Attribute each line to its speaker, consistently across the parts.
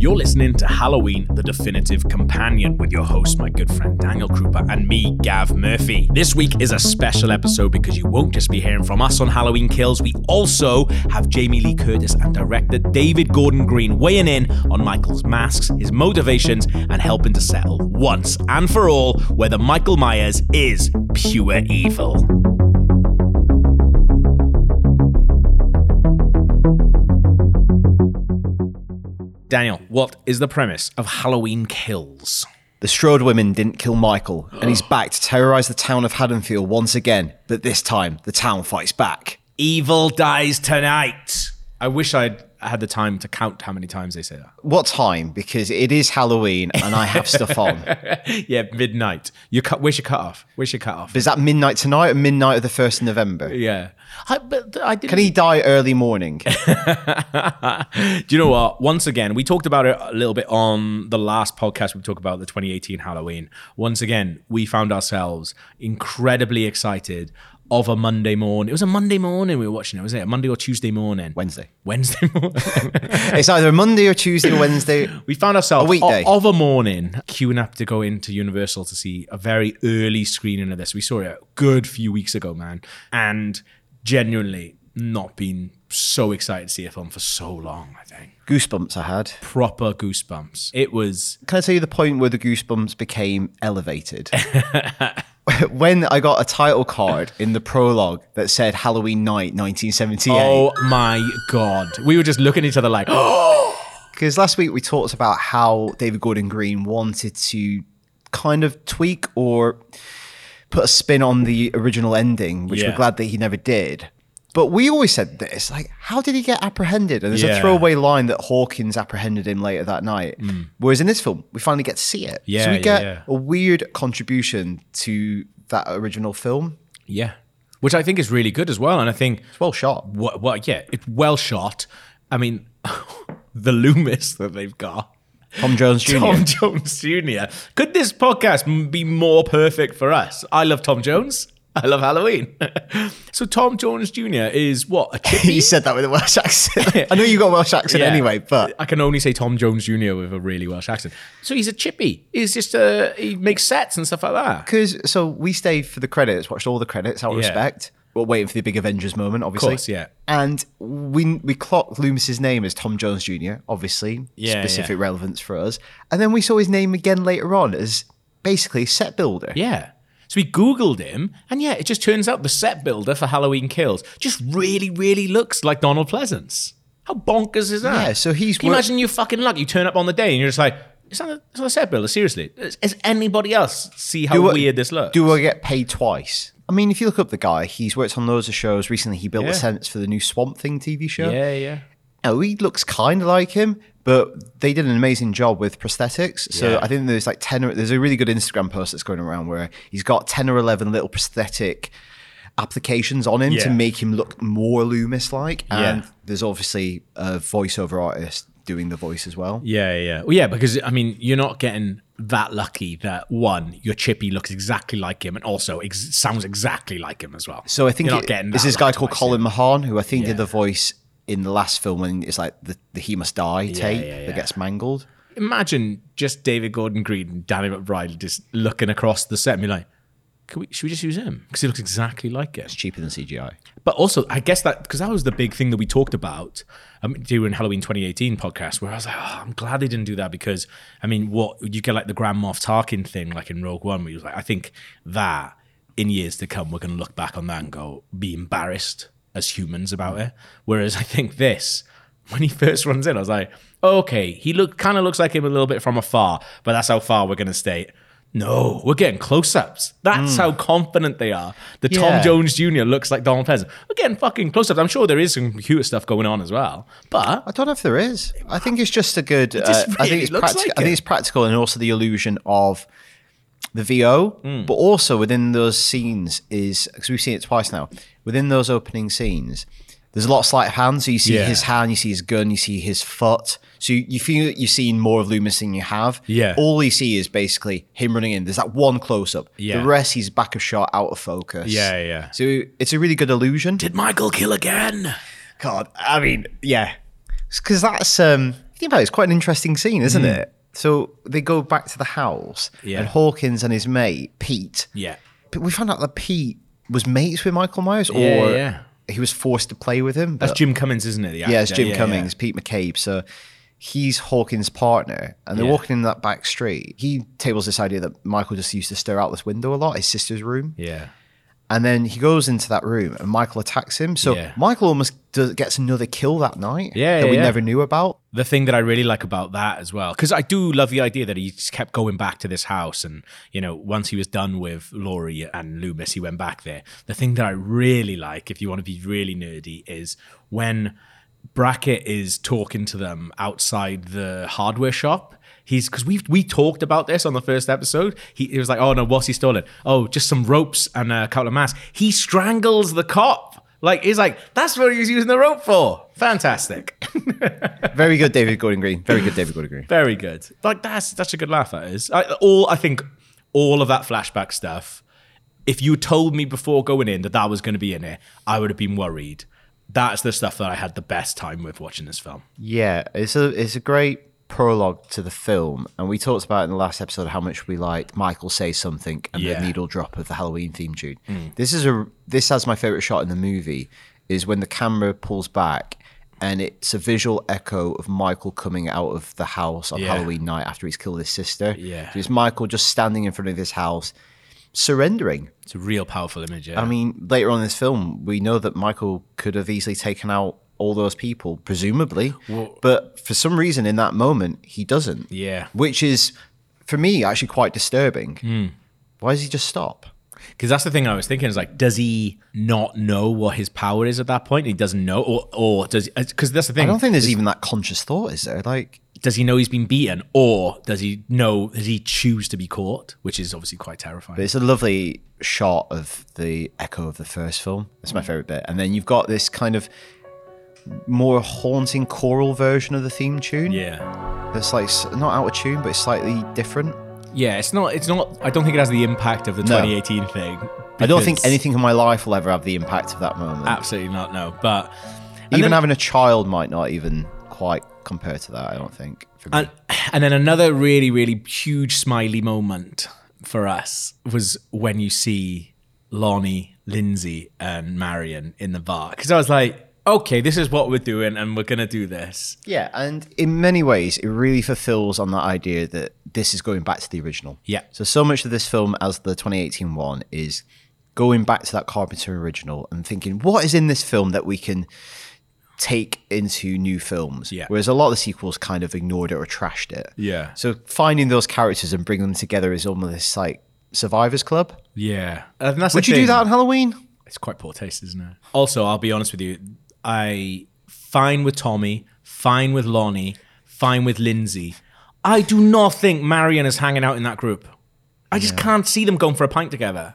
Speaker 1: You're listening to Halloween, the definitive companion, with your host, my good friend Daniel Krupa, and me, Gav Murphy. This week is a special episode because you won't just be hearing from us on Halloween Kills, we also have Jamie Lee Curtis and director David Gordon Green weighing in on Michael's masks, his motivations, and helping to settle once and for all whether Michael Myers is pure evil. Daniel, what is the premise of Halloween Kills?
Speaker 2: The Strode women didn't kill Michael, and he's back to terrorise the town of Haddonfield once again, but this time the town fights back.
Speaker 1: Evil dies tonight. I wish I'd had the time to count how many times they say that.
Speaker 2: What time? Because it is Halloween and I have stuff on.
Speaker 1: yeah, midnight. You cut. Where's your cut off? Where's your cut off?
Speaker 2: Is that midnight tonight or midnight of the 1st of November?
Speaker 1: yeah. I, but I didn't.
Speaker 2: Can he die early morning?
Speaker 1: Do you know what? Once again, we talked about it a little bit on the last podcast we talked about the 2018 Halloween. Once again, we found ourselves incredibly excited of a Monday morning. It was a Monday morning we were watching it, was it? A Monday or Tuesday morning?
Speaker 2: Wednesday.
Speaker 1: Wednesday morning.
Speaker 2: it's either Monday or Tuesday or Wednesday.
Speaker 1: We found ourselves
Speaker 2: A weekday.
Speaker 1: o- of a morning queuing up to go into Universal to see a very early screening of this. We saw it a good few weeks ago, man, and genuinely not been so excited to see a film for so long. I think
Speaker 2: Goosebumps I had.
Speaker 1: proper goosebumps. It was
Speaker 2: Can I tell you the point where the goosebumps became elevated? when I got a title card in the prologue that said Halloween night 1978.
Speaker 1: oh my god. We were just looking at each other like, oh,
Speaker 2: Because last week we talked about how David Gordon Green wanted to kind of tweak or put a spin on the original ending, which
Speaker 1: Yeah.
Speaker 2: we're glad that he never did. But we always said this, like, how did he get apprehended? And there's
Speaker 1: Yeah.
Speaker 2: a throwaway line that Hawkins apprehended him later that night. Whereas in this film, we finally get to see it.
Speaker 1: Hmm. Yeah,
Speaker 2: so we
Speaker 1: yeah,
Speaker 2: get
Speaker 1: yeah.
Speaker 2: a weird contribution to that original film.
Speaker 1: yeah, which I think is really good as well. And I think
Speaker 2: It's well shot.
Speaker 1: what, what, yeah, it's well shot. I mean, the Loomis that they've got.
Speaker 2: Tom Jones Jr.
Speaker 1: Tom Jones Jr. Could this podcast m- be more perfect for us? I love Tom Jones. I love Halloween. so Tom Jones Jr. is what a
Speaker 2: you
Speaker 1: chippy.
Speaker 2: said that with a Welsh accent. I know you got a Welsh accent
Speaker 1: Yeah.
Speaker 2: anyway, but
Speaker 1: I can only say Tom Jones Jr. with a really Welsh accent. So he's a chippy. He's just a he makes sets and stuff like that.
Speaker 2: because so we stayed for the credits, watched all the credits out of
Speaker 1: Yeah.
Speaker 2: respect. We're waiting for the big Avengers moment, obviously.
Speaker 1: course, yeah.
Speaker 2: And we we clocked Loomis's name as Tom Jones Jr. Obviously,
Speaker 1: Yeah,
Speaker 2: specific
Speaker 1: yeah.
Speaker 2: relevance for us. And then we saw his name again later on as basically set builder.
Speaker 1: Yeah. So we Googled him, and yeah, it just turns out the set builder for Halloween Kills just really, really looks like Donald Pleasance. How bonkers is that?
Speaker 2: Yeah, so he's
Speaker 1: Can you
Speaker 2: wor-
Speaker 1: imagine your fucking luck? You turn up on the day and you're just like, is that a, is that a set builder? Seriously. Does, does anybody else see how
Speaker 2: Do I-
Speaker 1: weird this looks?
Speaker 2: Do I get paid twice? I mean, if you look up the guy, he's worked on loads of shows. Recently, he built
Speaker 1: Yeah.
Speaker 2: the sets for the new Swamp Thing TV show.
Speaker 1: yeah, yeah.
Speaker 2: No, he looks kind of like him, but they did an amazing job with prosthetics. So
Speaker 1: Yeah.
Speaker 2: I think there's like 10 or there's a really good Instagram post that's going around where he's got 10 or 11 little prosthetic applications on him to
Speaker 1: Yeah.
Speaker 2: make him look more Loomis like. And
Speaker 1: Yeah.
Speaker 2: there's obviously a voiceover artist doing the voice as well.
Speaker 1: Yeah, yeah. Well, yeah, because I mean, you're not getting that lucky that one, your chippy looks exactly like him and also ex- sounds exactly like him as well.
Speaker 2: So I think
Speaker 1: you're not
Speaker 2: it-
Speaker 1: getting
Speaker 2: there's
Speaker 1: that
Speaker 2: this guy
Speaker 1: luck
Speaker 2: called
Speaker 1: twice,
Speaker 2: Colin Mahan, who I think
Speaker 1: Yeah.
Speaker 2: did the voice in the last film when it's like the, the He Must Die tape
Speaker 1: yeah, yeah.
Speaker 2: that gets mangled.
Speaker 1: imagine just David Gordon Green and Danny McBride just looking across the set and be like, Can we, should we just use him? Because he looks exactly like him.
Speaker 2: It's cheaper than CGI.
Speaker 1: But also, I guess that, because that was the big thing that we talked about um, during Halloween 2018 podcast, where I was like, oh, I'm glad they didn't do that because, I mean, what you get like the Grand Moff Tarkin thing, like in Rogue One, where he was like, I think that in years to come, we're going to look back on that and go, be embarrassed as humans about it. Whereas I think this, when he first runs in, I was like, okay, he look kind of looks like him a little bit from afar, but that's how far we're going to stay. No, we're getting close-ups. That's how confident they are. The Tom
Speaker 2: Yeah.
Speaker 1: Jones Jr. looks like Donald Pleasant. We're getting fucking close-ups. I'm sure there is some computer stuff going on as well, but
Speaker 2: I don't know if there is. I think it's just a good.
Speaker 1: just
Speaker 2: uh, I
Speaker 1: really
Speaker 2: think it's
Speaker 1: looks
Speaker 2: practical.
Speaker 1: like
Speaker 2: I
Speaker 1: it.
Speaker 2: think it's practical, and also the illusion of the VO,
Speaker 1: Hmm.
Speaker 2: but also within those scenes is because we've seen it twice now. Within those opening scenes, there's a lot of sleight of hand. So you see
Speaker 1: Yeah.
Speaker 2: his hand, you see his gun, you see his foot. So you, you feel that you've seen more of Loomis than you have.
Speaker 1: Yeah.
Speaker 2: All you see is basically him running in. There's that one close up.
Speaker 1: Yeah.
Speaker 2: The rest, he's back of shot, out of focus.
Speaker 1: Yeah, yeah.
Speaker 2: So it's a really good illusion.
Speaker 1: did Michael kill again?
Speaker 2: God, I mean, yeah, because that's um, think about it, it's quite an interesting scene, isn't it? So they go back to the house,
Speaker 1: Mm. Yeah.
Speaker 2: and Hawkins and his mate Pete.
Speaker 1: Yeah.
Speaker 2: But we found out that Pete was mates with Michael Myers, or
Speaker 1: Yeah, yeah.
Speaker 2: he was forced to play with him.
Speaker 1: That's
Speaker 2: but-
Speaker 1: Jim Cummings, isn't it? The
Speaker 2: yeah, it's
Speaker 1: actor?
Speaker 2: Jim Cummings, Pete McCabe. So he's Hawkins' partner, and they're
Speaker 1: Yeah.
Speaker 2: walking in that back street. He tables this idea that Michael just used to stare out this window a lot, his sister's room,
Speaker 1: Yeah.
Speaker 2: and then he goes into that room, and Michael attacks him. So
Speaker 1: Yeah.
Speaker 2: Michael almost does, gets another kill that night
Speaker 1: Yeah,
Speaker 2: that
Speaker 1: yeah,
Speaker 2: we
Speaker 1: yeah.
Speaker 2: never knew about.
Speaker 1: the thing that I really like about that as well, because I do love the idea that he just kept going back to this house, and you know, once he was done with Laurie and Loomis, he went back there. The thing that I really like, if you want to be really nerdy, is when Brackett is talking to them outside the hardware shop. He's because we we talked about this on the first episode. He, he was like, "Oh no, what's he stolen? Oh, just some ropes and a couple of masks." He strangles the cop. Like he's like, "That's what he was using the rope for." Fantastic.
Speaker 2: Very good, David Gordon Green. Very good, David Gordon Green.
Speaker 1: Very good. Like that's that's a good laugh. That is. I, all I think, all of that flashback stuff. If you told me before going in that that was going to be in it, I would have been worried. That's the stuff that I had the best time with watching this film.
Speaker 2: Yeah, it's a it's a great prologue to the film, and we talked about in the last episode how much we liked Michael say something and
Speaker 1: Yeah.
Speaker 2: the needle drop of the Halloween theme tune. This is a this has my favorite shot in the movie is when the camera pulls back and it's a visual echo of Michael coming out of the house on
Speaker 1: Yeah.
Speaker 2: Halloween night after he's killed his sister.
Speaker 1: Yeah.
Speaker 2: so it's Michael just standing in front of his house, surrendering.
Speaker 1: It's a real powerful image. Yeah.
Speaker 2: I mean, later on in this film, we know that Michael could have easily taken out all those people, presumably. but for some reason, in that moment, he doesn't.
Speaker 1: Yeah. Hmm.
Speaker 2: Which is, for me, actually quite disturbing. Why does he just stop?
Speaker 1: Because that's the thing I was thinking is like, does he not know what his power is at that point? He doesn't know, or or does because that's the thing.
Speaker 2: I don't think there's even that conscious thought, is there? Like,
Speaker 1: does he know he's been beaten, or does he know? Does he choose to be caught? Which is obviously quite terrifying.
Speaker 2: but it's a lovely shot of the echo of the first film. It's my favorite bit. And then you've got this kind of more haunting choral version of the theme tune.
Speaker 1: yeah.
Speaker 2: That's like s- not out of tune, but it's slightly different.
Speaker 1: Yeah, it's not. It's not. I don't think it has the impact of the
Speaker 2: No.
Speaker 1: 2018 thing.
Speaker 2: I don't think
Speaker 1: because-
Speaker 2: anything in my life will ever have the impact of that moment.
Speaker 1: Absolutely not. No, but and
Speaker 2: even
Speaker 1: then-
Speaker 2: having a child might not even quite compare to that. I don't think. For me.
Speaker 1: and, and then another really, really huge smiley moment for us was when you see Lonnie, Lindsay, and Marion in the bar because I was like, okay, this is what we're doing, and we're gonna do this.
Speaker 2: yeah, and in many ways, it really fulfills on that idea that this is going back to the original.
Speaker 1: Yeah.
Speaker 2: So so much of this film as the 2018 one is going back to that Carpenter original and thinking what is in this film that we can take into new films.
Speaker 1: Yeah.
Speaker 2: Whereas a lot of the sequels kind of ignored it or trashed it.
Speaker 1: Yeah.
Speaker 2: So finding those characters and bringing them together is almost this like survivors club.
Speaker 1: Yeah, and that's the
Speaker 2: Would you do
Speaker 1: thing.
Speaker 2: that on Halloween?
Speaker 1: It's quite poor taste, isn't it? Also, I'll be honest with you. I fine with Tommy, fine with Lonnie, fine with Lindsay. I do not think Marion is hanging out in that group. I just can't see them going for a pint together.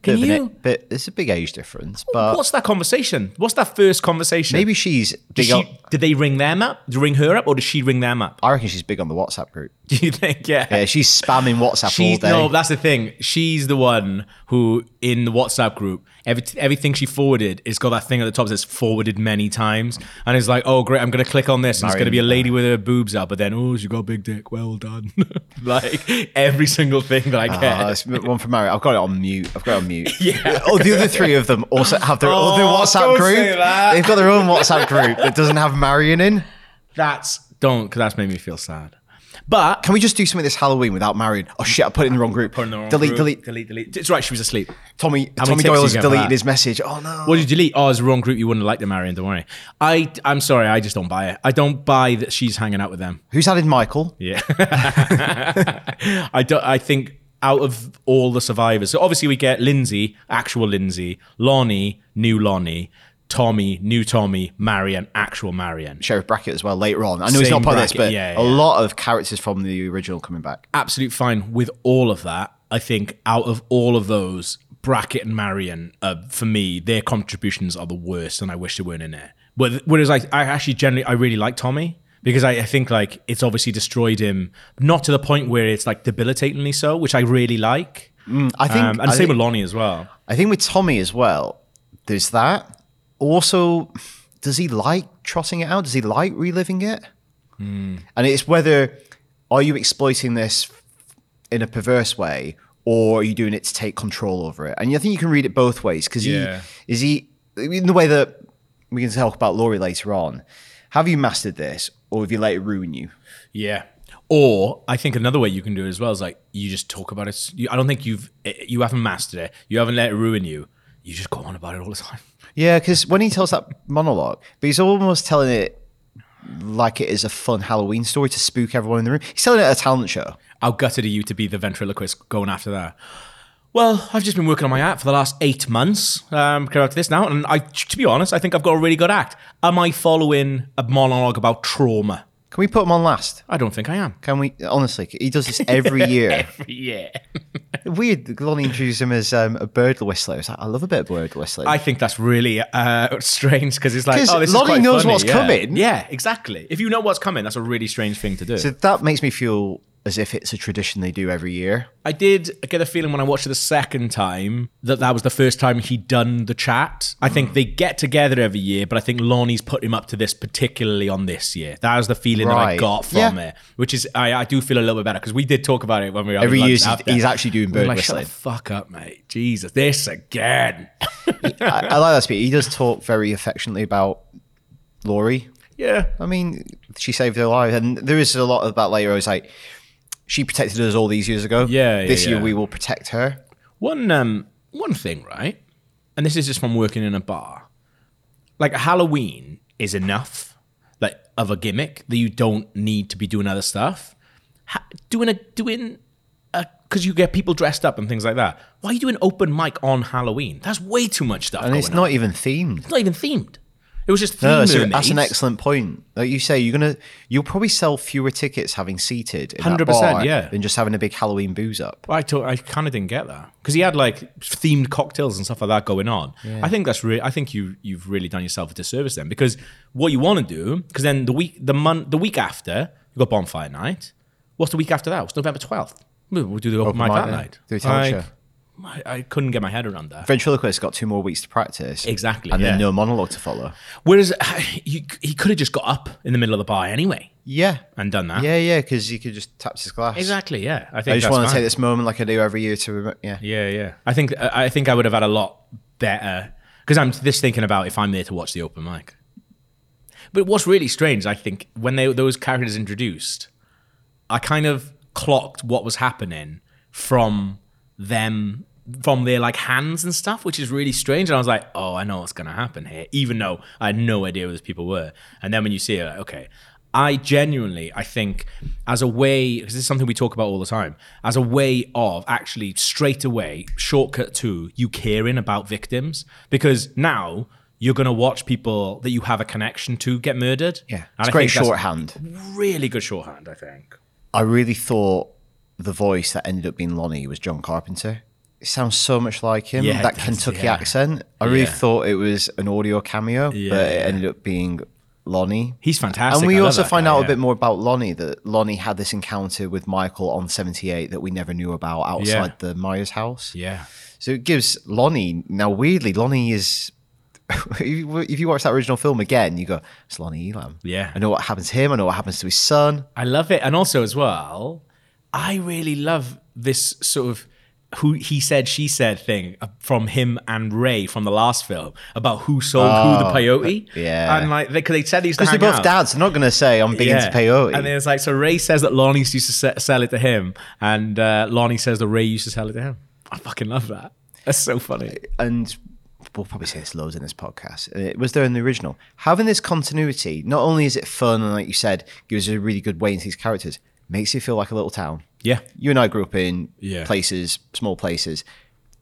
Speaker 1: Can
Speaker 2: bit of an-
Speaker 1: you- Oh,
Speaker 2: But it's a big age difference. But
Speaker 1: What's that conversation? What's that first conversation?
Speaker 2: Uh, maybe she's
Speaker 1: Did
Speaker 2: big. on,
Speaker 1: she- did they ring them up? Did they ring her up, or did she ring them up?
Speaker 2: I reckon she's big on the WhatsApp group.
Speaker 1: Do you think? Yeah.
Speaker 2: Yeah, she's spamming WhatsApp all
Speaker 1: Uh, She's
Speaker 2: day.
Speaker 1: no, that's the thing. She's the one who in the WhatsApp group, every, everything she forwarded, it's got that thing at the top that says forwarded many times, and it's like, oh great, I'm gonna click on this, and it's gonna be a lady with her boobs out, but then oh, she got a big dick, well done. like every single thing that I get.
Speaker 2: Ah, it's one for Mario. I've got it on mute. I've got it on mute. Yeah. Oh, the other three of them also have their
Speaker 1: Oh,
Speaker 2: other WhatsApp
Speaker 1: don't
Speaker 2: group.
Speaker 1: say that.
Speaker 2: They've got their own WhatsApp group that doesn't have Marion in.
Speaker 1: that's don't, because that's made me feel sad. But
Speaker 2: Can we just do something this Halloween without Marion? Oh shit! I put it in the wrong group.
Speaker 1: Put in the wrong
Speaker 2: delete,
Speaker 1: group.
Speaker 2: delete.
Speaker 1: delete, delete. It's right, she was asleep.
Speaker 2: Tommy,
Speaker 1: many
Speaker 2: Tommy
Speaker 1: tips you
Speaker 2: Doyle's
Speaker 1: get for
Speaker 2: deleted
Speaker 1: that?
Speaker 2: his message. Oh no.
Speaker 1: What did you delete? Oh, it's the wrong group. You wouldn't like them, Marion. Don't worry. I, I'm sorry. I just don't buy it. I don't buy that she's hanging out with them.
Speaker 2: Who's added Michael?
Speaker 1: Yeah. I don't I think out of all the survivors. So obviously we get Lindsay, actual Lindsay, Lonnie, new Lonnie, Tommy, new Tommy, Marion, actual Marion.
Speaker 2: Sheriff Brackett as well later on. I know he's
Speaker 1: Same
Speaker 2: not part of this,
Speaker 1: bracket,
Speaker 2: but
Speaker 1: yeah,
Speaker 2: a
Speaker 1: yeah.
Speaker 2: lot of characters from the original coming back.
Speaker 1: Absolute fine with all of that. I think out of all of those, Brackett and Marion, uh, for me, their contributions are the worst, and I wish they weren't in there. But whereas I, I actually generally I really like Tommy because I, I think like it's obviously destroyed him, not to the point where it's like debilitatingly so, which I really like.
Speaker 2: I think,
Speaker 1: Um, and
Speaker 2: I,
Speaker 1: same
Speaker 2: think
Speaker 1: with Lonnie as well.
Speaker 2: I think with Tommy as well. There's that. Also, does he like trotting it out? Does he like reliving it?
Speaker 1: Hmm.
Speaker 2: And it's whether are you exploiting this in a perverse way or are you doing it to take control over it? And I think you can read it both ways because
Speaker 1: Yeah.
Speaker 2: he is he in the way that we can talk about Laurie later on. Have you mastered this, or have you let it ruin you?
Speaker 1: Yeah. Or I think another way you can do it as well is like you just talk about it. You- I don't think you've eh, you haven't mastered it. You haven't let it ruin you. You just go on about it all the time.
Speaker 2: Yeah, because when he tells that monologue, but he's almost telling it like it is a fun Halloween story to spook everyone in the room. He's telling it at a talent show.
Speaker 1: How gutted are you to be the ventriloquist going after that? Well, I've just been working on my act for the last eight months. Um, came out to this now, and I, to be honest, I think I've got a really good act. Am I following a monologue about trauma?
Speaker 2: Can we put him on last?
Speaker 1: I don't think I am.
Speaker 2: Can we? Honestly, he does this every year.
Speaker 1: Yeah.
Speaker 2: Weird. Lonnie introduced him as um, a bird whistler. I was like, I love a bit of bird whistling.
Speaker 1: I think that's really uh, strange because it's like,
Speaker 2: 'Cause
Speaker 1: oh, this
Speaker 2: Lonnie
Speaker 1: is quite
Speaker 2: knows
Speaker 1: funny,
Speaker 2: what's
Speaker 1: yeah.
Speaker 2: coming.
Speaker 1: Yeah, exactly. If you know what's coming, that's a really strange thing to do.
Speaker 2: so that makes me feel as if it's a tradition they do every year.
Speaker 1: I did get a feeling when I watched it the second time that that was the first time he'd done the chat. I
Speaker 2: Mm.
Speaker 1: think they get together every year, but I think Lonnie's put him up to this particularly on this year. That was the feeling that I
Speaker 2: Right.
Speaker 1: got from
Speaker 2: Yeah.
Speaker 1: it, which is I, I do feel a little bit better because we did talk about it when we were having
Speaker 2: Every year
Speaker 1: lunch
Speaker 2: he's,
Speaker 1: after.
Speaker 2: he's actually doing
Speaker 1: We were
Speaker 2: bird
Speaker 1: like, Shut
Speaker 2: whistling.
Speaker 1: the fuck up, mate! Jesus, this again.
Speaker 2: I, I like that speech. He does talk very affectionately about Laurie.
Speaker 1: yeah,
Speaker 2: I mean, she saved her life, and there is a lot about later. It's like she protected us all these years ago.
Speaker 1: Yeah, yeah,
Speaker 2: this
Speaker 1: yeah.
Speaker 2: year we will protect her.
Speaker 1: One um one thing, right? And this is just from working in a bar. Like Halloween is enough, like of a gimmick that you don't need to be doing other stuff. Ha- doing a doing a because you get people dressed up and things like that. Why are you doing open mic on Halloween? That's way too much stuff.
Speaker 2: And
Speaker 1: going
Speaker 2: it's
Speaker 1: on.
Speaker 2: not even themed.
Speaker 1: It's not even themed. It was just
Speaker 2: No,
Speaker 1: themed.
Speaker 2: so that's an excellent point. Like you say, you're gonna, you'll probably sell fewer tickets having seated in 100
Speaker 1: 100%, yeah.
Speaker 2: than just having a big Halloween booze up.
Speaker 1: I, to- I kind of didn't get that because he had like themed cocktails and stuff like that going on. I think that's really. I think you you've really done yourself a disservice then because what you want to do because then the week the month the week after you got bonfire night. What's the week after that? It's November twelfth. We'll we'll do the open,
Speaker 2: Open
Speaker 1: mic
Speaker 2: mic
Speaker 1: that
Speaker 2: night.
Speaker 1: night.
Speaker 2: Do a talent show.
Speaker 1: I, I couldn't get my head around that.
Speaker 2: Ventriloquist got two more weeks to practice,
Speaker 1: Exactly,
Speaker 2: and
Speaker 1: yeah.
Speaker 2: then no monologue to follow.
Speaker 1: Whereas you, he could have just got up in the middle of the bar anyway
Speaker 2: Yeah,
Speaker 1: and done that.
Speaker 2: yeah, yeah, because you could just tap his glass.
Speaker 1: exactly. Yeah, I think
Speaker 2: I just
Speaker 1: that's
Speaker 2: want to
Speaker 1: fine.
Speaker 2: take this moment like I do every year to, rem- yeah.
Speaker 1: Yeah, yeah. I think uh, I I think I would have had a lot better because I'm just thinking about if I'm there to watch the open mic. But what's really strange, I think, when they those characters introduced, I kind of clocked what was happening from them from their like hands and stuff, which is really strange. And I was like, oh, I know what's gonna happen here, even though I had no idea who those people were. And then when you see it, like, okay. I genuinely, I think, as a way, because this is something we talk about all the time, as a way of actually straight away, shortcut to you caring about victims. Because now you're going to watch people that you have a connection to get murdered.
Speaker 2: Yeah,
Speaker 1: And
Speaker 2: it's
Speaker 1: I
Speaker 2: great
Speaker 1: think that's
Speaker 2: shorthand.
Speaker 1: Really good shorthand, I think.
Speaker 2: I really thought the voice that ended up being Lonnie was John Carpenter. It sounds so much like him,
Speaker 1: Yeah, it
Speaker 2: that
Speaker 1: does,
Speaker 2: Kentucky
Speaker 1: yeah.
Speaker 2: accent. I really
Speaker 1: Yeah.
Speaker 2: thought it was an audio cameo, but
Speaker 1: Yeah.
Speaker 2: it ended up being Lonnie.
Speaker 1: He's fantastic.
Speaker 2: and we
Speaker 1: I love
Speaker 2: also
Speaker 1: that
Speaker 2: find
Speaker 1: guy,
Speaker 2: out
Speaker 1: yeah.
Speaker 2: a bit more about Lonnie that Lonnie had this encounter with Michael on 78 that we never knew about outside the Myers house.
Speaker 1: Yeah.
Speaker 2: So it gives Lonnie, now weirdly, Lonnie is. if you if you watch that original film again, you go, it's Lonnie Elam.
Speaker 1: Yeah.
Speaker 2: I know what happens to him, I know what happens to his son.
Speaker 1: I love it. And also, as well, I really love this sort of who he said, she said thing uh, from him and Ray from the last film about who sold who the peyote.
Speaker 2: Oh, yeah.
Speaker 1: And like, because they, said these
Speaker 2: Because they're both dads, they're not going to say, I'm big into peyote.
Speaker 1: And then it's like, so Ray says that Lonnie used to se- sell it to him, and uh, Lonnie says that Ray used to sell it to him. I fucking love that. That's so funny.
Speaker 2: and we'll probably say this loads in this podcast. and It was there in the original. Having this continuity, not only is it fun and like you said, gives you a really good way into these characters, makes you feel like a little town.
Speaker 1: Yeah.
Speaker 2: You and I grew up in
Speaker 1: Yeah.
Speaker 2: places, small places.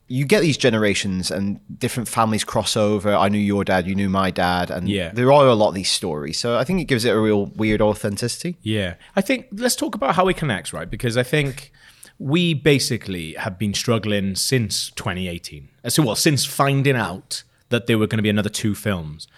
Speaker 2: You get these generations and different families cross over. I knew your dad, you knew my dad, and
Speaker 1: Yeah.
Speaker 2: there are a lot of these stories. So I think it gives it a real weird authenticity.
Speaker 1: Yeah. I think let's talk about how it connects, right? Because I think we basically have been struggling since 2018. So, well, since finding out that there were going to be another two films,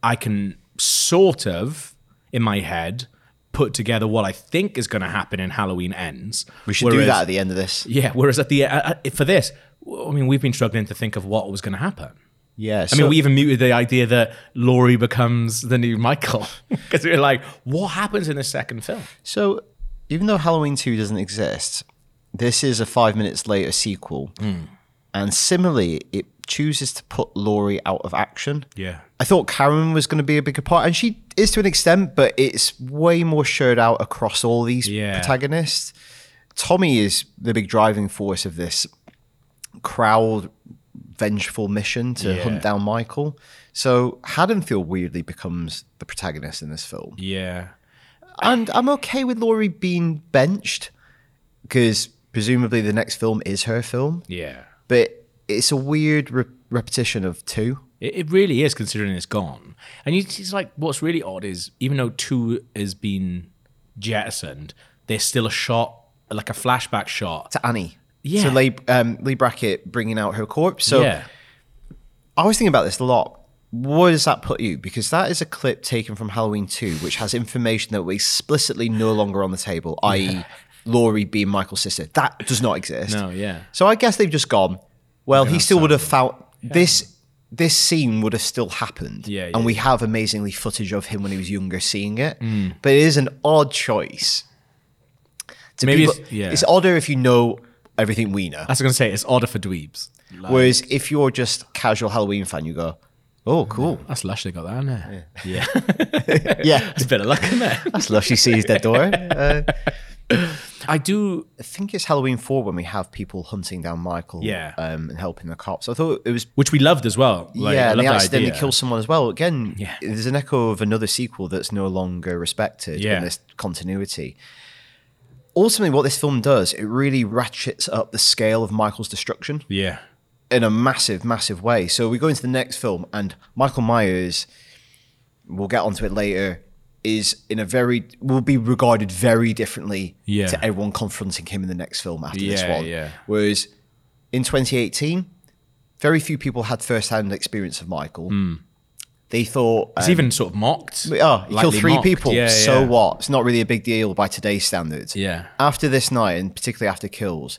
Speaker 1: I can sort of, in my head, put together what I think is going to happen in Halloween Ends.
Speaker 2: We should do that at the end of this.
Speaker 1: Yeah. Whereas at the uh, uh, for this, w- I mean, we've been struggling to think of what was going to happen.
Speaker 2: Yeah,
Speaker 1: I mean, we even muted the idea that Laurie becomes the new Michael because we were like, what happens in the second film?
Speaker 2: So, even though Halloween 2 doesn't exist, this is a five minutes later sequel.
Speaker 1: Hmm.
Speaker 2: And similarly, it chooses to put Laurie out of action.
Speaker 1: Yeah.
Speaker 2: I thought Karen was going to be a bigger part, and she is to an extent, but it's way more shared out across all these
Speaker 1: Yeah.
Speaker 2: protagonists. Tommy is the big driving force of this crowd vengeful mission to
Speaker 1: Yeah.
Speaker 2: hunt down Michael. So Haddonfield weirdly becomes the protagonist in this film.
Speaker 1: Yeah.
Speaker 2: And I'm okay with Laurie being benched because presumably the next film is her film,
Speaker 1: Yeah.
Speaker 2: but it's a weird re- repetition of two.
Speaker 1: It, it really is, considering it's gone. And you, it's like, what's really odd is even though two has been jettisoned, there's still a shot, like a flashback shot.
Speaker 2: to Annie.
Speaker 1: Yeah.
Speaker 2: To Lee, um, Lee Brackett bringing out her corpse. So
Speaker 1: yeah.
Speaker 2: I was thinking about this a lot. Where does that put you? Because that is a clip taken from Halloween 2, which has information that was explicitly no longer on the table, i.e., Laurie being Michael's sister. That does not exist.
Speaker 1: No, yeah.
Speaker 2: So I guess they've just gone, well, he still would have found this. This scene would have still happened,
Speaker 1: Yeah,
Speaker 2: and
Speaker 1: yeah,
Speaker 2: we have amazingly footage of him when he was younger seeing it.
Speaker 1: Mm.
Speaker 2: But it is an odd choice. To
Speaker 1: Maybe
Speaker 2: people-
Speaker 1: it's- yeah.
Speaker 2: it's odder if you know everything we know.
Speaker 1: I was going to say, it's odder for dweebs. Like,
Speaker 2: Whereas if you're just casual Halloween fan, you go, "Oh, cool,
Speaker 1: that's lush they got that in there. Yeah.
Speaker 2: yeah,
Speaker 1: it's a bit of luck in there.
Speaker 2: that's lush." She sees their door. Uh,
Speaker 1: I do.
Speaker 2: I think it's Halloween four when we have people hunting down Michael,
Speaker 1: Yeah.
Speaker 2: um, and helping the cops. I thought it was.
Speaker 1: Which we loved as well. Like, I
Speaker 2: yeah, and
Speaker 1: love
Speaker 2: they
Speaker 1: that
Speaker 2: accidentally
Speaker 1: idea.
Speaker 2: kill someone as well. Again,
Speaker 1: Yeah.
Speaker 2: there's an echo of another sequel that's no longer respected
Speaker 1: Yeah.
Speaker 2: in this continuity. Ultimately, what this film does, it really ratchets up the scale of Michael's destruction.
Speaker 1: Yeah.
Speaker 2: in a massive, massive way. So we go into the next film, and Michael Myers, we'll get onto it later, is in a very will be regarded very differently
Speaker 1: Yeah.
Speaker 2: to everyone confronting him in the next film after this
Speaker 1: Yeah,
Speaker 2: one.
Speaker 1: yeah.
Speaker 2: Whereas in 2018, very few people had first-hand experience of Michael.
Speaker 1: Hmm.
Speaker 2: They thought
Speaker 1: It's even sort of mocked.
Speaker 2: Oh, you killed
Speaker 1: Lightly
Speaker 2: three
Speaker 1: mocked.
Speaker 2: people.
Speaker 1: Yeah,
Speaker 2: so
Speaker 1: yeah.
Speaker 2: what? It's not really a big deal by today's standards.
Speaker 1: Yeah.
Speaker 2: After this night, and particularly after kills,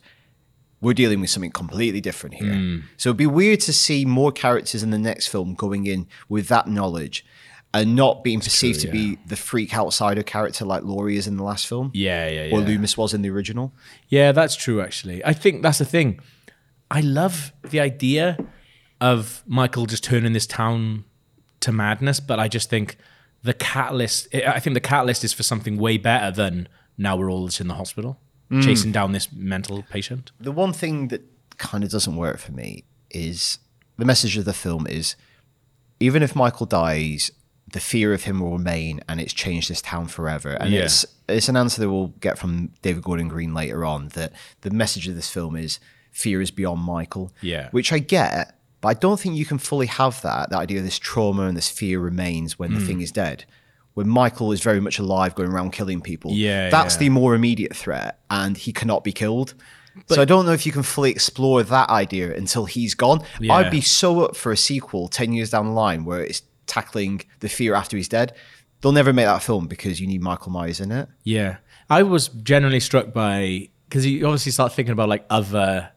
Speaker 2: we're dealing with something completely different here.
Speaker 1: Hmm.
Speaker 2: So it'd be weird to see more characters in the next film going in with that knowledge and not being perceived
Speaker 1: true,
Speaker 2: to be the freak outsider character like Laurie is in the last film.
Speaker 1: Yeah, yeah, yeah.
Speaker 2: Or Loomis was in the original.
Speaker 1: Yeah, that's true, actually. I think that's the thing. I love the idea of Michael just turning this town to madness, but I just think the catalyst, I I think the catalyst is for something way better than now we're all just in the hospital chasing down this mental patient.
Speaker 2: The one thing that kind of doesn't work for me is the message of the film is even if Michael dies, the fear of him will remain and it's changed this town forever. And
Speaker 1: Yeah.
Speaker 2: it's it's an answer that we'll get from David Gordon Green later on that the message of this film is fear is beyond Michael.
Speaker 1: Yeah.
Speaker 2: Which I get, but I don't think you can fully have that, that idea of this trauma and this fear remains when
Speaker 1: Mm.
Speaker 2: the thing is dead. When Michael is very much alive going around killing people.
Speaker 1: Yeah,
Speaker 2: That's
Speaker 1: yeah.
Speaker 2: the more immediate threat and he cannot be killed. so I don't know if you can fully explore that idea until he's gone.
Speaker 1: Yeah.
Speaker 2: I'd be so up for a sequel 10 years down the line where it's tackling the fear after he's dead. They'll never make that film because you need Michael Myers in it.
Speaker 1: Yeah. I was generally struck by, because you obviously start thinking about like other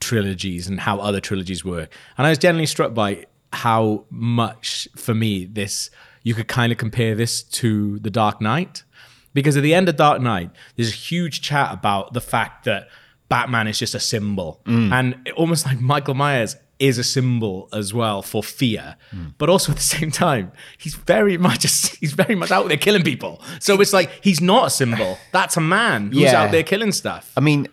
Speaker 1: trilogies and how other trilogies work. And I was generally struck by how much for me this you could kind of compare this to The Dark Knight. Because at the end of Dark Knight, there's a huge chat about the fact that Batman is just a symbol. And it- almost like Michael Myers is a symbol as well for fear. But also at the same time, he's very much he's very much out there killing people. So it's like he's not a symbol. That's a man who's
Speaker 2: Yeah.
Speaker 1: out there killing stuff.
Speaker 2: I mean,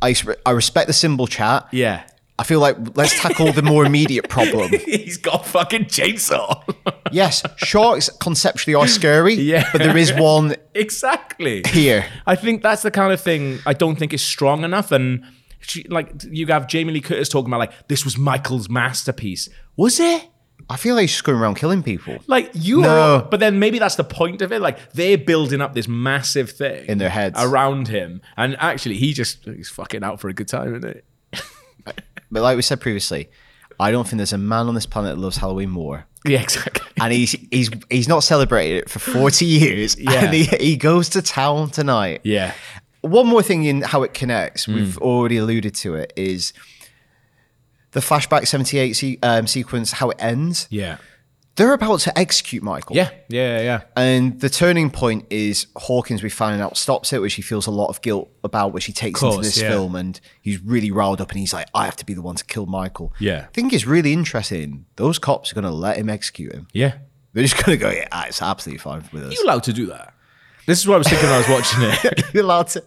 Speaker 2: I, I respect the symbol chat.
Speaker 1: Yeah.
Speaker 2: I feel like let's tackle the more immediate problem.
Speaker 1: He's got a fucking chainsaw.
Speaker 2: Yes, sharks conceptually are scary,
Speaker 1: Yeah.
Speaker 2: but there is one
Speaker 1: exactly.
Speaker 2: here.
Speaker 1: I think that's the kind of thing I don't think is strong enough. And she, like you have Jamie Lee Curtis talking about like this was Michael's masterpiece. Was it?
Speaker 2: I feel like he's just going around killing people
Speaker 1: Like you
Speaker 2: No.
Speaker 1: are, but then maybe that's the point of it. Like they're building up this massive thing
Speaker 2: in their heads.
Speaker 1: around him, and actually he just he's fucking out for a good time, isn't it?
Speaker 2: But like we said previously, I don't think there's a man on this planet that loves Halloween more.
Speaker 1: Yeah, exactly.
Speaker 2: And he's he's he's not celebrated it for 40 years.
Speaker 1: Yeah.
Speaker 2: And he, he goes to town tonight.
Speaker 1: Yeah, Mm.
Speaker 2: One more thing in how it connects, we've already alluded to it, is the flashback 78 se- um, sequence, how it ends,
Speaker 1: Yeah.
Speaker 2: they're about to execute Michael.
Speaker 1: Yeah. Yeah. Yeah.
Speaker 2: And the turning point is Hawkins, we find out, stops it, which he feels a lot of guilt about, which he takes into
Speaker 1: Course,
Speaker 2: this
Speaker 1: yeah.
Speaker 2: film. And he's really riled up and he's like, I have to be the one to kill Michael.
Speaker 1: Yeah.
Speaker 2: I think it's really interesting. Those cops are going to let him execute him.
Speaker 1: Yeah.
Speaker 2: They're just going to go, yeah, ah, it's absolutely fine with us.
Speaker 1: You allowed to do that? This is what I was thinking when I was watching it.
Speaker 2: You're allowed to.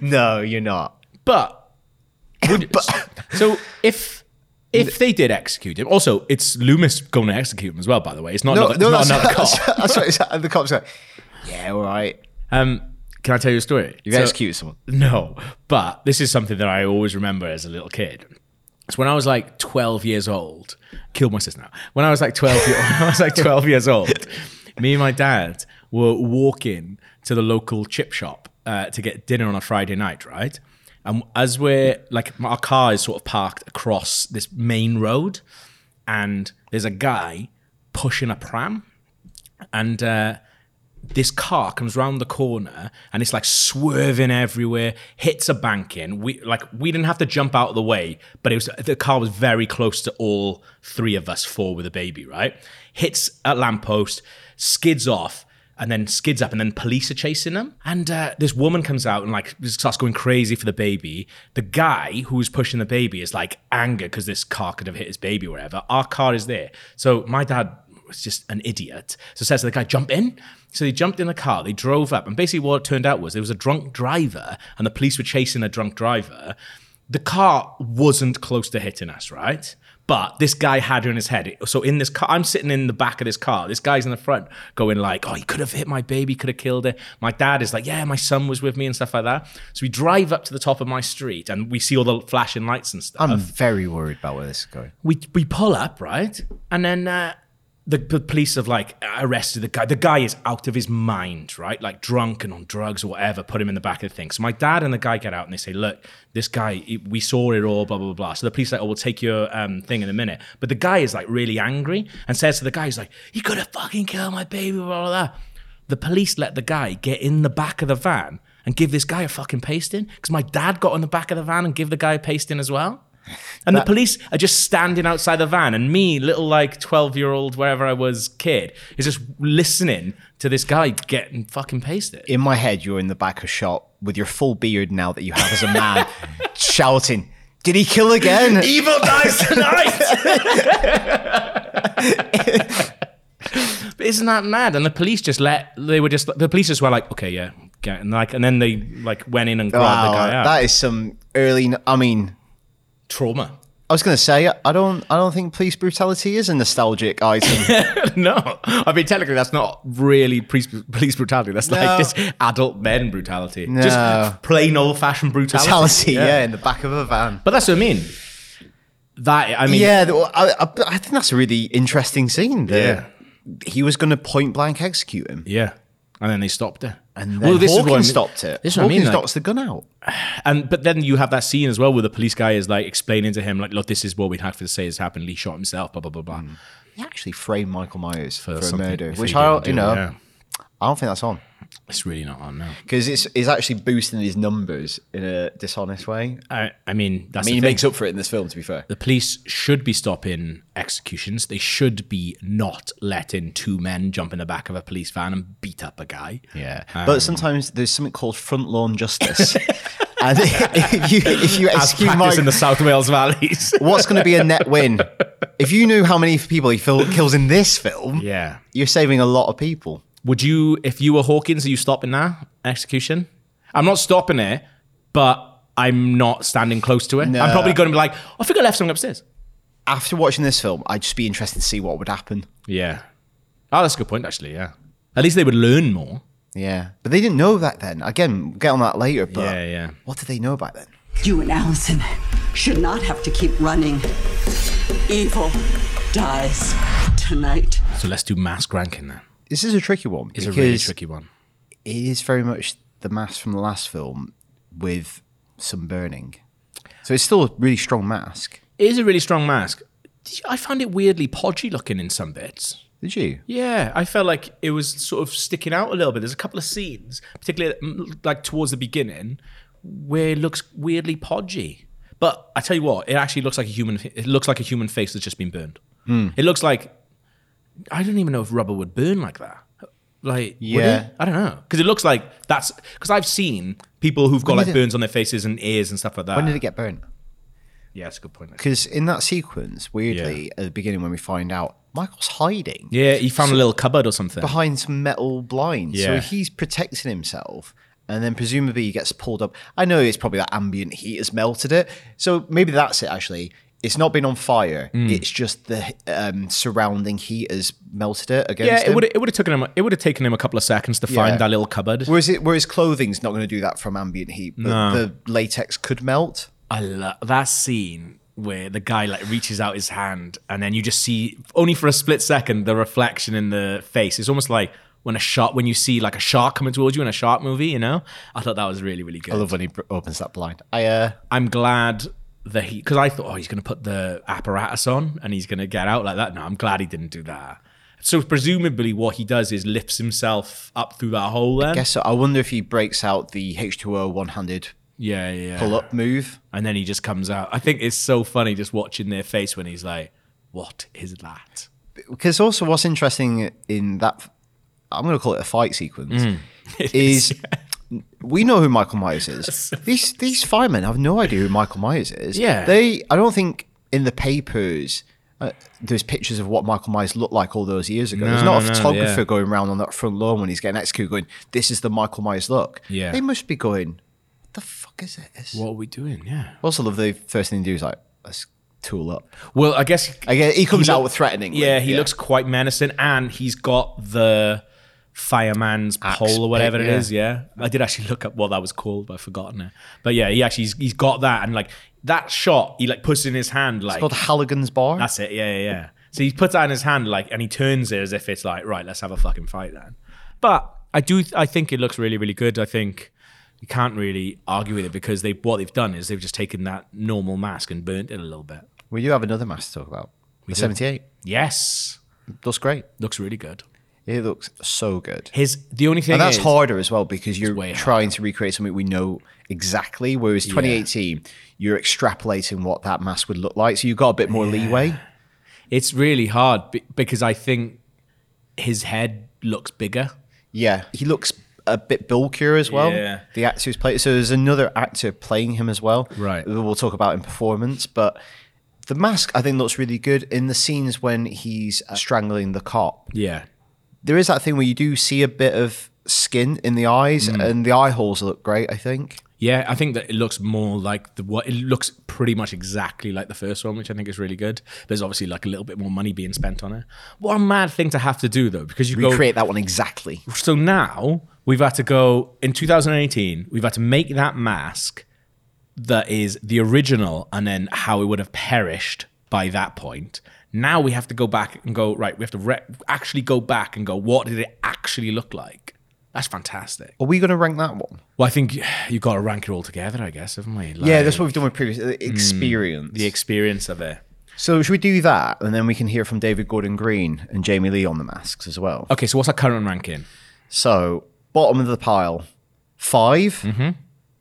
Speaker 2: No, you're not.
Speaker 1: But, would, so if if they did execute him, also it's Loomis going to execute him as well. By the way, it's not
Speaker 2: No,
Speaker 1: another,
Speaker 2: no,
Speaker 1: it's
Speaker 2: that's,
Speaker 1: not another cop.
Speaker 2: that's, that's what it's- and the cops are like, yeah, all right.
Speaker 1: Um, can I tell you a story?
Speaker 2: You
Speaker 1: So-
Speaker 2: execute someone.
Speaker 1: No, but this is something that I always remember as a little kid. It's when I was like 12 years old. Killed my sister now. When I was like 12, year, when I was like 12 years old, me and my dad were walking to the local chip shop uh, to get dinner on a Friday night, right? And as we're like, our car is sort of parked across this main road, and there's a guy pushing a pram and uh, this car comes round the corner and it's like swerving everywhere, hits a bank in. We like we didn't have to jump out of the way, but it was the car was very close to all three of us, four with a baby, right? Hits a lamppost, skids off. And then skids up, and then police are chasing them. And uh, this woman comes out and like starts going crazy for the baby. The guy who was pushing the baby is like anger because this car could have hit his baby or whatever. Our car is there, so my dad was just an idiot. So says to the guy, jump in. So they jumped in the car, they drove up, and basically what it turned out was there was a drunk driver, and the police were chasing a drunk driver. The car wasn't close to hitting us, right? But this guy had her in his head. So in this car, I'm sitting in the back of this car. This guy's in the front going like, oh, he could have hit my baby, could have killed her. My dad is like, yeah, my son was with me and stuff like that. So we drive up to the top of my street and we see all the flashing lights and stuff
Speaker 2: I'm very worried about where this is going.
Speaker 1: we we pull up right, and then uh, the, the police have like arrested the guy. The guy is out of his mind, right? Like drunk and on drugs or whatever. Put him in the back of the thing. So my dad and the guy get out and they say, "Look, this guy, he- we saw it all, blah blah blah." blah." So the police are like, "Oh, we'll take your um, thing in a minute." But the guy is like really angry and says to the guy, "He's like, you could have fucking killed my baby, blah blah blah." The police let the guy get in the back of the van and give this guy a fucking pasting because my dad got in the back of the van and give the guy a pasting as well. And the police are just standing outside the van, and me, little like twelve year old, wherever I was, kid, is just listening to this guy getting fucking pasted.
Speaker 2: in my head, you're in the back of shop with your full beard now that you have as a man, shouting, "Did he kill again?"
Speaker 1: Evil dies tonight. but isn't that mad? And the police just let they were just the police just were like, okay, yeah, okay. and like, and then they like went in and grabbed the guy
Speaker 2: wow,
Speaker 1: out.
Speaker 2: that is some early. I mean,
Speaker 1: Trauma.
Speaker 2: I was going to say, I don't, I don't think police brutality is a nostalgic item.
Speaker 1: no, I mean technically that's not really police, police brutality. That's
Speaker 2: No.
Speaker 1: like just adult men brutality, just plain old fashioned brutality.
Speaker 2: brutality, yeah. in the back of a van.
Speaker 1: But that's what I mean. That I mean,
Speaker 2: Yeah, th- well, I, I, I think that's a really interesting scene. There, he was going to point blank execute him,
Speaker 1: yeah. And then they stopped it.
Speaker 2: and then well,
Speaker 1: this is what I mean-
Speaker 2: stopped it.
Speaker 1: This is what I
Speaker 2: Hawkins
Speaker 1: mean. like-
Speaker 2: knocks the gun out.
Speaker 1: and but then you have that scene as well where the police guy is like explaining to him like, look, this is what we'd have to say has happened. Lee shot himself. Blah blah blah blah.
Speaker 2: He actually framed Michael Myers Mm. for, a
Speaker 1: something
Speaker 2: murder,
Speaker 1: if
Speaker 2: which
Speaker 1: he
Speaker 2: I,
Speaker 1: didn't
Speaker 2: don't-
Speaker 1: do
Speaker 2: you know,
Speaker 1: it, yeah.
Speaker 2: I don't think that's on.
Speaker 1: It's really not on now.
Speaker 2: because it's, it's actually boosting his numbers in a dishonest way.
Speaker 1: I, I mean, that's
Speaker 2: I mean, he
Speaker 1: the thing.
Speaker 2: makes up for it in this film, to be fair.
Speaker 1: The police should be stopping executions. They should be not letting two men jump in the back of a police van and beat up a guy.
Speaker 2: Yeah,
Speaker 1: Um,
Speaker 2: but sometimes there's something called front lawn justice, and if you if you
Speaker 1: As practiced
Speaker 2: execute
Speaker 1: in
Speaker 2: Mike,
Speaker 1: the South Wales valleys.
Speaker 2: what's going to be a net win? If you knew how many people he fil- kills in this film,
Speaker 1: yeah.
Speaker 2: you're saving a lot of people.
Speaker 1: Would you, if you were Hawkins, are you stopping now? Execution? I'm not stopping it, but I'm not standing close to it. I'm probably going to be like, "Oh, I think I left something upstairs.
Speaker 2: After watching this film, I'd just be interested to see what would happen.
Speaker 1: Yeah. Oh, that's a good point, actually. Yeah. At least they would learn more.
Speaker 2: Yeah, but they didn't know that then. Again, we'll get on that later. But
Speaker 1: Yeah, yeah.
Speaker 2: what did they know back then?
Speaker 3: You and Allison should not have to keep running. Evil dies tonight.
Speaker 1: So let's do mask ranking then.
Speaker 2: This is a tricky one.
Speaker 1: It's a really
Speaker 2: because
Speaker 1: tricky one.
Speaker 2: It is very much the mass from the last film with some burning. So it's still a really strong mask.
Speaker 1: It is a really strong mask. I found it weirdly podgy looking in some bits.
Speaker 2: Did you?
Speaker 1: Yeah, I felt like it was sort of sticking out a little bit. There's a couple of scenes, particularly mm, like towards the beginning, where it looks weirdly podgy. But I tell you what, it actually looks like a human. It looks like a human face that's just been burned. It looks like I don't even know if rubber would burn like that. Like, would
Speaker 2: Yeah.
Speaker 1: it? I don't know because it looks like that's because I've seen people who've got
Speaker 2: When
Speaker 1: like
Speaker 2: did it-
Speaker 1: burns on their faces and ears and stuff like that.
Speaker 2: When did it get burnt?
Speaker 1: yeah, that's a good point.
Speaker 2: Because in that sequence, weirdly, at the beginning when we find out, Michael's hiding
Speaker 1: Yeah, he found a little cupboard or something.
Speaker 2: behind some metal blinds. So
Speaker 1: Yeah.
Speaker 2: he's protecting himself. And then presumably he gets pulled up. I know it's probably that ambient heat has melted it. So maybe that's it, actually. It's not been on fire. It's just the um, surrounding heat has melted it against
Speaker 1: yeah, it
Speaker 2: him.
Speaker 1: would it would have taken him it would have taken him a couple of seconds to
Speaker 2: Yeah.
Speaker 1: find that little cupboard.
Speaker 2: Whereas, it, whereas clothing's not going to do that from ambient heat. But the latex could melt.
Speaker 1: I love that scene where the guy like reaches out his hand and then you just see only for a split second the reflection in the face. It's almost like when a shark when you see like a shark coming towards you in a shark movie, you know? I thought that was really, really good.
Speaker 2: I love when he br- opens that blind. I uh,
Speaker 1: I'm glad that he because I thought, oh, he's going to put the apparatus on and he's going to get out like that. No, I'm glad he didn't do that. So presumably, what he does is lifts himself up through that hole. Then,
Speaker 2: guess I wonder if he breaks out the H2O one-handed
Speaker 1: yeah, yeah, yeah.
Speaker 2: pull-up move.
Speaker 1: and then he just comes out. I think it's so funny just watching their face when he's like, "What is that?"
Speaker 2: Because also, what's interesting in that, I'm going to call it a fight sequence,
Speaker 1: Mm.
Speaker 2: is we know who Michael Myers is. these these firemen have no idea who Michael Myers is.
Speaker 1: Yeah.
Speaker 2: they. I don't think in the papers. Uh, there's pictures of what Michael Myers looked like all those years ago. there's
Speaker 1: No,
Speaker 2: not a
Speaker 1: no,
Speaker 2: photographer
Speaker 1: yeah.
Speaker 2: going around on that front lawn when he's getting executed going, This is the Michael Myers look.
Speaker 1: Yeah.
Speaker 2: They must be going, What the fuck is this?
Speaker 1: What are we doing? Yeah.
Speaker 2: Also, love the first thing they do is like, Let's tool up.
Speaker 1: Well, I guess
Speaker 2: I guess he comes
Speaker 1: He
Speaker 2: out
Speaker 1: look-
Speaker 2: with threatening.
Speaker 1: yeah, he looks quite menacing, and he's got the fireman's pole or whatever
Speaker 2: pick,
Speaker 1: it
Speaker 2: yeah.
Speaker 1: is. Yeah, I did actually look up what that was called, but I've forgotten it. But yeah, he actually he's, he's got that, and like that shot, he like puts in his hand, like
Speaker 2: called Halligan's Bar.
Speaker 1: that's it. Yeah, yeah, yeah. So he puts that in his hand, like, and he turns it as if it's like, right, let's have a fucking fight then. But I do, I think it looks really, really good. I think you can't really argue with it because they what they've done is they've just taken that normal mask and burnt it a little bit.
Speaker 2: We do have another mask to talk about. the 78.
Speaker 1: Yes,
Speaker 2: Looks great.
Speaker 1: looks really good.
Speaker 2: It looks so good.
Speaker 1: His the only thing
Speaker 2: And that's
Speaker 1: is-
Speaker 2: harder as well because you're
Speaker 1: way harder.
Speaker 2: trying to recreate something we know exactly. Whereas 2018, you're extrapolating what that mask would look like. So you've got a bit more leeway.
Speaker 1: It's really hard be- because I think his head looks bigger.
Speaker 2: Yeah. He looks a bit bulkier as well.
Speaker 1: Yeah.
Speaker 2: The actor who's played. So there's another actor playing him as well.
Speaker 1: Right.
Speaker 2: that We'll talk about in performance. But the mask, I think, looks really good in the scenes when he's uh, strangling the cop.
Speaker 1: Yeah,
Speaker 2: there is that thing where you do see a bit of skin in the eyes, and the eye holes look great. I think.
Speaker 1: yeah. I think that it looks more like the what it looks pretty much exactly like the first one, which I think is really good. There's obviously like a little bit more money being spent on it. What a mad thing to have to do though, because you go
Speaker 2: Recreate that one exactly.
Speaker 1: so now we've had to go in 2018 we've had to make that mask that is the original and then how it would have perished by that point now we have to go back and go right we have to re- actually go back and go what did it actually look like that's fantastic
Speaker 2: Are we going to rank that one?
Speaker 1: well i think you've got to rank it all together i guess haven't we Like,
Speaker 2: Yeah, that's what we've done with previous uh, experience.
Speaker 1: the experience of it
Speaker 2: so should we do that, and then we can hear from David Gordon Green and Jamie Lee on the masks as well.
Speaker 1: okay so what's our current ranking
Speaker 2: So bottom of the pile, 5
Speaker 1: Mm-hmm.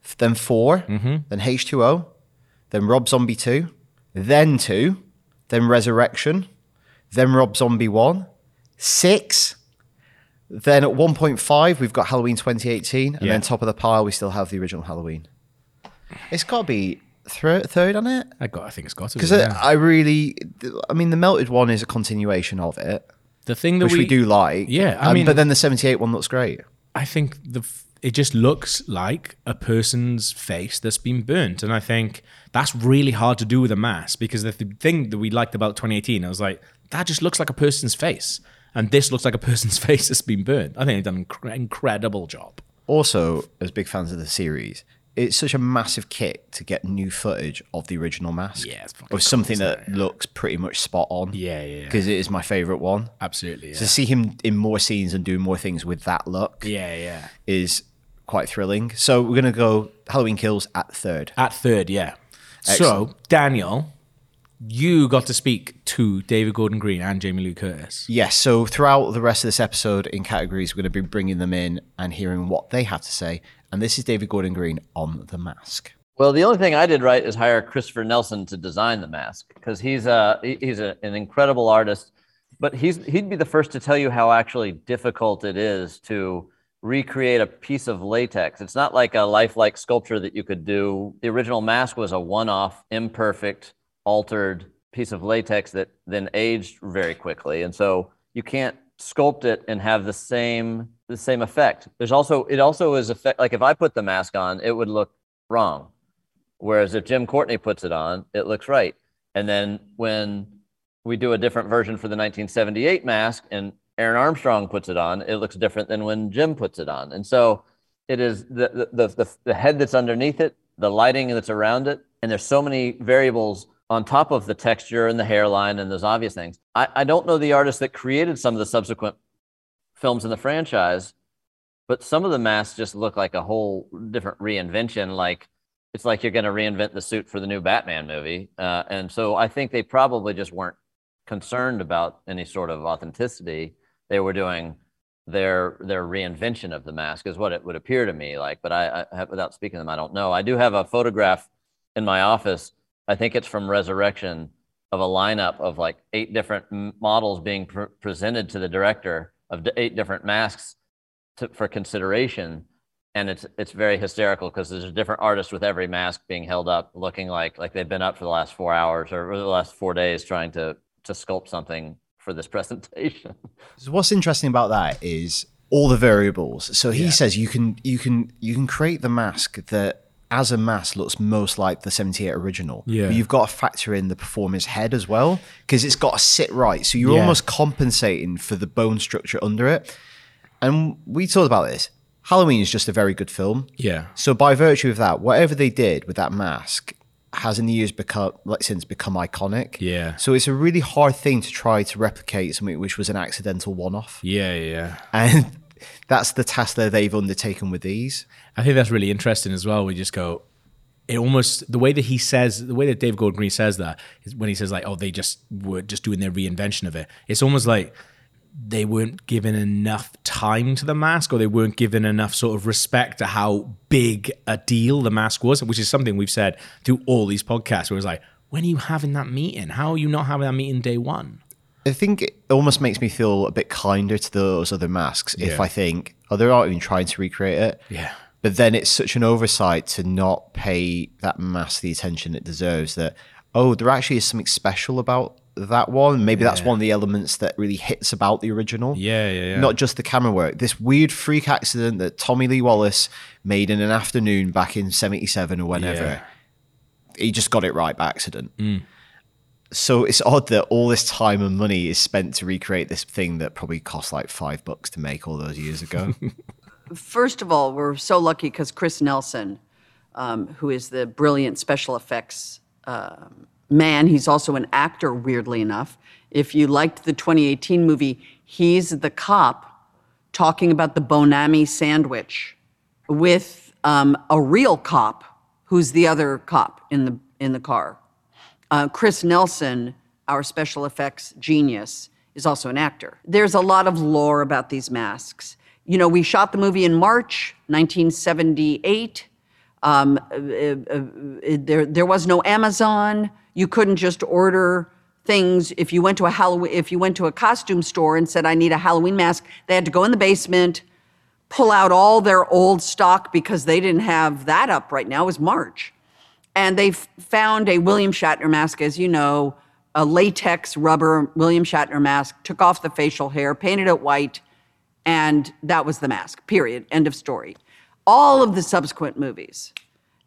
Speaker 2: f- then 4 then H two O, then Rob Zombie two, then two, then Resurrection, then Rob Zombie one, six. Then at 1.5, we've got Halloween 2018, and
Speaker 1: Yeah.
Speaker 2: then top of the pile, we still have the original Halloween. It's got to be thir- third on it.
Speaker 1: i got i think it's got to be,
Speaker 2: Because
Speaker 1: yeah.
Speaker 2: I really, I mean, the melted one is a continuation of it,
Speaker 1: the thing that
Speaker 2: which we, do like.
Speaker 1: Yeah, I
Speaker 2: And-
Speaker 1: mean-
Speaker 2: but then the 78 one looks great.
Speaker 1: I think the f- it just looks like a person's face that's been burnt, and I think that's really hard to do with a mask because the th- thing that we liked about 2018, I was like, that just looks like a person's face, and this looks like a person's face that's been burnt. I think they've done an incre- incredible job.
Speaker 2: also as big fans of the series it's such a massive kick to get new footage of the original mask
Speaker 1: Yeah, it's fucking
Speaker 2: or something that looks pretty much spot on
Speaker 1: Yeah, yeah, yeah.
Speaker 2: because it is my favorite one
Speaker 1: Absolutely.
Speaker 2: to see him in more scenes and do more things with that look
Speaker 1: Yeah, yeah.
Speaker 2: is quite thrilling so we're gonna go halloween kills at third
Speaker 1: At third, yeah. So
Speaker 2: Excellent.
Speaker 1: Daniel, you got to speak to David Gordon Green and Jamie Lee Curtis.
Speaker 2: Yes. So throughout the rest of this episode in categories, we're going to be bringing them in and hearing what they have to say. And this is David Gordon Green on The Mask.
Speaker 4: Well, the only thing I did right is hire Christopher Nelson to design the mask because he's a he- he's a, an incredible artist, but he's he'd be the first to tell you how actually difficult it is to recreate a piece of latex. It's not like a lifelike sculpture that you could do. The original mask was a one-off, imperfect, altered piece of latex that then aged very quickly, and so you can't sculpt it and have the same the same effect. There's also it also is effect like if I put the mask on, it would look wrong. Whereas if Jim Courtney puts it on, it looks right. And then when we do a different version for the 1978 mask and Aaron Armstrong puts it on, it looks different than when Jim puts it on. And so it is the, the, the, the head that's underneath it, the lighting that's around it. And there's so many variables on top of the texture and the hairline and those obvious things. I, I don't know the artist that created some of the subsequent films in the franchise, but some of the masks just look like a whole different reinvention. Like it's like you're going to reinvent the suit for the new Batman movie. Uh, and so I think they probably just weren't concerned about any sort of authenticity. They were doing their their reinvention of the mask is what it would appear to me like. But I, I have- without speaking to them, I don't know. I do have a photograph in my office. I think it's from Resurrection of a lineup of like eight different m- models being pr- presented to the director of d- eight different masks to, for consideration and it's it's very hysterical because there's a different artist with every mask being held up, looking like like they've been up for the last four hours or the last four days trying to to sculpt something for this presentation.
Speaker 2: So what's interesting about that is all the variables. So he says you can you can you can create the mask that as a mask looks most like the 78 original.
Speaker 1: Yeah.
Speaker 2: But you've got to factor in the performer's head as well because it's got to sit right. So you're
Speaker 1: Yeah.
Speaker 2: almost compensating for the bone structure under it. And we talked about this. Halloween is just a very good film.
Speaker 1: Yeah.
Speaker 2: So by virtue of that, whatever they did with that mask has in the years become like since become iconic.
Speaker 1: Yeah.
Speaker 2: So it's a really hard thing to try to replicate something which was an accidental one-off,
Speaker 1: Yeah, yeah.
Speaker 2: and that's the task that they've undertaken with these.
Speaker 1: I think that's really interesting as well. We just go, it almost the way that he says, the way that Dave Gordon Green says that is when he says like, oh, they just were just doing their reinvention of it. It's almost like they weren't given enough time to the mask, or they weren't given enough sort of respect to how big a deal the mask was, which is something we've said through all these podcasts. Where it's like, when are you having that meeting? How are you not having that meeting day one?
Speaker 2: I think it almost makes me feel a bit kinder to those other masks if
Speaker 1: Yeah.
Speaker 2: I think, oh, they aren't even trying to recreate it.
Speaker 1: Yeah.
Speaker 2: But then it's such an oversight to not pay that mask the attention it deserves that, oh, there actually is something special about that one. Maybe that's one of the elements that really hits about the original.
Speaker 1: Yeah, yeah, yeah.
Speaker 2: Not just the camera work. This weird freak accident that Tommy Lee Wallace made in an afternoon back in 77 or whenever.
Speaker 1: Yeah. Mm.
Speaker 2: He just got it right by accident. So it's odd that all this time and money is spent to recreate this thing that probably cost like five bucks to make all those years ago.
Speaker 5: First of all, we're so lucky because Chris Nelson, um, who is the brilliant special effects um man, he's also an actor, weirdly enough. If you liked the 2018 movie, he's the cop talking about the Bonami sandwich with um, a real cop who's the other cop in the, in the car. Uh, Chris Nelson, our special effects genius, is also an actor. There's a lot of lore about these masks. You know, we shot the movie in March 1978. Um, uh, uh, uh, there, there was no Amazon. You couldn't just order things. If you went to a Halloween, if you went to a costume store and said, "I need a Halloween mask," they had to go in the basement, pull out all their old stock because they didn't have that up right now. It was March. And they f- found a William Shatner mask, as you know, a latex rubber William Shatner mask, took off the facial hair, painted it white, and that was the mask, period. End of story. All of the subsequent movies,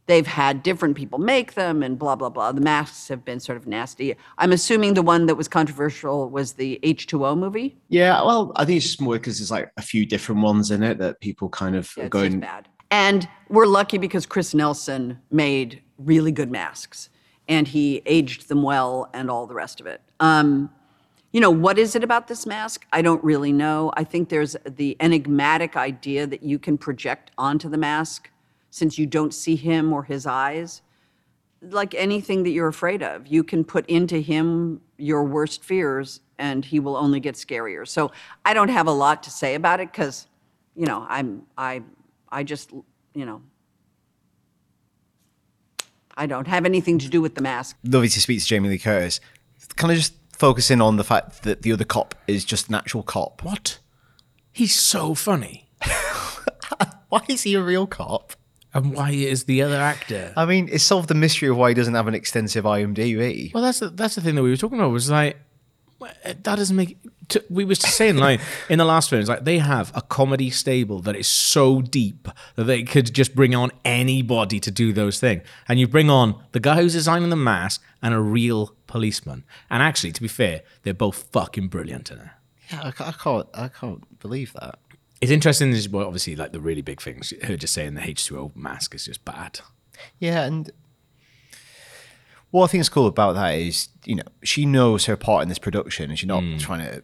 Speaker 5: they've had different people make them and blah, blah, blah. The masks have been sort of nasty. I'm assuming the one that was controversial was the H2O movie.
Speaker 2: Mm-hmm.
Speaker 6: Yeah, well, I think it's just more because there's like a few different ones in it that people kind of are
Speaker 5: It's just
Speaker 6: going.
Speaker 5: bad. And we're lucky because Chris Nelson made really good masks and he aged them well and all the rest of it. Um, you know, what is it about this mask? I don't really know. I think there's the enigmatic idea that you can project onto the mask since you don't see him or his eyes. Like anything that you're afraid of, you can put into him your worst fears and he will only get scarier. So I don't have a lot to say about it because, you know, I'm, I, I just, you know, I don't have anything to do with the mask.
Speaker 7: Lovely to speak to Jamie Lee Curtis. Can I just focus in on the fact that the other cop is just an actual cop?
Speaker 1: What? He's so funny.
Speaker 7: Why is he a real cop?
Speaker 1: And why is the other actor?
Speaker 7: I mean, it solved the mystery of why he doesn't have an extensive IMDb.
Speaker 1: Well, that's the, that's the thing that we were talking about was like that doesn't make. To, we was saying like in the last film, it's like they have a comedy stable that is so deep that they could just bring on anybody to do those things, and you bring on the guy who's designing the mask and a real policeman. And actually, to be fair, they're both fucking brilliant in it.
Speaker 7: Yeah, I ca- I can't, I can't believe that.
Speaker 1: It's interesting. Is well, obviously, like the really big things. Her just saying the H two O mask is just bad.
Speaker 7: Yeah, and what I think is cool about that is, you know, she knows her part in this production and she's not
Speaker 1: Mm.
Speaker 7: trying to.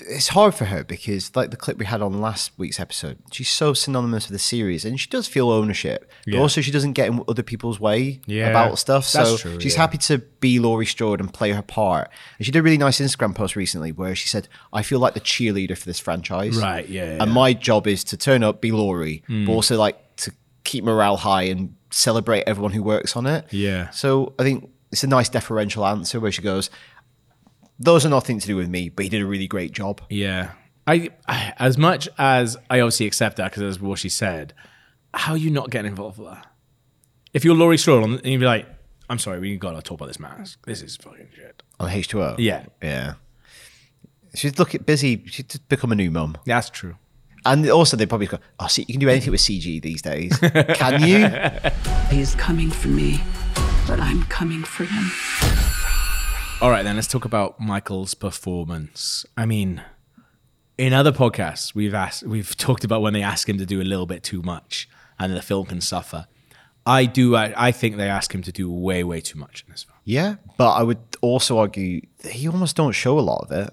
Speaker 7: It's hard for her because, like the clip we had on last week's episode, she's so synonymous with the series and she does feel ownership, but
Speaker 1: Yeah.
Speaker 7: also she doesn't get in other people's way
Speaker 1: Yeah,
Speaker 7: about stuff. So
Speaker 1: that's true,
Speaker 7: she's
Speaker 1: yeah.
Speaker 7: happy to be Laurie Strode and play her part. And she did a really nice Instagram post recently where she said, I feel like the cheerleader for this franchise.
Speaker 1: Right, yeah, yeah, Hmm.
Speaker 7: And
Speaker 1: yeah.
Speaker 7: my job is to turn up, be Laurie, but also like to keep morale high and celebrate everyone who works on it.
Speaker 1: Yeah.
Speaker 7: So I think it's a nice deferential answer where she goes, "Those are nothing to do with me, but he did a really great job."
Speaker 1: Yeah. I, I as much as I obviously accept that because that's what she said. How are you not getting involved with that? If you're Laurie Strode and you'd be like, "I'm sorry, we gotta talk about this mask. This is fucking shit."
Speaker 7: On H two O.
Speaker 1: Yeah.
Speaker 7: Yeah. She's look at busy. She's just become a new mum,
Speaker 1: That's true.
Speaker 7: and also they probably go, "Oh, see, you can do anything with CG these days, can you?"
Speaker 3: He's coming for me, but I'm coming for him.
Speaker 1: All right, then let's talk about Michael's performance. I mean, in other podcasts, we've asked, we've talked about when they ask him to do a little bit too much, and the film can suffer. I do. I, I think they ask him to do way, way too much in this film.
Speaker 7: Yeah, but I would also argue that he almost don't show a lot of it.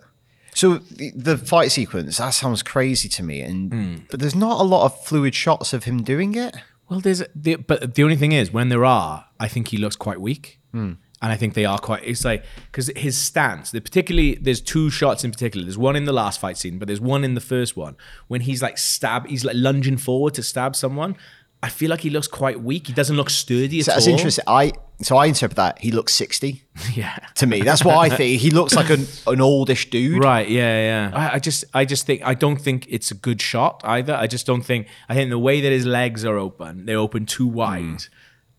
Speaker 7: So the, the fight sequence that sounds crazy to me, and
Speaker 1: Hmm.
Speaker 7: but there's not a lot of fluid shots of him doing it.
Speaker 1: Well, there's the, but the only thing is when there are, I think he looks quite weak,
Speaker 7: Hmm.
Speaker 1: and I think they are quite. It's like because his stance, the particularly there's two shots in particular. There's one in the last fight scene, but there's one in the first one when he's like stab, he's like lunging forward to stab someone. I feel like he looks quite weak. He doesn't look sturdy at
Speaker 7: So that's
Speaker 1: all.
Speaker 7: interesting. I so I interpret that he looks sixty
Speaker 1: Yeah.
Speaker 7: to me. That's what I think. He looks like an, an oldish dude.
Speaker 1: Right, yeah, yeah. I, I just, I just think I don't think it's a good shot either. I just don't think. I think the way that his legs are open, they're open too wide,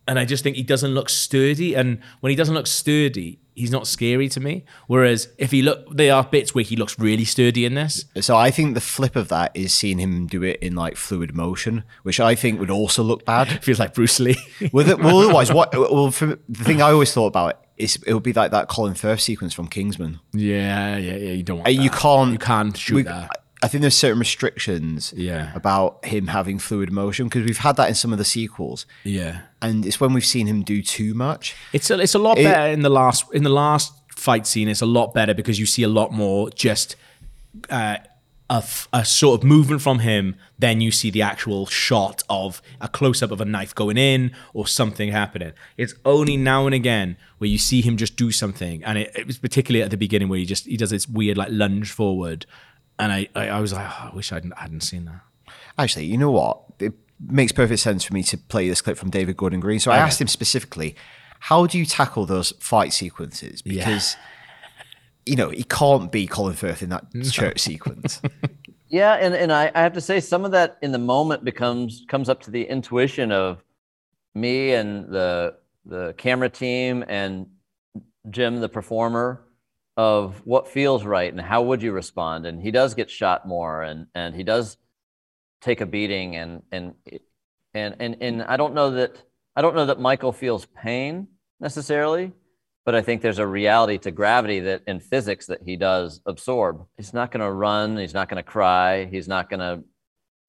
Speaker 1: and I just think he doesn't look sturdy. And when he doesn't look sturdy, he's not scary to me. Whereas if he look, there are bits where he looks really sturdy in this.
Speaker 7: So I think the flip of that is seeing him do it in like fluid motion, which I think would also look bad.
Speaker 1: Feels like Bruce Lee.
Speaker 7: With it, well, otherwise, what? Well, for, the thing I always thought about it is it would be like that Colin Firth sequence from Kingsman.
Speaker 1: yeah, yeah, yeah. You don't want.
Speaker 7: Uh, you
Speaker 1: that.
Speaker 7: can't
Speaker 1: You can't shoot
Speaker 7: we-
Speaker 1: that.
Speaker 7: I think there's certain restrictions
Speaker 1: Yeah.
Speaker 7: about him having fluid motion because we've had that in some of the sequels,
Speaker 1: Yeah.
Speaker 7: and it's when we've seen him do too much.
Speaker 1: It's a, it's a lot
Speaker 7: It-
Speaker 1: better in the last in the last fight scene. It's a lot better because you see a lot more just uh, a, f- a sort of movement from him. Then you see the actual shot of a close up of a knife going in or something happening. It's only now and again where you see him just do something, and it, it was particularly at the beginning where he just he does this weird like lunge forward, and I I, I was like "Oh, I wish I hadn't, hadn't seen that.
Speaker 7: Actually, you know what? It makes perfect sense for me to play this clip from David Gordon Green. So I asked him specifically, how do you tackle those fight sequences? Because you know he can't be Colin Firth in that church sequence.
Speaker 4: Yeah, and, and I, I have to say some of that in the moment becomes comes up to the intuition of me and the the camera team and Jim the performer of what feels right and how would you respond and he does get shot more and and he does take a beating and and and and, and I don't know that I don't know that Michael feels pain necessarily but I think there's a reality to gravity that in physics that he does absorb. He's not going to run. He's not going to cry. He's not going to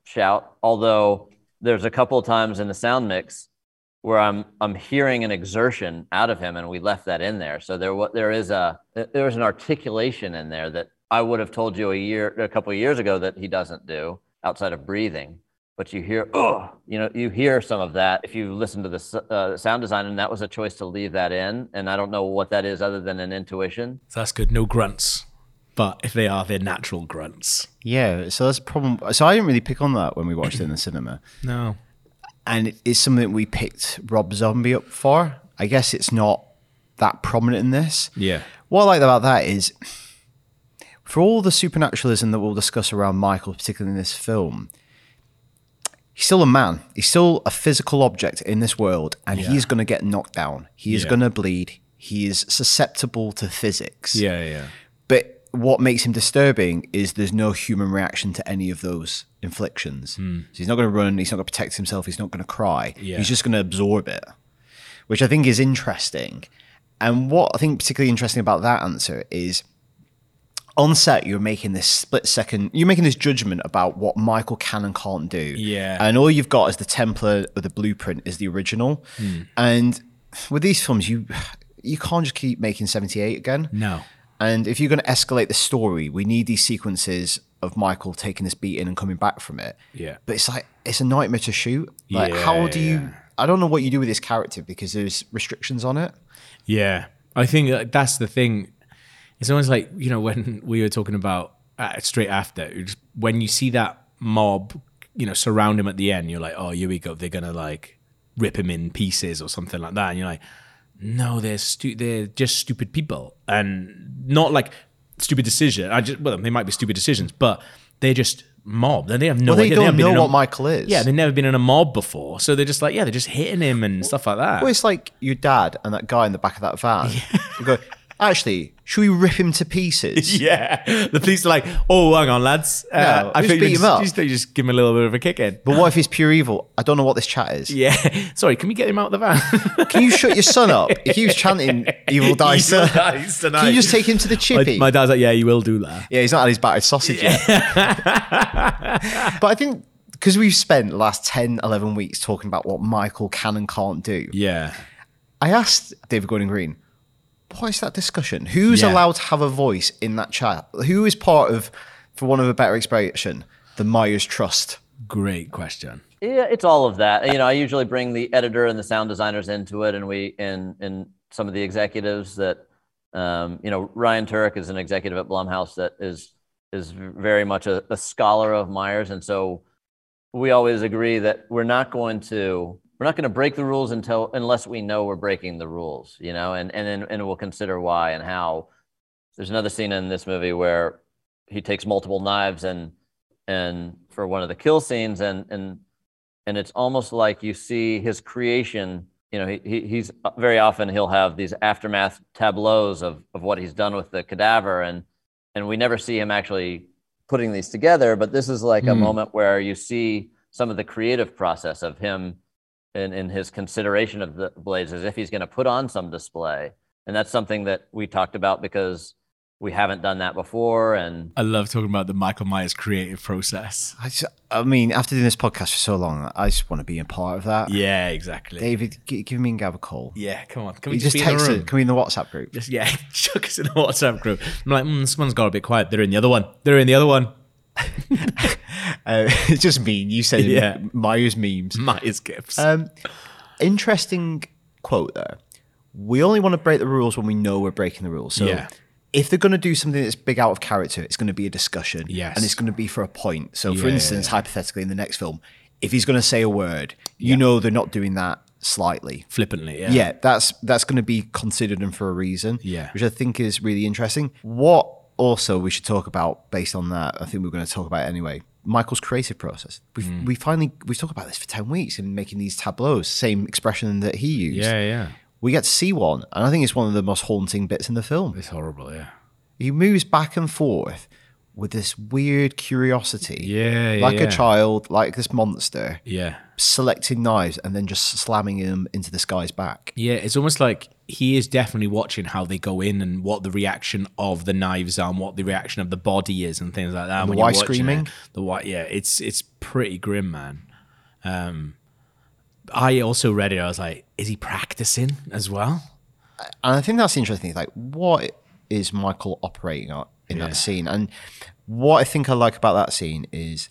Speaker 4: shout. Although there's a couple of times in the sound mix where I'm I'm hearing an exertion out of him, and we left that in there. So there wa- there is a there is an articulation in there that I would have told you a year a couple of years ago that he doesn't do outside of breathing. But you hear oh you know you hear some of that if you listen to the s- uh, sound design, and that was a choice to leave that in. And I don't know what that is other than an intuition.
Speaker 1: So that's good. No grunts, but if they are, they're natural grunts.
Speaker 7: yeah, so that's a problem. So I didn't really pick on that when we watched it in the cinema.
Speaker 1: No.
Speaker 7: and it- it's something we picked Rob Zombie up for. I guess it's not that prominent in this.
Speaker 1: Yeah.
Speaker 7: What I like about that is, for all the supernaturalism that we'll discuss around Michael, particularly in this film, he's still a man. He's still a physical object in this world, and he's going to get knocked down. He is
Speaker 1: Yeah.
Speaker 7: going to bleed. He is susceptible to physics.
Speaker 1: Yeah, yeah.
Speaker 7: But what makes him disturbing is there's no human reaction to any of those inflictions. So he's not going to run, he's not going to protect himself, he's not going to cry.
Speaker 1: Hmm. Yeah.
Speaker 7: He's just going to absorb it, which I think is interesting. And what I think particularly interesting about that answer is on set you're making this split second you're making this judgment about what michael can and can't do
Speaker 1: Yeah.
Speaker 7: and all you've got is the template or the blueprint is the original
Speaker 1: Hmm.
Speaker 7: and with these films you you can't just keep making 78 again
Speaker 1: No.
Speaker 7: and if you're going to escalate the story, we need these sequences of Michael taking this beating and coming back from it.
Speaker 1: Yeah.
Speaker 7: But it's like, it's a nightmare to shoot. Like,
Speaker 1: Yeah,
Speaker 7: how do you.
Speaker 1: yeah.
Speaker 7: I don't know what you do with this character because there's restrictions on it.
Speaker 1: Yeah, I think that- that's the thing. It's almost like you know when we were talking about uh, straight after it was- when you see that mob, you know, surround him at the end. You're like, oh, here we go. They're gonna like rip him in pieces or something like that. And you're like, no, they're stu- they're just stupid people, and not like stupid decision. I just well, they might be stupid decisions, but they're just mob. And they have no
Speaker 7: Well, they
Speaker 1: idea.
Speaker 7: don't
Speaker 1: haven't been
Speaker 7: know
Speaker 1: in a-
Speaker 7: what Michael is.
Speaker 1: Yeah, they've never been in a mob before, so they're just like, yeah, they're just hitting him and stuff like that.
Speaker 7: Well, it's like your dad and that guy in the back of that van. You go, actually, should we rip him to pieces?
Speaker 1: Yeah. The police are like, oh, hang on, lads. Uh,
Speaker 7: No,
Speaker 1: I
Speaker 7: just
Speaker 1: think
Speaker 7: beat
Speaker 1: you
Speaker 7: him up.
Speaker 1: just, you just give him a little bit of a kick in.
Speaker 7: But what if he's pure evil? I don't know what this chat is.
Speaker 1: Yeah. Sorry, can we get him out of the van?
Speaker 7: Can you shut your son up? If he was chanting evil die,
Speaker 1: Evil
Speaker 7: sir,
Speaker 1: dies tonight.
Speaker 7: can you just take him to the
Speaker 1: my,
Speaker 7: chippy?
Speaker 1: my dad's like, yeah, you will do that.
Speaker 7: Yeah, he's not had his battered sausage yet. but I think because we've spent the last 10, 11 weeks talking about what Michael can and can't do,
Speaker 1: Yeah.
Speaker 7: I asked David Gordon Green, what is that discussion? Who's
Speaker 1: Yeah.
Speaker 7: allowed to have a voice in that chat? Who is part of, for want of a better expression, the Myers Trust?
Speaker 1: Great question.
Speaker 4: Yeah, it's all of that. You know, I usually bring the editor and the sound designers into it, and we and and some of the executives that, um, you know, Ryan Turek is an executive at Blumhouse that is is very much a, a scholar of Myers, and so we always agree that we're not going to we're not going to break the rules until unless we know we're breaking the rules, you know, and and then and we'll consider why and how. There's another scene in this movie where he takes multiple knives and and for one of the kill scenes and and and it's almost like you see his creation you know he, he he's very often he'll have these aftermath tableaus of of what he's done with the cadaver and and we never see him actually putting these together but this is like a
Speaker 7: Hmm.
Speaker 4: moment where you see some of the creative process of him in, in his consideration of the blades as if he's going to put on some display and that's something that we talked about because we haven't done that before and
Speaker 1: I love talking about the Michael Myers creative process.
Speaker 7: I, just, I mean, after doing this podcast for so long, I just want to be a part of that.
Speaker 1: Yeah, exactly.
Speaker 7: David, g- give me and Gav a call.
Speaker 1: yeah, come on. Can
Speaker 7: We
Speaker 1: we just,
Speaker 7: just
Speaker 1: be in the
Speaker 7: text
Speaker 1: room?
Speaker 7: it. Can we in the WhatsApp group?
Speaker 1: Just, yeah, chuck us in a WhatsApp group. I'm like, mm, this one's got a bit quiet. They're in the other one. They're in the other one.
Speaker 7: Uh, it's just mean. You said
Speaker 1: Yeah.
Speaker 7: Myers memes.
Speaker 1: Myers gifts.
Speaker 7: Um, interesting quote there. We only want to break the rules when we know we're breaking the rules. So
Speaker 1: Yeah.
Speaker 7: if they're going to do something that's big out of character, it's going to be a discussion.
Speaker 1: Yes.
Speaker 7: And it's going to be for a point. So
Speaker 1: Yeah,
Speaker 7: for
Speaker 1: yeah,
Speaker 7: instance, hypothetically in the next film, if he's going to say a word, you know they're not doing that slightly.
Speaker 1: Flippantly, yeah.
Speaker 7: Yeah, that's that's going to be considered and for a reason.
Speaker 1: Yeah.
Speaker 7: which I think is really interesting. What also we should talk about based on that. I think we're going to talk about it anyway. Michael's creative process. We
Speaker 1: Mm.
Speaker 7: have we finally we talked about this for ten weeks and making these tableaus. Same expression that he used.
Speaker 1: Yeah, yeah.
Speaker 7: We get to see one, and I think it's one of the most haunting bits in the film.
Speaker 1: It's horrible, yeah.
Speaker 7: He moves back and forth with this weird curiosity.
Speaker 1: Yeah, yeah,
Speaker 7: like
Speaker 1: yeah.
Speaker 7: a child, like this monster,
Speaker 1: Yeah.
Speaker 7: selecting knives and then just slamming them into this guy's back.
Speaker 1: Yeah, it's almost like he is definitely watching how they go in and what the reaction of the knives are and what the reaction of the body is and things like that.
Speaker 7: the
Speaker 1: when you're
Speaker 7: wife
Speaker 1: watching
Speaker 7: screaming.
Speaker 1: it. the why, yeah, it's it's pretty grim, man. Um, I also read it. I was like, is he practicing as well?
Speaker 7: and I think that's the interesting. thing, Like, what is Michael operating on in
Speaker 1: Yeah.
Speaker 7: that scene? And what I think I like about that scene is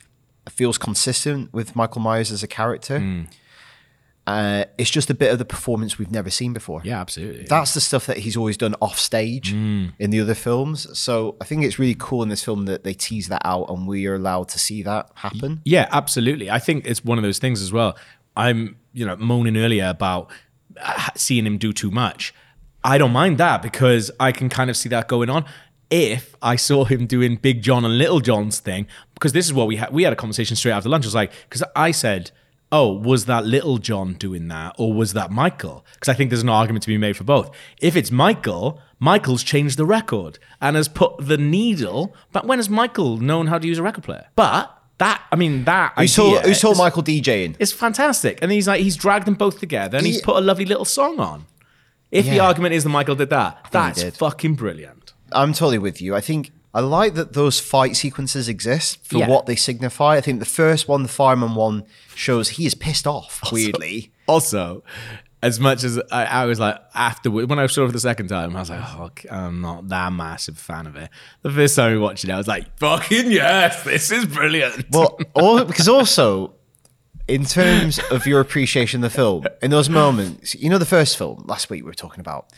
Speaker 7: it feels consistent with Michael Myers as a character.
Speaker 1: Hmm.
Speaker 7: Uh, it's just a bit of the performance we've never seen before.
Speaker 1: Yeah, Hmm. absolutely.
Speaker 7: That's the stuff that he's always done off stage in the other films. So I think it's really cool in this film that they tease that out and we are allowed to see that happen.
Speaker 1: Yeah, absolutely. I think it's one of those things as well. I'm, you know, moaning earlier about uh, seeing him do too much. I don't mind that because I can kind of see that going on. If I saw him doing Big John and Little John's thing, because this is what we had, we had a conversation straight after lunch. I was like, because I said, oh, was that Little John doing that or was that Michael? Because I think there's an argument to be made for both. If it's Michael, Michael's changed the record and has put the needle. But when has Michael known how to use a record player? But that, I mean, that.
Speaker 7: Who saw,
Speaker 1: idea
Speaker 7: who saw
Speaker 1: is-
Speaker 7: Michael DJing?
Speaker 1: it's fantastic. And he's like, he's dragged them both together and he's
Speaker 7: Yeah.
Speaker 1: put a lovely little song on. If the
Speaker 7: Yeah.
Speaker 1: argument is that Michael did that, that's
Speaker 7: did.
Speaker 1: fucking brilliant.
Speaker 7: I'm totally with you. I think I like that those fight sequences exist for
Speaker 1: Yeah.
Speaker 7: what they signify. I think the first one, the fireman one, shows he is pissed off, weirdly.
Speaker 1: Also, as much as I, I was like, afterward, when I saw it for the second time, I was like, oh, okay, I'm not that massive fan of it. The first time we watched it, I was like, fucking yes, this is brilliant.
Speaker 7: Well, all, because also, in terms of your appreciation of the film, in those moments, you know, the first film last week we were talking about.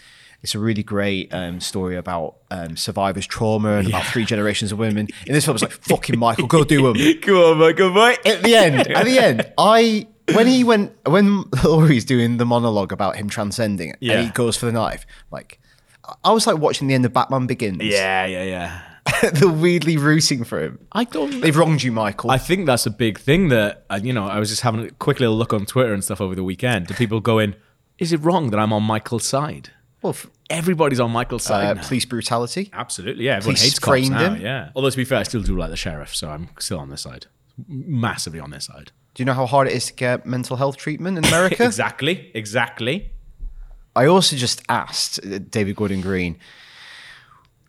Speaker 7: It's a really great um, story about um, survivors' trauma and about three generations of women. In this film, it's like fucking Michael, go do him.
Speaker 1: Come on, Michael, boy.
Speaker 7: at the end, at the end, I when he went when Laurie's doing the monologue about him transcending
Speaker 1: Yeah.
Speaker 7: and he goes for the knife, like I was like watching the end of Batman Begins.
Speaker 1: Yeah, yeah, yeah.
Speaker 7: the weirdly rooting for him.
Speaker 1: I don't
Speaker 7: They've wronged you, Michael.
Speaker 1: I think that's a big thing that uh, you know. I was just having a quick little look on Twitter and stuff over the weekend. Do people going, "Is it wrong that I'm on Michael's side?"
Speaker 7: well, f-
Speaker 1: Everybody's on Michael's
Speaker 7: uh,
Speaker 1: side. now.
Speaker 7: police brutality.
Speaker 1: Absolutely, yeah. Everyone
Speaker 7: Police
Speaker 1: hates cops
Speaker 7: framed
Speaker 1: now.
Speaker 7: him.
Speaker 1: Yeah. Although to be fair, I still do like the sheriff, so I'm still on this side, massively on this side.
Speaker 7: Do you know how hard it is to get mental health treatment in America?
Speaker 1: Exactly, exactly.
Speaker 7: I also just asked uh, David Gordon Green,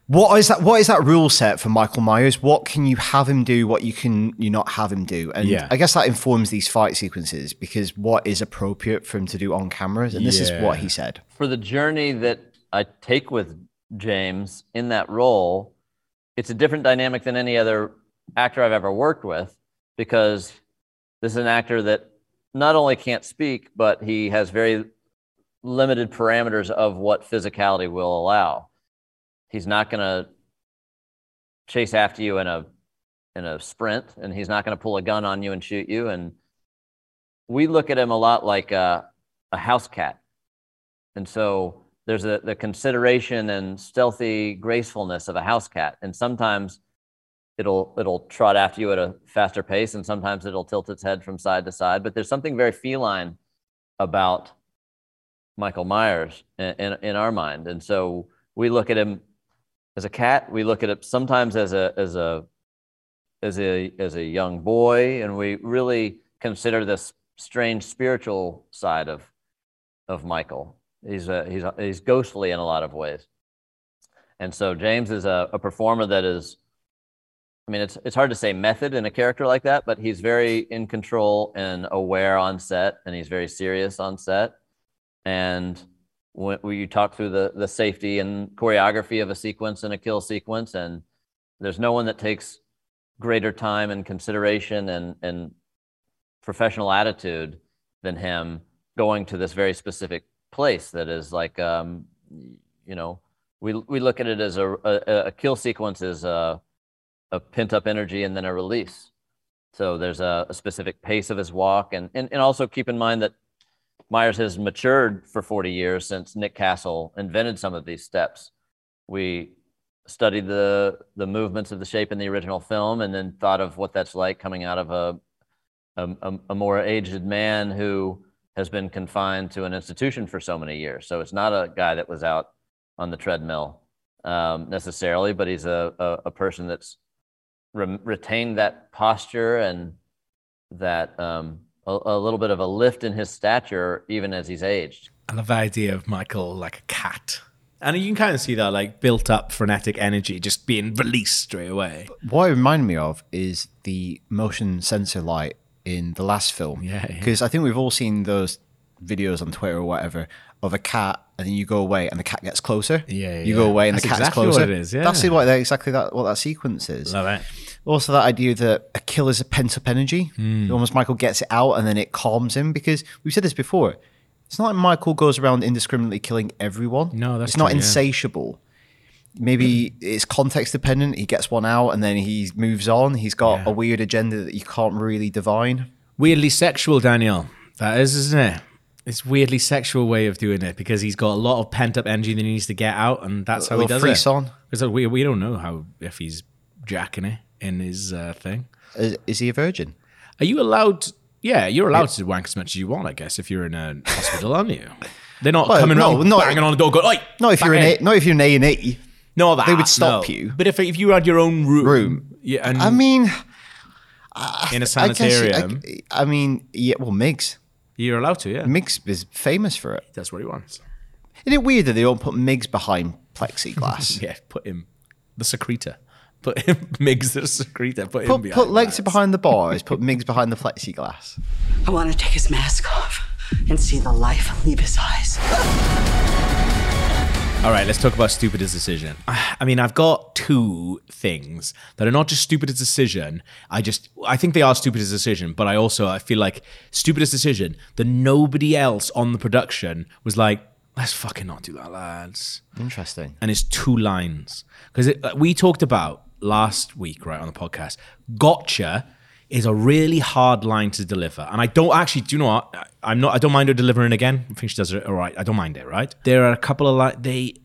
Speaker 7: what is that? What is that rule set for Michael Myers? What can you have him do? What you can you not have him do? And
Speaker 1: Yeah.
Speaker 7: I guess that informs these fight sequences because what is appropriate for him to do on cameras, and this is
Speaker 1: Yeah.
Speaker 7: what he said.
Speaker 4: for the journey that I take with James in that role, it's a different dynamic than any other actor I've ever worked with because this is an actor that not only can't speak, but he has very limited parameters of what physicality will allow. He's not going to chase after you in a in a sprint, and he's not going to pull a gun on you and shoot you. And we look at him a lot like a, a house cat. And so there's a, the consideration and stealthy gracefulness of a house cat. And sometimes it'll, it'll trot after you at a faster pace, and sometimes it'll tilt its head from side to side. But there's something very feline about Michael Myers in, in, in our mind. And so we look at him as a cat, we look at him sometimes as a, as a, as a, as a young boy, and we really consider this strange spiritual side of of Michael. He's a, he's a, he's ghostly in a lot of ways, and so James is a, a performer that is. I mean, it's it's hard to say method in a character like that, but he's very in control and aware on set, and he's very serious on set. And when, when you talk through the the safety and choreography of a sequence and a kill sequence, and there's no one that takes greater time and consideration and and professional attitude than him going to this very specific place that is like um you know we we look at it as a a, a kill sequence is a, a pent up energy and then a release so there's a, a specific pace of his walk and, and and also keep in mind that myers has matured for 40 years since nick castle invented some of these steps we studied the the movements of the shape in the original film and then thought of what that's like coming out of a a, a, a more aged man who has been confined to an institution for so many years. So it's not a guy that was out on the treadmill um, necessarily, but he's a, a, a person that's re- retained that posture and that um, a, a little bit of a lift in his stature even as he's aged.
Speaker 1: I love the idea of Michael like a cat, and you can kind of see that like built-up frenetic energy just being released straight away.
Speaker 7: What it reminded me of is the motion sensor light in the last film.
Speaker 1: Yeah, yeah.
Speaker 7: because I think we've all seen those videos on Twitter or whatever of a cat, and then you go away, and the cat gets closer.
Speaker 1: Yeah, yeah,
Speaker 7: you go
Speaker 1: yeah.
Speaker 7: away, and
Speaker 1: That's
Speaker 7: the cat
Speaker 1: exactly
Speaker 7: is
Speaker 1: what
Speaker 7: closer.
Speaker 1: it is, yeah.
Speaker 7: That's what that, exactly that what that sequence is.
Speaker 1: Love it.
Speaker 7: Also, that idea that a killer's a pent up energy.
Speaker 1: Hmm.
Speaker 7: Almost Michael gets it out and then it calms him because we've said this before. It's not like Michael goes around indiscriminately killing everyone.
Speaker 1: No, that's
Speaker 7: it's not
Speaker 1: true, yeah.
Speaker 7: insatiable. Maybe it's context dependent. He gets one out and then he moves on. He's got a weird agenda that you can't really divine.
Speaker 1: Weirdly sexual, Daniel. That is, isn't it? It's weirdly sexual way of doing it because he's got a lot of pent up energy that he needs to get out, and that's how he
Speaker 7: Little
Speaker 1: does
Speaker 7: free
Speaker 1: it.
Speaker 7: son.
Speaker 1: It's like we we don't know how if he's jacking it in his uh, thing.
Speaker 7: Is, is he a virgin?
Speaker 1: Are you allowed? Yeah, you're allowed to wank as much as you want, I guess, if you're in a hospital, aren't you? They're not
Speaker 7: Well,
Speaker 1: coming
Speaker 7: no,
Speaker 1: around
Speaker 7: no.
Speaker 1: banging on the door, going, "Oi,
Speaker 7: No, if
Speaker 1: back
Speaker 7: you're in
Speaker 1: in."
Speaker 7: a, no, if you're in A and E.
Speaker 1: No, that
Speaker 7: They would stop
Speaker 1: no.
Speaker 7: you.
Speaker 1: But if if you had your own room,
Speaker 7: Room.
Speaker 1: yeah, and
Speaker 7: I mean,
Speaker 1: in a
Speaker 7: I guess-
Speaker 1: sanitarium,
Speaker 7: I, I mean, yeah. Well, Migs,
Speaker 1: you're allowed to. Yeah,
Speaker 7: Migs is famous for it.
Speaker 1: that's what he wants.
Speaker 7: Isn't it weird that they don't put Migs behind plexiglass?
Speaker 1: Yeah, put him the secretor. Put him Migs the secretor. Put, him
Speaker 7: Put,
Speaker 1: behind
Speaker 7: put Lexi
Speaker 1: that.
Speaker 7: behind the bars. Put Migs behind the plexiglass.
Speaker 3: I want to take his mask off and see the life leave his eyes.
Speaker 1: All right, let's talk about stupidest decision. I I mean, I've got two things that are not just stupidest decision. I just, I think they are stupidest decision, but I also, I feel like stupidest decision that nobody else on the production was like, let's fucking not do that, lads.
Speaker 7: Interesting.
Speaker 1: And it's two lines because we talked about last week, right, on the podcast. Gotcha is a really hard line to deliver, and I don't actually. Do you know what? I- I'm not. I don't mind her delivering again. I think she does it all right. I don't mind it. Right? There are a couple of like they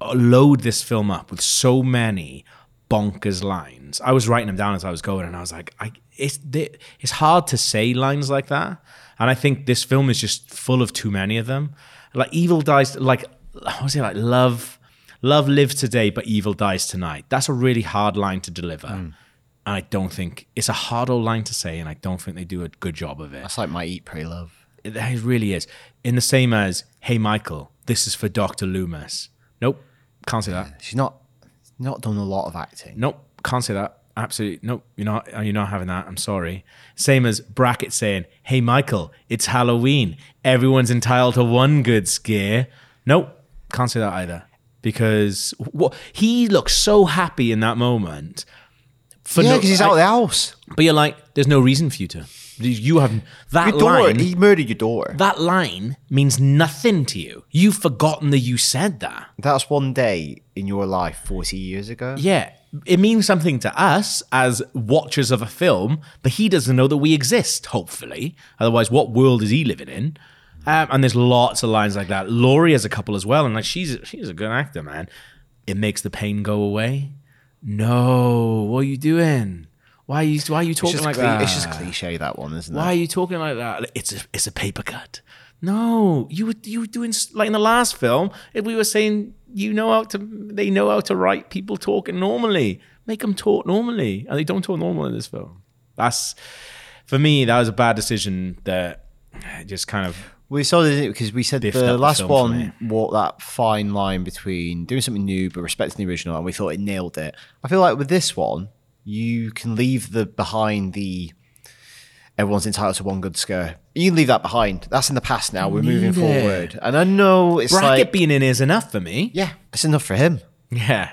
Speaker 1: uh, load this film up with so many bonkers lines. I was writing them down as I was going, and I was like, I, it's they, it's hard to say lines like that. And I think this film is just full of too many of them. Like evil dies, like what was it like love? Love lives today, but evil dies tonight. That's a really hard line to deliver. And I don't think it's a hard old line to say, and I don't think they do a good job of it.
Speaker 7: That's like my eat, pray, love.
Speaker 1: It it really is. In the same as, hey, Michael, this is for Dr. Loomis. Nope, can't say that.
Speaker 7: She's not not done a lot of acting.
Speaker 1: Nope, can't say that. Absolutely, nope, you're not, you're not having that. I'm sorry. Same as Brackett saying, hey, Michael, it's Halloween. Everyone's entitled to one good scare. Nope, can't say that either. Because what he looks so happy in that moment. For
Speaker 7: yeah,
Speaker 1: no-
Speaker 7: because he's
Speaker 1: I-
Speaker 7: out of the house.
Speaker 1: But you're like, there's no reason for you to. You have that
Speaker 7: Your daughter,
Speaker 1: line.
Speaker 7: he murdered your daughter.
Speaker 1: that line means nothing to you. You've forgotten that you said that.
Speaker 7: That's one day in your life 40 years ago.
Speaker 1: Yeah, it means something to us as watchers of a film, but he doesn't know that we exist, hopefully. Otherwise, what world is he living in? Um, and there's lots of lines like that. Laurie has a couple as well, and like she's she's a good actor, man. It makes the pain go away. No, what are you doing? Why are you why are you
Speaker 7: It's
Speaker 1: talking
Speaker 7: just,
Speaker 1: like
Speaker 7: cli-
Speaker 1: that?
Speaker 7: it's just cliche, that one, isn't
Speaker 1: Why are
Speaker 7: it?
Speaker 1: you talking like that? Like, It's a, it's a paper cut. No, you were you were doing s- like in the last film. If we were saying you know how to, they know how to write people talking normally. Make them talk normally, and they don't talk normal in this film. That's for me. That was a bad decision. That just kind of
Speaker 7: We saw it because we said
Speaker 1: Biffed up
Speaker 7: the
Speaker 1: the
Speaker 7: last
Speaker 1: film for
Speaker 7: one walked that fine line between doing something new but respecting the original, and we thought it nailed it. I feel like with this one, you can leave the behind the everyone's entitled to one good scare. You can leave that behind. That's in the past now. We're moving
Speaker 1: Need it.
Speaker 7: forward, and I know it's
Speaker 1: bracket
Speaker 7: like
Speaker 1: being in is enough for me.
Speaker 7: yeah, it's enough for him.
Speaker 1: Yeah.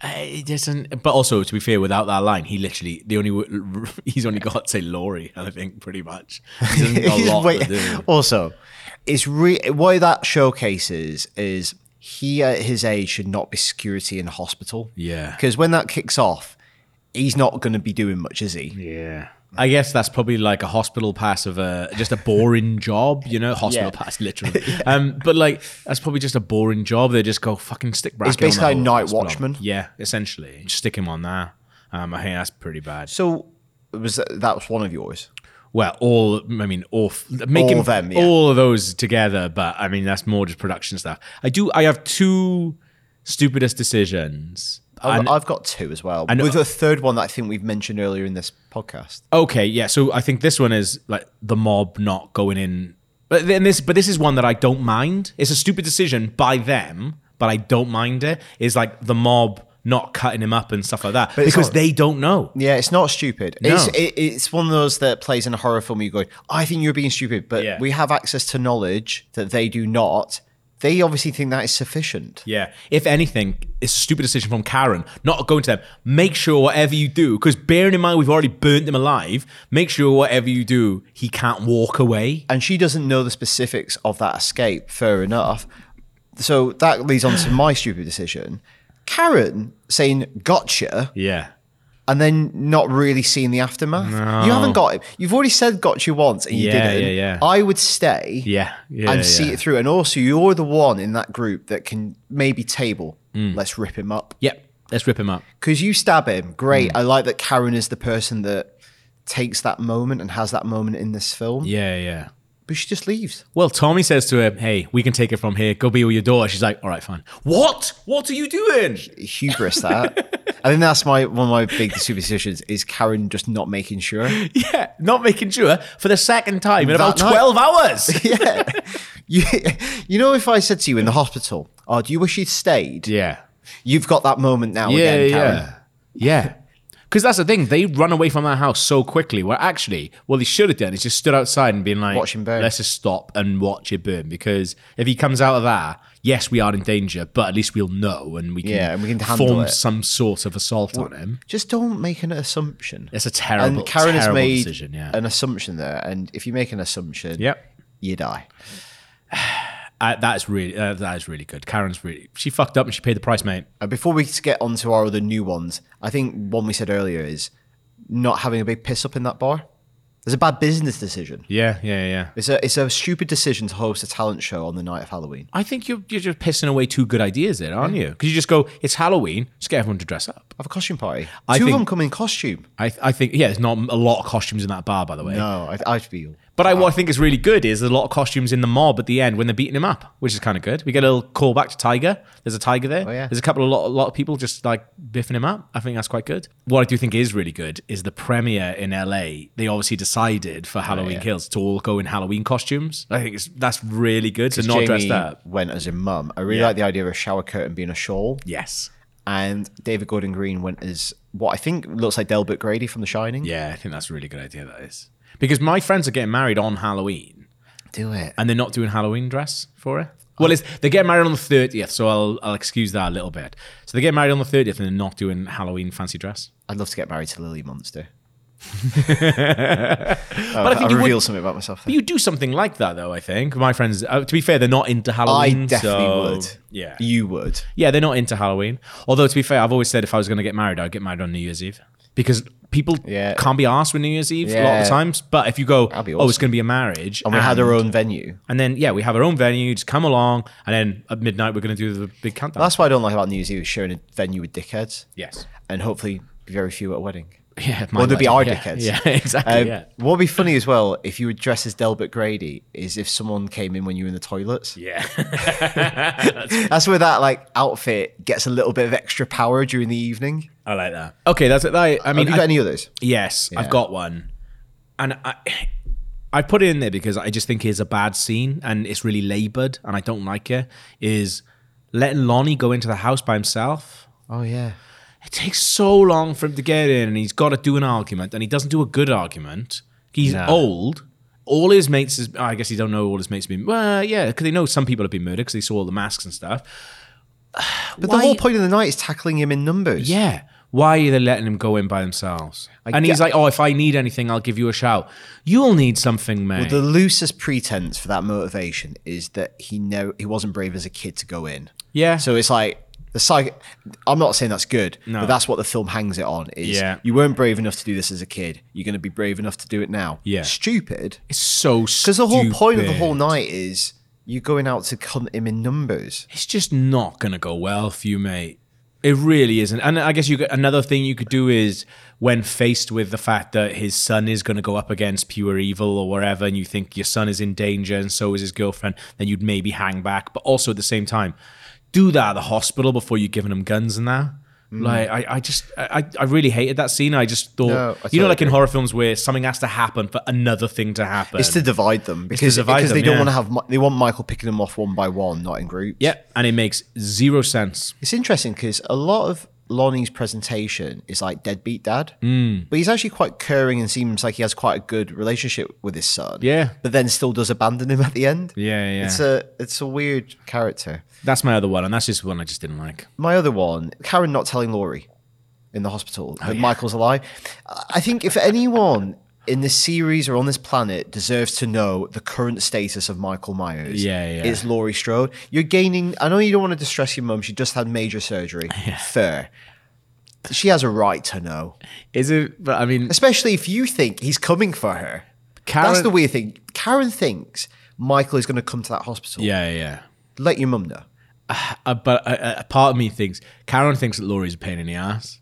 Speaker 1: Uh, It doesn't, but also to be fair, without that line, he literally the only w- he's only got say Laurie, I think, pretty much. He doesn't got a
Speaker 7: He's
Speaker 1: lot to
Speaker 7: wait-
Speaker 1: do.
Speaker 7: Also, it's re- what that showcases is he at his age should not be security in a hospital.
Speaker 1: Yeah.
Speaker 7: because when that kicks off, he's not going to be doing much, is he?
Speaker 1: Yeah. I guess that's probably like a hospital pass of a just a boring job, you know, hospital
Speaker 7: Yeah.
Speaker 1: pass literally. Um, but like that's probably just a boring job. They just go fucking stick. Bracket on the
Speaker 7: basically a
Speaker 1: whole
Speaker 7: night
Speaker 1: hospital.
Speaker 7: watchman.
Speaker 1: Yeah, essentially, just stick him on there. Um, I think that's pretty bad.
Speaker 7: So was that, that was one of yours?
Speaker 1: Well, all I mean, all f- make
Speaker 7: All
Speaker 1: him-
Speaker 7: of them, yeah.
Speaker 1: all of those together. But I mean, that's more just production stuff. I do. I have two stupidest decisions.
Speaker 7: I've,
Speaker 1: And-
Speaker 7: I've got two as well.
Speaker 1: and-
Speaker 7: with a third one that I think we've mentioned earlier in this podcast.
Speaker 1: Okay, yeah. So I think this one is like the mob not going in, but then this, but this is one that I don't mind. It's a stupid decision by them, but I don't mind it. Is like the mob not cutting him up and stuff like that
Speaker 7: it's
Speaker 1: because
Speaker 7: not-
Speaker 1: they don't know.
Speaker 7: Yeah, it's not stupid.
Speaker 1: No.
Speaker 7: It's it, it's one of those that plays in a horror film. Where you go, I think you're being stupid, but
Speaker 1: Yeah.
Speaker 7: we have access to knowledge that they do not. They obviously think that is sufficient.
Speaker 1: Yeah. If anything, it's a stupid decision from Karen not going to them. Make sure whatever you do, because bearing in mind we've already burnt him alive. Make sure whatever you do, he can't walk away.
Speaker 7: And she doesn't know the specifics of that escape. Fair enough. So that leads on to my stupid decision. Karen saying "gotcha"
Speaker 1: Yeah.
Speaker 7: and then not really seeing the aftermath. You haven't got it. You've already said got you once and you
Speaker 1: Yeah,
Speaker 7: didn't.
Speaker 1: yeah, yeah.
Speaker 7: I would stay
Speaker 1: Yeah, yeah,
Speaker 7: and
Speaker 1: yeah.
Speaker 7: see it through. And also, you're the one in that group that can maybe table.
Speaker 1: Mm.
Speaker 7: Let's rip him up.
Speaker 1: Yep, let's rip him up.
Speaker 7: Because you stab him, great.
Speaker 1: Mm.
Speaker 7: I like that Karen is the person that takes that moment and has that moment in this film.
Speaker 1: Yeah, yeah.
Speaker 7: But she just leaves.
Speaker 1: Well, Tommy says to her, "Hey, we can take it from here. Go be with your daughter." She's like, "All right, fine." What? What are you doing?
Speaker 7: Hubris that. I think that's my one of my big superstitions is Karen just not making sure.
Speaker 1: Yeah, not making sure for the second time in
Speaker 7: That
Speaker 1: about
Speaker 7: night.
Speaker 1: twelve hours.
Speaker 7: Yeah. you, you know, if I said to you in the hospital, Oh, do you wish you'd stayed?
Speaker 1: yeah,
Speaker 7: You've got that moment now
Speaker 1: yeah,
Speaker 7: again, Karen.
Speaker 1: yeah, yeah. Because that's the thing; they run away from that house so quickly. Where actually, what they should have done is just stood outside and been like,
Speaker 7: Watch him burn.
Speaker 1: Let's just stop and watch it burn. Because if he comes out of that, yes, we are in danger, but at least we'll know and we can,
Speaker 7: Yeah, and we can handle
Speaker 1: form
Speaker 7: it.
Speaker 1: some sort of assault on him.
Speaker 7: Just don't make an assumption.
Speaker 1: It's a terrible,
Speaker 7: and Karen
Speaker 1: terrible
Speaker 7: has made
Speaker 1: decision. Yeah.
Speaker 7: an assumption there, and if you make an assumption,
Speaker 1: Yep.
Speaker 7: you die.
Speaker 1: Uh, that is really uh, that is really good. Karen's really she fucked up and she paid the price, mate.
Speaker 7: Uh, before we get on to our other new ones, I think one we said earlier is not having a big piss up in that bar. There's a bad business decision.
Speaker 1: Yeah, yeah, yeah.
Speaker 7: It's a it's a stupid decision to host a talent show on the night of Halloween.
Speaker 1: I think you're you're just pissing away two good ideas there, aren't you? Because you just go, it's Halloween, just get everyone to dress up.
Speaker 7: Have a costume party.
Speaker 1: I
Speaker 7: Two
Speaker 1: think-
Speaker 7: of them come in costume.
Speaker 1: I I think yeah, there's not a lot of costumes in that bar, by the way.
Speaker 7: No, I, I feel.
Speaker 1: But I, what I think is really good is there's a lot of costumes in the mob at the end when they're beating him up, which is kind of good. We get a little call back to Tiger. There's a Tiger there.
Speaker 7: Oh, yeah.
Speaker 1: There's a couple of lot, a lot of people just like biffing him up. I think that's quite good. What I do think is really good is the premiere in LA. They obviously decided
Speaker 7: Oh,
Speaker 1: for Halloween Kills to all go in Halloween costumes. I think it's, that's really good to not dressed
Speaker 7: Jamie
Speaker 1: up.
Speaker 7: went as a mum. I really
Speaker 1: Yeah.
Speaker 7: like the idea of a shower curtain being a shawl.
Speaker 1: Yes.
Speaker 7: And David Gordon Green went as what I think looks like Delbert Grady from The Shining.
Speaker 1: Yeah, I think that's a really good idea. That is because my friends are getting married on Halloween,
Speaker 7: Do it.
Speaker 1: and they're not doing Halloween dress for it. Well, it's, they're getting married on the thirtieth, so I'll I'll excuse that a little bit. So they're getting married on the thirtieth, and they're not doing Halloween fancy dress.
Speaker 7: I'd love to get married to Lily Monster. Oh,
Speaker 1: but I think you
Speaker 7: reveal
Speaker 1: would.
Speaker 7: something about myself.
Speaker 1: But you do something like that, though. I think my friends. Uh, to be fair, they're not into
Speaker 7: I
Speaker 1: Halloween.
Speaker 7: definitely
Speaker 1: so-
Speaker 7: would.
Speaker 1: Yeah,
Speaker 7: You would.
Speaker 1: yeah, they're not into Halloween. Although to be fair, I've always said if I was going to get married, I'd get married on New Year's Eve because people
Speaker 7: Yeah.
Speaker 1: can't be arsed with New Year's Eve a lot
Speaker 7: Yeah.
Speaker 1: of the times. But if you go,
Speaker 7: That'd be
Speaker 1: oh, it's
Speaker 7: awesome.
Speaker 1: going to be a marriage,
Speaker 7: And we had our own venue.
Speaker 1: And then yeah, we have our own venue. Just come along, and then at midnight we're going to do the big countdown.
Speaker 7: That's what I don't like about New Year's Eve is showing a venue with dickheads.
Speaker 1: yes.
Speaker 7: And hopefully be very few at a wedding.
Speaker 1: Yeah,
Speaker 7: Well, there'd be our
Speaker 1: mine- yeah,
Speaker 7: dickheads.
Speaker 1: Yeah, exactly.
Speaker 7: Um,
Speaker 1: yeah.
Speaker 7: What would be funny as well, if you would dress as Delbert Grady, is if someone came in when you were in the toilets.
Speaker 1: Yeah.
Speaker 7: That's where that like outfit gets a little bit of extra power during the evening.
Speaker 1: I like that. Okay, that's it. I, I mean,
Speaker 7: Have you
Speaker 1: I-
Speaker 7: got any others?
Speaker 1: yes,
Speaker 7: Yeah.
Speaker 1: I've got one, and I. I put it in there because I just think it's a bad scene and it's really labored and I don't like it. Is letting Lonnie go into the house by himself
Speaker 7: Oh yeah.
Speaker 1: it takes so long for him to get in and he's got to do an argument and he doesn't do a good argument he's
Speaker 7: No.
Speaker 1: old all his mates is, i guess he don't know all his mates have been well yeah because they know some people have been murdered because they saw all the masks and stuff
Speaker 7: But
Speaker 1: Why-
Speaker 7: the whole point of the night is tackling him in numbers.
Speaker 1: yeah why are they letting him go in by themselves and he's
Speaker 7: get-
Speaker 1: like oh if i need anything i'll give you a shout you'll need something man
Speaker 7: The loosest pretense for that motivation is that he know he wasn't brave as a kid to go in.
Speaker 1: yeah
Speaker 7: So it's like the psych. I'm not saying that's good, but that's what the film hangs it on. Is
Speaker 1: Yeah.
Speaker 7: you weren't brave enough to do this as a kid. You're going to be brave enough to do it now.
Speaker 1: Yeah.
Speaker 7: stupid.
Speaker 1: it's so
Speaker 7: Because
Speaker 1: because
Speaker 7: the whole point of the whole night is you going out to hunt him in numbers.
Speaker 1: it's just not going to go well for you, mate. It really isn't. And I guess you could, another thing you could do is when faced with the fact that his son is going to go up against pure evil or whatever, and you think your son is in danger and so is his girlfriend, then you'd maybe hang back. But also at the same time, do that at the hospital before you're giving him guns and that. Like I, I just I, I really hated that scene. I just thought
Speaker 7: Mm. No, I
Speaker 1: you know,
Speaker 7: totally
Speaker 1: like in
Speaker 7: agree.
Speaker 1: horror films where something has to happen for another thing to happen.
Speaker 7: It's to divide them because,
Speaker 1: divide
Speaker 7: because
Speaker 1: them,
Speaker 7: they don't
Speaker 1: yeah.
Speaker 7: want to have Mi- they want Michael picking them off one by one, not in groups.
Speaker 1: yeah, and it makes zero sense.
Speaker 7: It's interesting because a lot of Lonnie's presentation is like deadbeat dad,
Speaker 1: Mm.
Speaker 7: but he's actually quite caring and seems like he has quite a good relationship with his son.
Speaker 1: Yeah.
Speaker 7: but then still does abandon him at the end.
Speaker 1: Yeah, yeah.
Speaker 7: It's a it's a weird character.
Speaker 1: That's my other one, and that's just one I just didn't like.
Speaker 7: My other one, Karen not telling Laurie in the hospital
Speaker 1: Oh,
Speaker 7: that Michael's alive. I I think if anyone in this series or on this planet deserves to know the current status of Michael Myers,
Speaker 1: Yeah, yeah.
Speaker 7: is Laurie Strode. You're gaining. I know you don't want to distress your mum. She just had major surgery. Fair. she has a right to know,
Speaker 1: Is it? But I mean,
Speaker 7: especially if you think he's coming for her. That's
Speaker 1: Karen-
Speaker 7: the weird thing. Karen thinks Michael is going to come to that hospital.
Speaker 1: yeah, yeah.
Speaker 7: Let your mum know.
Speaker 1: Uh, but uh, a part of me thinks Karen thinks that Laurie's a pain in the ass.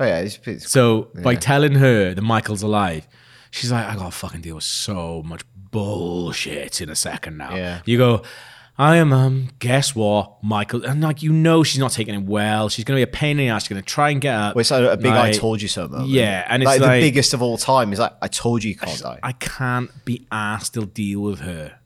Speaker 7: Oh yeah, it's, it's
Speaker 1: So by telling her that Michael's alive, she's like, I gotta fucking deal with so much bullshit in a second now.
Speaker 7: Yeah.
Speaker 1: You go, I am um, guess what, Michael and like you know she's not taking it well. She's gonna be a pain in the ass, she's gonna try and get up.
Speaker 7: Well, it's a, a big
Speaker 1: Like,
Speaker 7: I told you so moment.
Speaker 1: Yeah, and it's
Speaker 7: like,
Speaker 1: like-
Speaker 7: the biggest of all time. Is like I told you you can't die. I,
Speaker 1: I can't be asked to deal with her.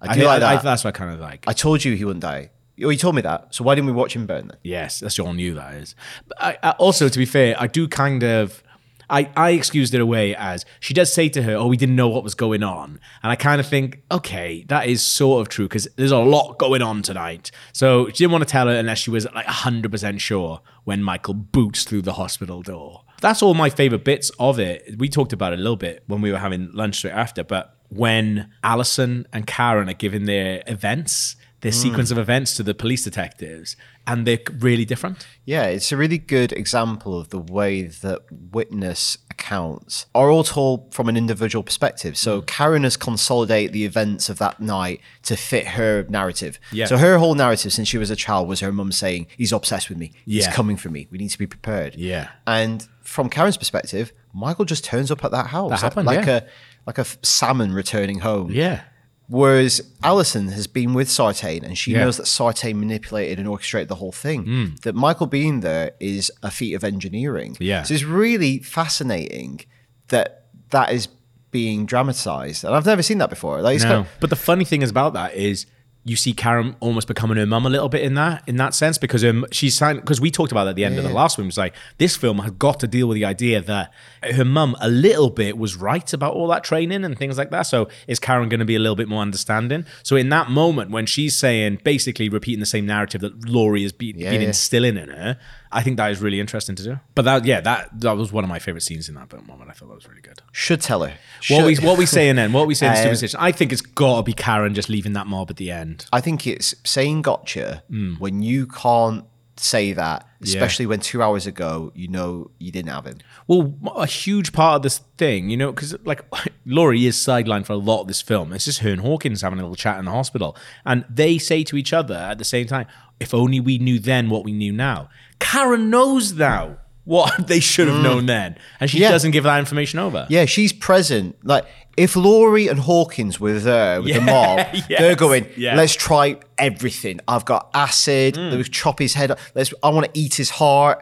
Speaker 1: I,
Speaker 7: do
Speaker 1: think-
Speaker 7: like
Speaker 1: I-
Speaker 7: that. I,
Speaker 1: that's what I kind of like.
Speaker 7: told you he wouldn't die. Oh, you told me that. So why didn't we watch him burn then?
Speaker 1: Yes, that's all new that is. But I, I, also, to be fair, I do kind of. I, I excused it away as she does say to her, Oh, we didn't know what was going on. And I kind of think, okay, that is sort of true because there's a lot going on tonight. So she didn't want to tell her unless she was like 100% sure when Michael boots through the hospital door. That's all my favorite bits of it. We talked about it a little bit when we were having lunch straight after, but when Allison and Karen are giving their events, their sequence of events to the police detectives, and they're really different.
Speaker 7: Yeah, it's a really good example of the way that witness accounts are all told from an individual perspective.
Speaker 1: Mm.
Speaker 7: So Karen has consolidated the events of that night to fit her narrative.
Speaker 1: Yeah.
Speaker 7: So her whole narrative since she was a child was her mum saying, He's obsessed with me. He's
Speaker 1: Yeah.
Speaker 7: coming for me. We need to be prepared.
Speaker 1: Yeah.
Speaker 7: And from Karen's perspective, Michael just turns up at that house.
Speaker 1: That happened,
Speaker 7: like
Speaker 1: yeah.
Speaker 7: a like a f- salmon returning home.
Speaker 1: Yeah.
Speaker 7: Whereas Alison has been with Sartain and she
Speaker 1: Yeah. Hmm.
Speaker 7: knows that Sartain manipulated and orchestrated the whole thing. That Michael being there is a feat of engineering.
Speaker 1: Yeah.
Speaker 7: So it's really fascinating that that is being dramatized. And I've never seen that before. Like, it's
Speaker 1: No.
Speaker 7: kind of-
Speaker 1: But the funny thing is about that is you see Karen almost becoming her mum a little bit in that in that sense because um, she's signed because we talked about it at the end of the last one. It was like this film had got to deal with the idea that her mum a little bit was right about all that training and things like that. So is Karen going to be a little bit more understanding? So in that moment when she's saying basically repeating the same narrative that Laurie has be- been
Speaker 7: yeah.
Speaker 1: instilling in her, I think that is really interesting to do. But that yeah that that was one of my favorite scenes in that film. moment. I thought that was really good.
Speaker 7: should tell her.
Speaker 1: What we
Speaker 7: Should.
Speaker 1: what we saying then? What we saying? in
Speaker 7: Um,
Speaker 1: superstition? I think it's got to be Karen just leaving that mob at the end.
Speaker 7: I think it's saying gotcha
Speaker 1: Hmm.
Speaker 7: when you can't say that, especially when two hours ago you know you didn't have him.
Speaker 1: Well, a huge part of this thing, you know, because like Laurie is sidelined for a lot of this film. It's just her and Hawkins having a little chat in the hospital, and they say to each other at the same time, "If only we knew then what we knew now." Karen knows now what they should have known then, and she
Speaker 7: Yeah.
Speaker 1: doesn't give that information over.
Speaker 7: Yeah, she's present. Like if Laurie and Hawkins were there with the
Speaker 1: Yeah,
Speaker 7: mob, they're
Speaker 1: yes,
Speaker 7: going,
Speaker 1: yeah. Mm.
Speaker 7: let's try everything. I've got acid. Let's chop his head. Up. Let's. I want to eat his heart.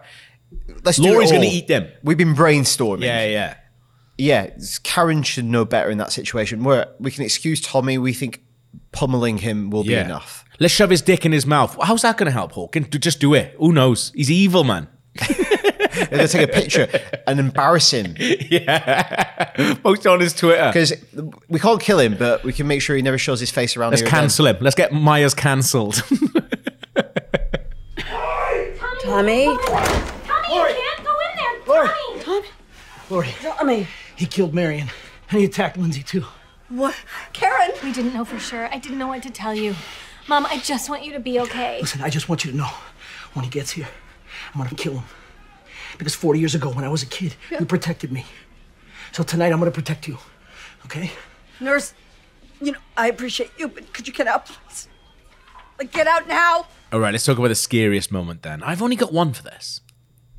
Speaker 7: Let's. do it
Speaker 1: Laurie's gonna
Speaker 7: all."
Speaker 1: eat them.
Speaker 7: We've been brainstorming.
Speaker 1: yeah, yeah.
Speaker 7: yeah. it's- Karen should know better in that situation. Where we can excuse Tommy, we think pummeling him will
Speaker 1: yeah.
Speaker 7: be enough.
Speaker 1: Let's shove his dick in his mouth. How's that going to help Hawkins? D- Just do it. Who knows? He's evil, man.
Speaker 7: They're gonna take a picture and embarrass him
Speaker 1: Post it on his Twitter.
Speaker 7: because we can't kill him, but we can make sure he never shows his face around.
Speaker 1: Let's
Speaker 7: here again.
Speaker 1: cancel him. Let's get Myers cancelled.
Speaker 8: Tommy? Tommy, you can't go in there.
Speaker 9: Lori.
Speaker 8: Tommy.
Speaker 9: Lori,
Speaker 3: Tommy.
Speaker 9: he killed Marion. And he attacked Lindsay too.
Speaker 8: What? Karen.
Speaker 10: We didn't know for sure. I didn't know what to tell you. Mom, I just want you to be okay.
Speaker 9: Listen, I just want you to know when he gets here, I'm gonna kill him. Because 40 years ago, when I was a kid, you protected me. So tonight, I'm gonna protect you. Okay?
Speaker 8: Nurse, you know, I appreciate you, but could you get out, please? Like, get out now.
Speaker 1: All right, let's talk about the scariest moment then. I've only got one for this.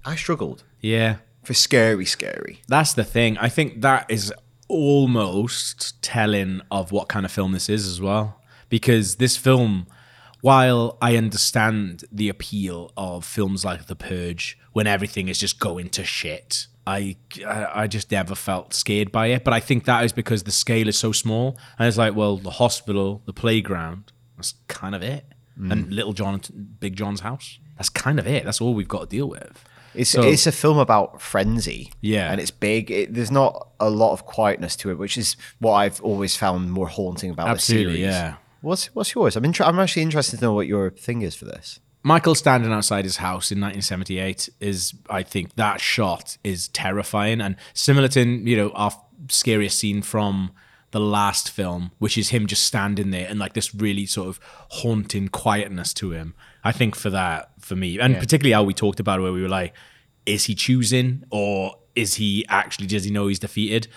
Speaker 7: I struggled
Speaker 1: Yeah.
Speaker 7: for scary, scary.
Speaker 1: That's the thing. I think that is almost telling of what kind of film this is as well. Because this film, while I understand the appeal of films like The Purge, when everything is just going to shit, I, I I just never felt scared by it. But I think that is because the scale is so small. And it's like, well, the hospital, the playground, that's kind of it.
Speaker 7: Mm.
Speaker 1: And Little John, Big John's house, that's kind of it. That's all we've got to deal with.
Speaker 7: It's
Speaker 1: So-
Speaker 7: it's a film about frenzy.
Speaker 1: Yeah.
Speaker 7: and it's big. It, there's not a lot of quietness to it, which is what I've always found more haunting about
Speaker 1: Absolutely,
Speaker 7: this series.
Speaker 1: yeah.
Speaker 7: What's what's yours? I'm inter- I'm actually interested to know what your thing is for this.
Speaker 1: Michael standing outside his house in 1978 is, I think, that shot is terrifying and similar to you know our scariest scene from the last film, which is him just standing there and like this really sort of haunting quietness to him. I think for that, for me, and particularly how we talked about it, where we were like, is he choosing or is he actually does he know he's defeated?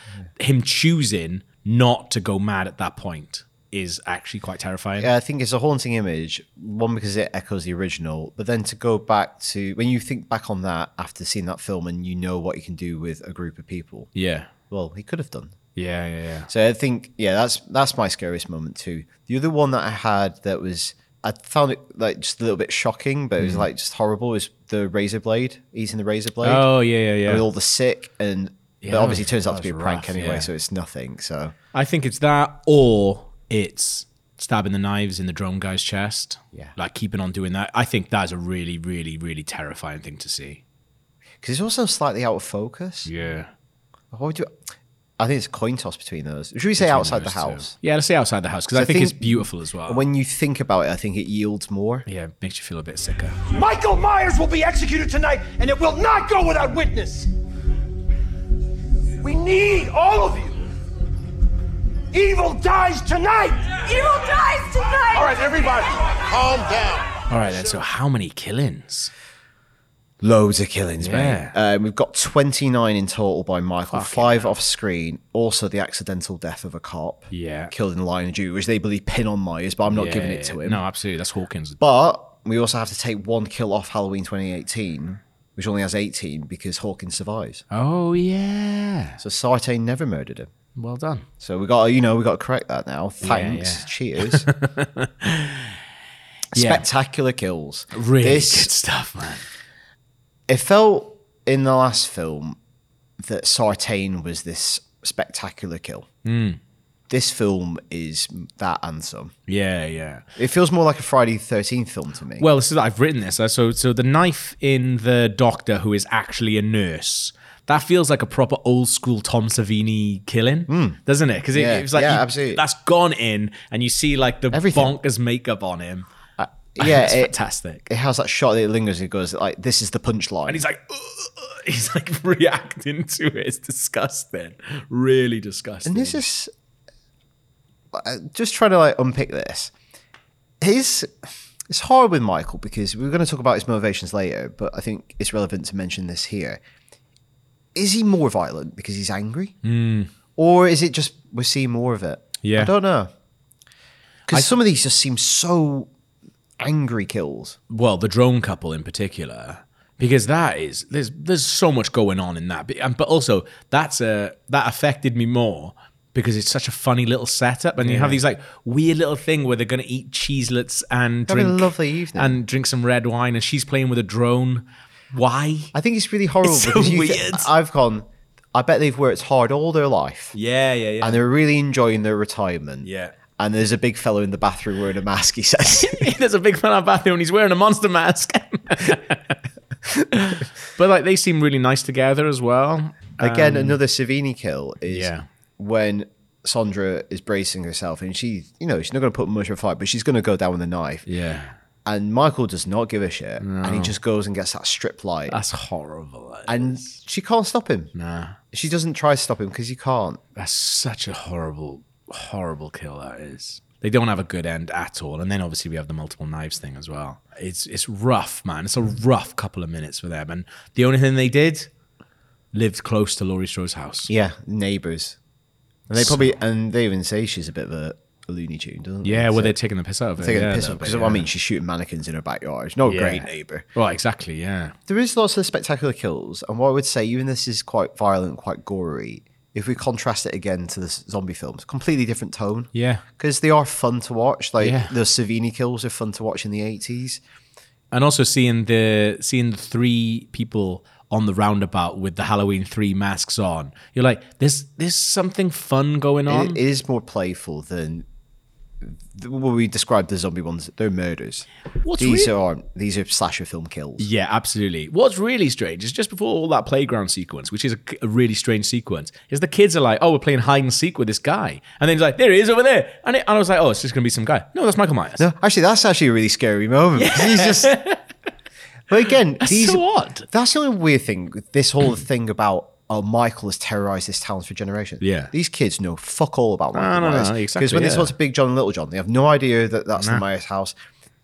Speaker 1: Him choosing not to go mad at that point is actually quite terrifying.
Speaker 7: I think it's a haunting image. One because it echoes the original, but then to go back to when you think back on that after seeing that film and you know what you can do with a group of people.
Speaker 1: Yeah.
Speaker 7: Well, he could have done.
Speaker 1: Yeah, yeah, yeah.
Speaker 7: So I think yeah, that's that's my scariest moment too. The other one that I had that was I found it like just a little bit shocking, but it
Speaker 1: Hmm.
Speaker 7: was like just horrible. Was the razor blade eating the razor blade?
Speaker 1: Oh, yeah, yeah, yeah.
Speaker 7: With all the sick and
Speaker 1: Yeah,
Speaker 7: but
Speaker 1: that
Speaker 7: obviously
Speaker 1: was-
Speaker 7: it turns out
Speaker 1: that
Speaker 7: to be a
Speaker 1: was
Speaker 7: prank
Speaker 1: rough,
Speaker 7: anyway,
Speaker 1: yeah.
Speaker 7: so it's nothing. So
Speaker 1: I think it's that or it's stabbing the knives in the drone guy's chest.
Speaker 7: Yeah.
Speaker 1: Like keeping on doing that. I think that's a really, really, really terrifying thing to see.
Speaker 7: because it's also slightly out of focus.
Speaker 1: Yeah.
Speaker 7: What would you? I think it's a coin toss between those. Should we say outside the house?
Speaker 1: Yeah, let's say outside the house because I,
Speaker 7: I
Speaker 1: think, it's
Speaker 7: think-
Speaker 1: beautiful as well.
Speaker 7: When you think about it, I think it yields more.
Speaker 1: yeah, it makes you feel a bit sicker.
Speaker 11: Michael Myers will be executed tonight, and it will not go without witness. We need all of you. Evil dies tonight.
Speaker 8: Evil dies tonight!
Speaker 11: All right, everybody, calm down.
Speaker 1: All right, then. So, how many killings?
Speaker 7: Loads of killings,
Speaker 1: Yeah.
Speaker 7: mate. Um, we've got 29 in total by Michael, five off screen. Also, the accidental death of a cop.
Speaker 1: Yeah.
Speaker 7: Killed in the line of duty, which they believe pin on Myers, but I'm not giving it to him.
Speaker 1: No, absolutely. That's Hawkins.
Speaker 7: But we also have to take one kill off Halloween 2018, which only has 18 because Hawkins survives.
Speaker 1: Oh, yeah.
Speaker 7: So Saite never murdered him.
Speaker 1: Well done.
Speaker 7: So we got, to you know, we got to correct that now. Thanks,
Speaker 1: yeah.
Speaker 7: cheaters. Spectacular kills.
Speaker 1: Really
Speaker 7: This
Speaker 1: good stuff, man.
Speaker 7: it felt in the last film that Sartain was this spectacular kill.
Speaker 1: Hmm.
Speaker 7: This film is that and some.
Speaker 1: Yeah, yeah.
Speaker 7: It feels more like a Friday the 13th film to me.
Speaker 1: Well, this is I've written this. Uh, So so the knife in the doctor who is actually a nurse. That feels like a proper old school Tom Savini killing, doesn't it? Because it,
Speaker 7: Hmm. Yeah,
Speaker 1: it was like
Speaker 7: yeah,
Speaker 1: you-
Speaker 7: absolutely.
Speaker 1: that's gone in, and you see like the
Speaker 7: Everything. Uh,
Speaker 1: bonkers makeup on him.
Speaker 7: yeah,
Speaker 1: it's
Speaker 7: it-
Speaker 1: fantastic.
Speaker 7: it has that shot that it lingers. It goes like, "This is the punchline."
Speaker 1: and he's like, "Ugh, ugh," he's like reacting to it. It's disgusting, really disgusting.
Speaker 7: And this is I- just trying to like unpick this. His it's hard with Michael because we're going to talk about his motivations later, but I think it's relevant to mention this here. Is he more violent because he's angry, or is it just we're seeing more of it?
Speaker 1: Hmm. Yeah.
Speaker 7: I don't know. Because some of these just seem so angry kills.
Speaker 1: well, the drone couple in particular, because that is there's there's so much going on in that. But, and, but also that's a that affected me more because it's such a funny little setup, and you have these like weird little thing where they're gonna eat cheeselets and
Speaker 7: Having a
Speaker 1: drink
Speaker 7: lovely evening.
Speaker 1: and drink some red wine, and she's playing with a drone. Why?
Speaker 7: I think it's really horrible
Speaker 1: It's so
Speaker 7: because you thi-
Speaker 1: weird.
Speaker 7: I've gone. I bet they've worked hard all their life.
Speaker 1: Yeah, yeah, yeah.
Speaker 7: and they're really enjoying their retirement.
Speaker 1: Yeah.
Speaker 7: And there's a big fellow in the bathroom wearing a mask. He says,
Speaker 1: There's a big fan of Bathio and he's wearing a monster mask. but like they seem really nice together as well.
Speaker 7: again, another Savini kill is
Speaker 1: Um, yeah.
Speaker 7: when Sandra is bracing herself and she, you know, she's not going to put much of a fight, but she's going to go down with a knife.
Speaker 1: Yeah.
Speaker 7: And Michael does not give a shit, and he just goes and gets that strip light,
Speaker 1: That's horrible.
Speaker 7: and she can't stop him.
Speaker 1: Ah. nah.
Speaker 7: She doesn't try to stop him because you can't.
Speaker 1: That's such a horrible, horrible kill that is. They don't have a good end at all. And then obviously we have the multiple knives thing as well. It's it's rough, man. It's a rough couple of minutes for them. And the only thing they did lived close to Laurie Strode's house.
Speaker 7: Yeah, neighbors, and they probably and they even say she's a bit of a, a Looney Tune, doesn't
Speaker 1: Yeah,
Speaker 7: they?
Speaker 1: well
Speaker 7: So-
Speaker 1: they're taking the piss out of it.
Speaker 7: taking
Speaker 1: yeah,
Speaker 7: the piss
Speaker 1: a
Speaker 7: off
Speaker 1: little
Speaker 7: because
Speaker 1: bit,
Speaker 7: I
Speaker 1: yeah.
Speaker 7: mean she's shooting mannequins in her backyard. Not a
Speaker 1: Yeah.
Speaker 7: great neighbor.
Speaker 1: Well, exactly, yeah.
Speaker 7: There is lots of spectacular kills, and what I would say, even this is quite violent, quite gory. If we contrast it again to the s- zombie films, completely different tone.
Speaker 1: Yeah.
Speaker 7: because they are fun to watch. Like
Speaker 1: Yeah.
Speaker 7: the Savini kills are fun to watch in the eighties.
Speaker 1: and also seeing the seeing the three people on the roundabout with the Halloween three masks on, you're like, there's there's something fun going on.
Speaker 7: It is more playful than th- what we described the zombie ones. They're murders.
Speaker 1: What's
Speaker 7: these
Speaker 1: re-
Speaker 7: are these are slasher film kills.
Speaker 1: yeah, absolutely. What's really strange is just before all that playground sequence, which is a, a really strange sequence, is the kids are like, "Oh, we're playing hide and seek with this guy," and then he's like, "There he is over there," and, it, and I was like, "Oh, it's just gonna be some guy." No, that's Michael Myers.
Speaker 7: No, actually, that's actually a really scary moment. because He's just. But again, these
Speaker 1: so odd.
Speaker 7: That's the only weird thing. with This whole thing about oh, Michael has terrorized this town for generations.
Speaker 1: Yeah.
Speaker 7: these kids know fuck all about Michael
Speaker 1: no, no,
Speaker 7: Myers because
Speaker 1: exactly,
Speaker 7: when they
Speaker 1: yeah.
Speaker 7: talk to Big John and Little John, they have no idea that that's the Myers house.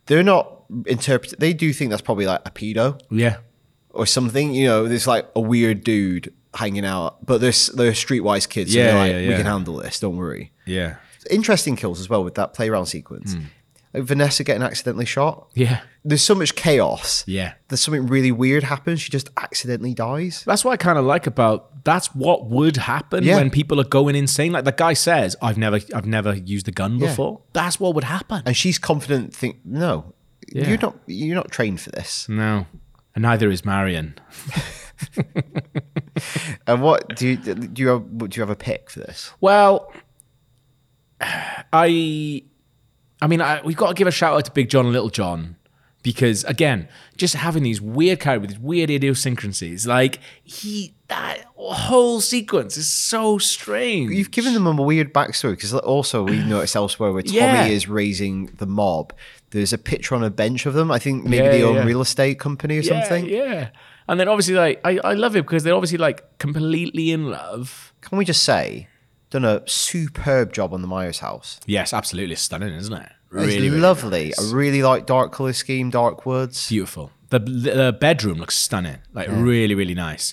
Speaker 7: They're not interpret. They do think that's probably like a pedo
Speaker 1: Yeah,
Speaker 7: or something. You know, there's like a weird dude hanging out, but they're, s- they're streetwise kids. so
Speaker 1: Yeah,
Speaker 7: they're like,
Speaker 1: yeah,
Speaker 7: we
Speaker 1: yeah.
Speaker 7: can handle this. Don't worry.
Speaker 1: Yeah.
Speaker 7: Interesting kills as well with that playground sequence.
Speaker 1: Hmm.
Speaker 7: Like Vanessa getting accidentally shot.
Speaker 1: Yeah.
Speaker 7: There's so much chaos.
Speaker 1: Yeah.
Speaker 7: There's something really weird happens. She just accidentally dies.
Speaker 1: That's what I kind of like about. That's what would happen
Speaker 7: Yeah.
Speaker 1: when people are going insane. Like the guy says, "I've never, I've never used a gun
Speaker 7: Yeah.
Speaker 1: before." That's what would happen.
Speaker 7: And she's confident. Think no,
Speaker 1: Yeah.
Speaker 7: you're not. You're not trained for this.
Speaker 1: No, and neither is Marion.
Speaker 7: And what do you do? You have, do you have a pick for this?
Speaker 1: Well, I, I mean, I, we've got to give a shout out to Big John and Little John because again, just having these weird characters with these weird idiosyncrasies, like he that whole sequence is so strange.
Speaker 7: You've given them a weird backstory because also we noticed elsewhere where Tommy
Speaker 1: Yeah.
Speaker 7: is raising the mob. There's a picture on a bench of them. I think maybe
Speaker 1: Yeah,
Speaker 7: they
Speaker 1: yeah,
Speaker 7: own
Speaker 1: yeah.
Speaker 7: real estate company or
Speaker 1: Yeah,
Speaker 7: something.
Speaker 1: yeah. And then obviously, like I, I love it because they're obviously like completely in love.
Speaker 7: Can we just say, done a superb job on the Myers house.
Speaker 1: Yes, absolutely stunning, isn't it?
Speaker 7: It's
Speaker 1: Really, really
Speaker 7: lovely.
Speaker 1: nice.
Speaker 7: I really like dark color scheme, dark woods.
Speaker 1: beautiful. The, the bedroom looks stunning, like really, really nice.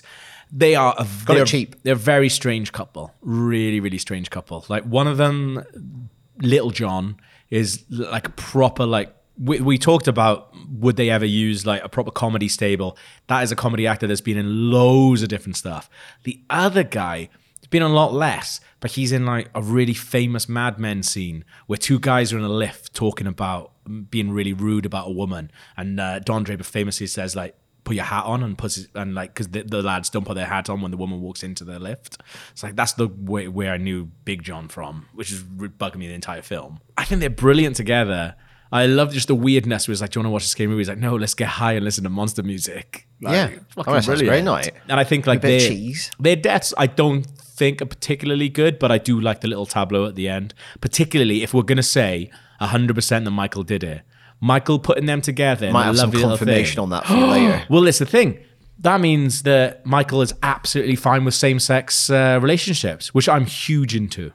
Speaker 1: They are a
Speaker 7: it
Speaker 1: they're-
Speaker 7: cheap.
Speaker 1: They're a very strange couple. Really, really strange couple. Like one of them, Little John, is l- like proper like. We, we talked about would they ever use like a proper comedy stable. That is a comedy actor that's been in loads of different stuff. The other guy has been in a lot less, but he's in like a really famous Mad Men scene where two guys are in a lift talking about being really rude about a woman, and uh, Don Draper famously says like, put your hat on and puts it, and like because the, the lads don't put their hat on when the woman walks into the lift. It's like that's the way where I knew Big John from, which is re- bugging me the entire film. I think they're brilliant together. I love just the weirdness. Where it's like, do you want to watch a scary movie? He's like, no, let's get high and listen to monster music. Like,
Speaker 7: Yeah.
Speaker 1: fucking
Speaker 7: Oh, that sounds
Speaker 1: brilliant.
Speaker 7: great night.
Speaker 1: And I think like
Speaker 7: A bit
Speaker 1: their-
Speaker 7: of cheese.
Speaker 1: Their deaths, I don't think are particularly good, but I do like the little tableau at the end. Particularly if we're gonna say hundred percent that Michael did it. Michael putting them together. in
Speaker 7: Might
Speaker 1: a
Speaker 7: have some
Speaker 1: lovely little
Speaker 7: confirmation
Speaker 1: thing.
Speaker 7: on that for later.
Speaker 1: Well, it's the thing. That means that Michael is absolutely fine with same-sex uh, relationships, which I'm huge into.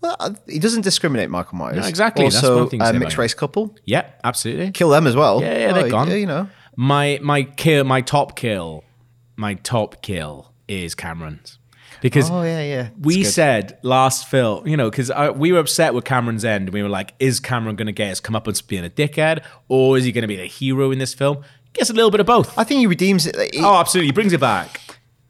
Speaker 7: Well, uh, he doesn't discriminate, Michael Myers.
Speaker 1: No, exactly. That's
Speaker 7: Also,
Speaker 1: one thing to
Speaker 7: a
Speaker 1: say about
Speaker 7: mixed
Speaker 1: him.
Speaker 7: race couple.
Speaker 1: Yeah, absolutely.
Speaker 7: Kill them as well.
Speaker 1: Yeah, yeah,
Speaker 7: Oh,
Speaker 1: they're gone.
Speaker 7: yeah, You know.
Speaker 1: My my kill, my top kill, my top kill is Cameron's because
Speaker 7: Oh yeah, yeah. It's
Speaker 1: we
Speaker 7: good.
Speaker 1: said last film, you know, because we were upset with Cameron's end. and We were like, is Cameron going to get his come up and being a dickhead, or is he going to be the hero in this film? Guess a little bit of both.
Speaker 7: I think he redeems it. He,
Speaker 1: oh, absolutely, he brings it back.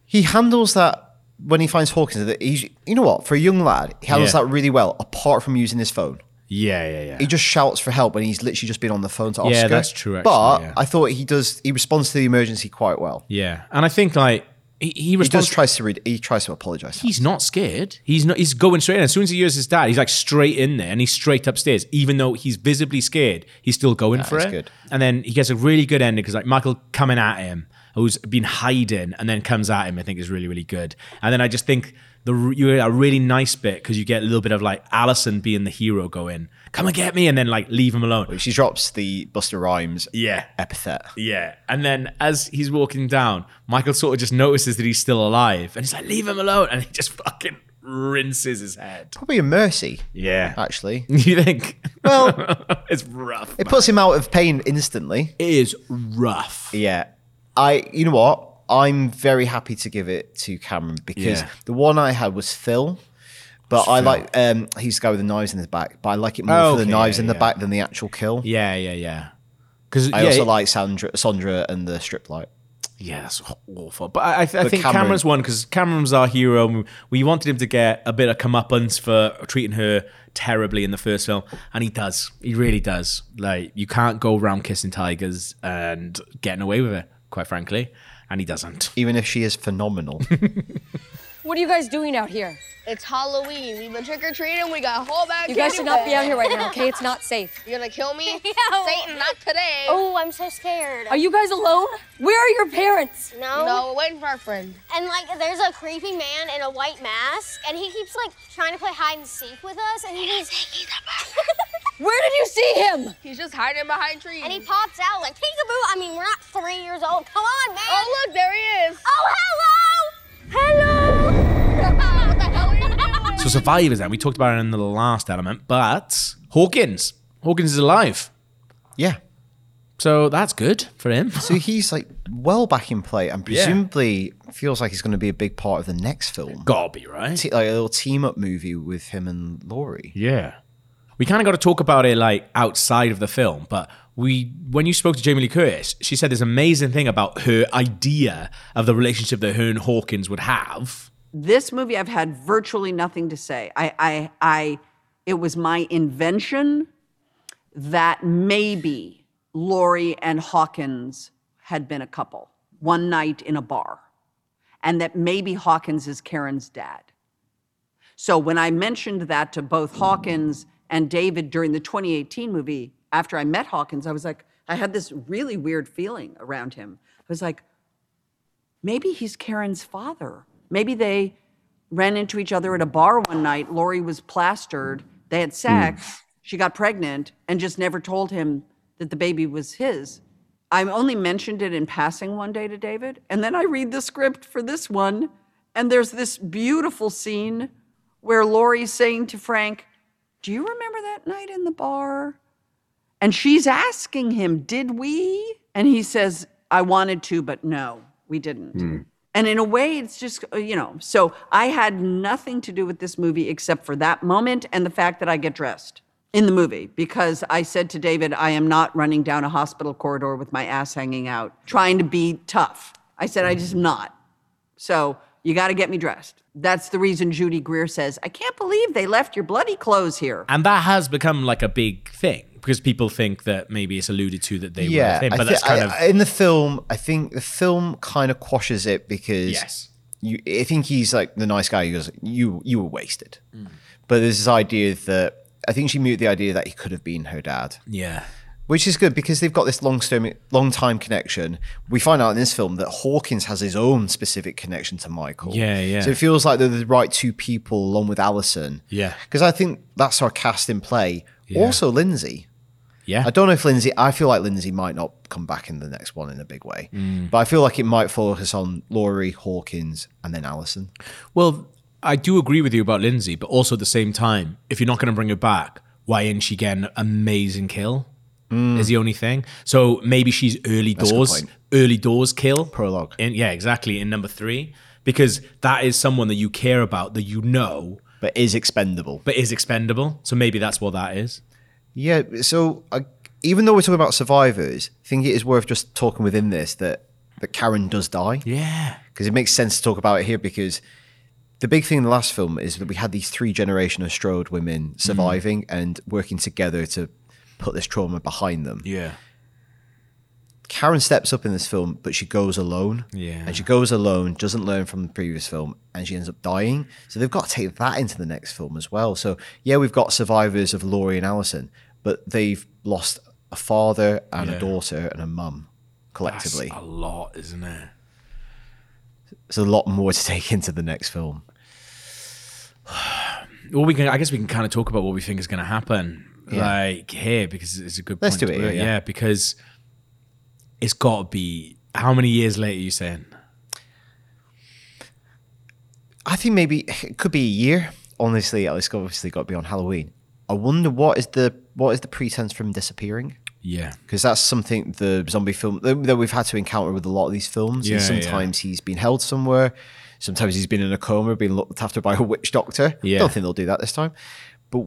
Speaker 7: he handles that when he finds Hawkins. That he's, you know what, for a young lad, he handles
Speaker 1: Yeah.
Speaker 7: that really well. Apart from using his phone,
Speaker 1: Yeah, yeah, yeah.
Speaker 7: he just shouts for help, and he's literally just been on the phone to Oscar.
Speaker 1: Yeah, that's true, actually,
Speaker 7: but
Speaker 1: yeah.
Speaker 7: I thought he does. He responds to the emergency quite well.
Speaker 1: yeah, and I think like he, he
Speaker 7: He does
Speaker 1: responds.
Speaker 7: tries to read. He tries to apologize.
Speaker 1: he's not scared. He's not. He's going straight in. As soon as he hears his dad, he's like straight in there, and he's straight upstairs. Even though he's visibly scared, he's still going for
Speaker 7: is
Speaker 1: it.
Speaker 7: good.
Speaker 1: And then he gets a really good ending because like Michael coming at him, who's been hiding, and then comes at him. I think is really really good. And then I just think the r- you get a really nice bit because you get a little bit of like Allison being the hero, going come and get me, and then like leave him alone.
Speaker 7: She drops the Buster Rhymes
Speaker 1: Yeah,
Speaker 7: epithet.
Speaker 1: yeah. And then as he's walking down, Michael sort of just notices that he's still alive and he's like, leave him alone. And he just fucking rinses his head.
Speaker 7: Probably a mercy,
Speaker 1: Yeah.
Speaker 7: actually.
Speaker 1: You think?
Speaker 7: Uh, Well,
Speaker 1: it's rough.
Speaker 7: it puts him out of pain instantly.
Speaker 1: It is rough.
Speaker 7: Yeah. I you know what? I'm very happy to give it to Cameron because
Speaker 1: Yeah.
Speaker 7: the one I had was Phil. But I like um he's the guy with the knives in his back, but I like it more for
Speaker 1: Oh, Okay,
Speaker 7: the knives
Speaker 1: yeah,
Speaker 7: in the
Speaker 1: yeah.
Speaker 7: back than the actual kill.
Speaker 1: Yeah, yeah, yeah. Because
Speaker 7: I
Speaker 1: yeah,
Speaker 7: also
Speaker 1: it-
Speaker 7: like Sandra Sandra and the strip light.
Speaker 1: yeah, that's awful. But I, I, I think
Speaker 7: Cameron-
Speaker 1: Cameron's one because Cameron's our hero. And we wanted him to get a bit of comeuppance for treating her terribly in the first film, and he does. He really does. Like you can't go around kissing tigers and getting away with it, quite frankly. And he doesn't.
Speaker 7: Even if she is phenomenal.
Speaker 12: What are you guys doing out here?
Speaker 13: It's Halloween. We've been trick or treating. We got a whole bag.
Speaker 12: You guys should not be out here right now, okay? It's not safe.
Speaker 13: You're gonna kill me,
Speaker 12: Yeah.
Speaker 13: Satan? Not today.
Speaker 12: Oh,
Speaker 13: I'm so scared.
Speaker 12: Are you guys alone? Where are your parents?
Speaker 13: No. No, we're waiting for our friend.
Speaker 14: And like, there's a creepy man in a white mask, and he keeps like trying to play hide and seek with us, and he keeps taking the
Speaker 12: Where did you see him?
Speaker 13: He's just hiding behind trees.
Speaker 14: and he pops out like peekaboo. I mean, we're not three years old. Come on, man.
Speaker 13: Oh look, there he is.
Speaker 14: Oh, hello. Hello.
Speaker 13: what the hell are you doing?
Speaker 1: So survivors. Then we talked about it in the last element, but Hawkins. Hawkins is alive.
Speaker 7: yeah.
Speaker 1: So that's good for him.
Speaker 7: So he's like well back in play and
Speaker 1: Yeah.
Speaker 7: presumably feels like he's going to be a big part of the next film.
Speaker 1: Gotta be, right?
Speaker 7: Te- like a little team up movie with him and Laurie.
Speaker 1: Yeah. We kind of got to talk about it like outside of the film, but we when you spoke to Jamie Lee Curtis, she said this amazing thing about her idea of the relationship that her and Hawkins would have.
Speaker 5: this movie I've had virtually nothing to say. I I I it was my invention that maybe Laurie and Hawkins had been a couple one night in a bar and that maybe Hawkins is Karen's dad. So when I mentioned that to both Hawkins and David during the 2018 movie after I met Hawkins, I was like I had this really weird feeling around him. I was like maybe he's Karen's father. Maybe they ran into each other at a bar one night. Lori was plastered. They had sex. She got pregnant and just never told him that the baby was his. I only mentioned it in passing one day to David. And then I read the script for this one. And there's this beautiful scene where Lori's saying to Frank, Do you remember that night in the bar? And she's asking him, Did we? And he says, I wanted to, but no, we didn't. And in a way, it's just, uh, you know, so I had nothing to do with this movie except for that moment and the fact that I get dressed in the movie because I said to David, I am not running down a hospital corridor with my ass hanging out, trying to be tough. I said, I just am not. So you got to get me dressed. That's the reason Judy Greer says, I can't believe they left your bloody clothes here.
Speaker 1: And that has become like a big thing because people think that maybe it's alluded to that they were with him,
Speaker 7: I
Speaker 1: but
Speaker 7: thi-
Speaker 1: that's kind
Speaker 7: I-
Speaker 1: of
Speaker 7: I- in the film. I think the film kind of quashes it because
Speaker 1: Yes.
Speaker 7: you, I think he's like the nice guy who goes, "You you were wasted,"
Speaker 1: Mm.
Speaker 7: but there's this idea that I think she muted the idea that he could have been her dad.
Speaker 1: yeah.
Speaker 7: Which is good because they've got this long term, long time connection. We find out in this film that Hawkins has his own specific connection to Michael.
Speaker 1: Yeah, yeah.
Speaker 7: So it feels like they're the right two people, along with Allison.
Speaker 1: Yeah.
Speaker 7: because I think that's our cast in play. Also, Lindsay.
Speaker 1: Yeah.
Speaker 7: I don't know if Lindsay. I feel like Lindsay might not come back in the next one in a big way, but I feel like it might focus on Laurie Hawkins and then Allison.
Speaker 1: Well, I do agree with you about Lindsay, but also at the same time, if you're not going to bring her back, why isn't she getting an amazing kill? Is the only thing. So maybe she's early
Speaker 7: Mm. That's a good
Speaker 1: doors,
Speaker 7: point.
Speaker 1: early doors kill
Speaker 7: prologue.
Speaker 1: In, yeah, exactly. In number three, because that is someone that you care about, that you know,
Speaker 7: But is expendable.
Speaker 1: but is expendable. So maybe that's what that is.
Speaker 7: Yeah. So I, even though we're talking about survivors, I think it is worth just talking within this that that Karen does die.
Speaker 1: Yeah.
Speaker 7: because it makes sense to talk about it here because the big thing in the last film is that we had these three generation of Strode women
Speaker 1: Mm.
Speaker 7: surviving and working together to put this trauma behind them.
Speaker 1: Yeah.
Speaker 7: Karen steps up in this film, but she goes alone.
Speaker 1: Yeah.
Speaker 7: And she goes alone, doesn't learn from the previous film, and she ends up dying. So they've got to take that into the next film as well. So, yeah, we've got survivors of Laurie and Allison, but they've lost a father and
Speaker 1: Yeah.
Speaker 7: a daughter and a mum
Speaker 1: That's
Speaker 7: collectively.
Speaker 1: a lot, isn't it?
Speaker 7: There's a lot more to take into the next film.
Speaker 1: Well, we can. I guess we can kind of talk about what we think is going to happen, like here, because it's a good.
Speaker 7: Let's
Speaker 1: point
Speaker 7: do
Speaker 1: to
Speaker 7: it
Speaker 1: put
Speaker 7: here, yeah.
Speaker 1: because it's got to be how many years later? You saying?
Speaker 7: I think maybe it could be a year. Honestly, it's obviously got to be on Halloween. I wonder what is the what is the pretense from disappearing?
Speaker 1: Yeah,
Speaker 7: Because that's something the zombie film that that we've had to encounter with a lot of these films.
Speaker 1: Yeah,
Speaker 7: and sometimes he's been held somewhere. Sometimes he's been in a coma, being looked after by a witch doctor.
Speaker 1: Yeah.
Speaker 7: I don't think they'll do that this time. But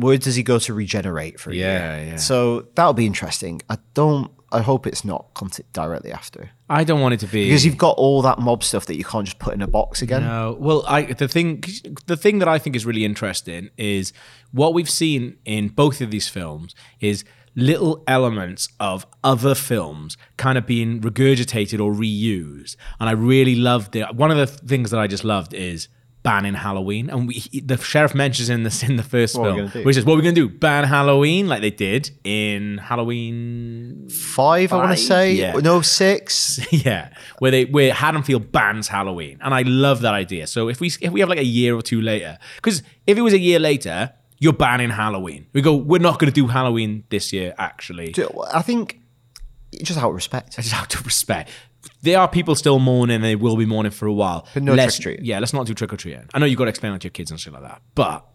Speaker 7: where does he go to regenerate for a
Speaker 1: Yeah,
Speaker 7: year?
Speaker 1: yeah.
Speaker 7: So that'll be interesting. I don't. I hope it's not content directly after
Speaker 1: I don't want it to be
Speaker 7: because you've got all that mob stuff that you can't just put in a box again.
Speaker 1: No, well, I the thing the thing that I think is really interesting is what we've seen in both of these films is little elements of other films kind of being regurgitated or reused, and I really loved it. One of the things that I just loved is banning Halloween, and we he- the sheriff mentions in this in the first
Speaker 7: What are we
Speaker 1: film,
Speaker 7: gonna do?
Speaker 1: which is what we're going to do: ban Halloween, like they did in Halloween
Speaker 7: five, I want
Speaker 1: Five?
Speaker 7: to say.
Speaker 1: Yeah.
Speaker 7: No, six.
Speaker 1: yeah, where they where Haddonfield bans Halloween, and I love that idea. So if we if we have like a year or two later, because if it was a year later, you're banning Halloween. We go, we're not going to do Halloween this year. Actually,
Speaker 7: Do- I think just out of respect.
Speaker 1: just out of respect, there are people still mourning. They will be mourning for a while.
Speaker 7: But no
Speaker 1: let's,
Speaker 7: trick-or-treat.
Speaker 1: Yeah, let's not do trick or treating. I know you got to explain that to your kids and shit like that, but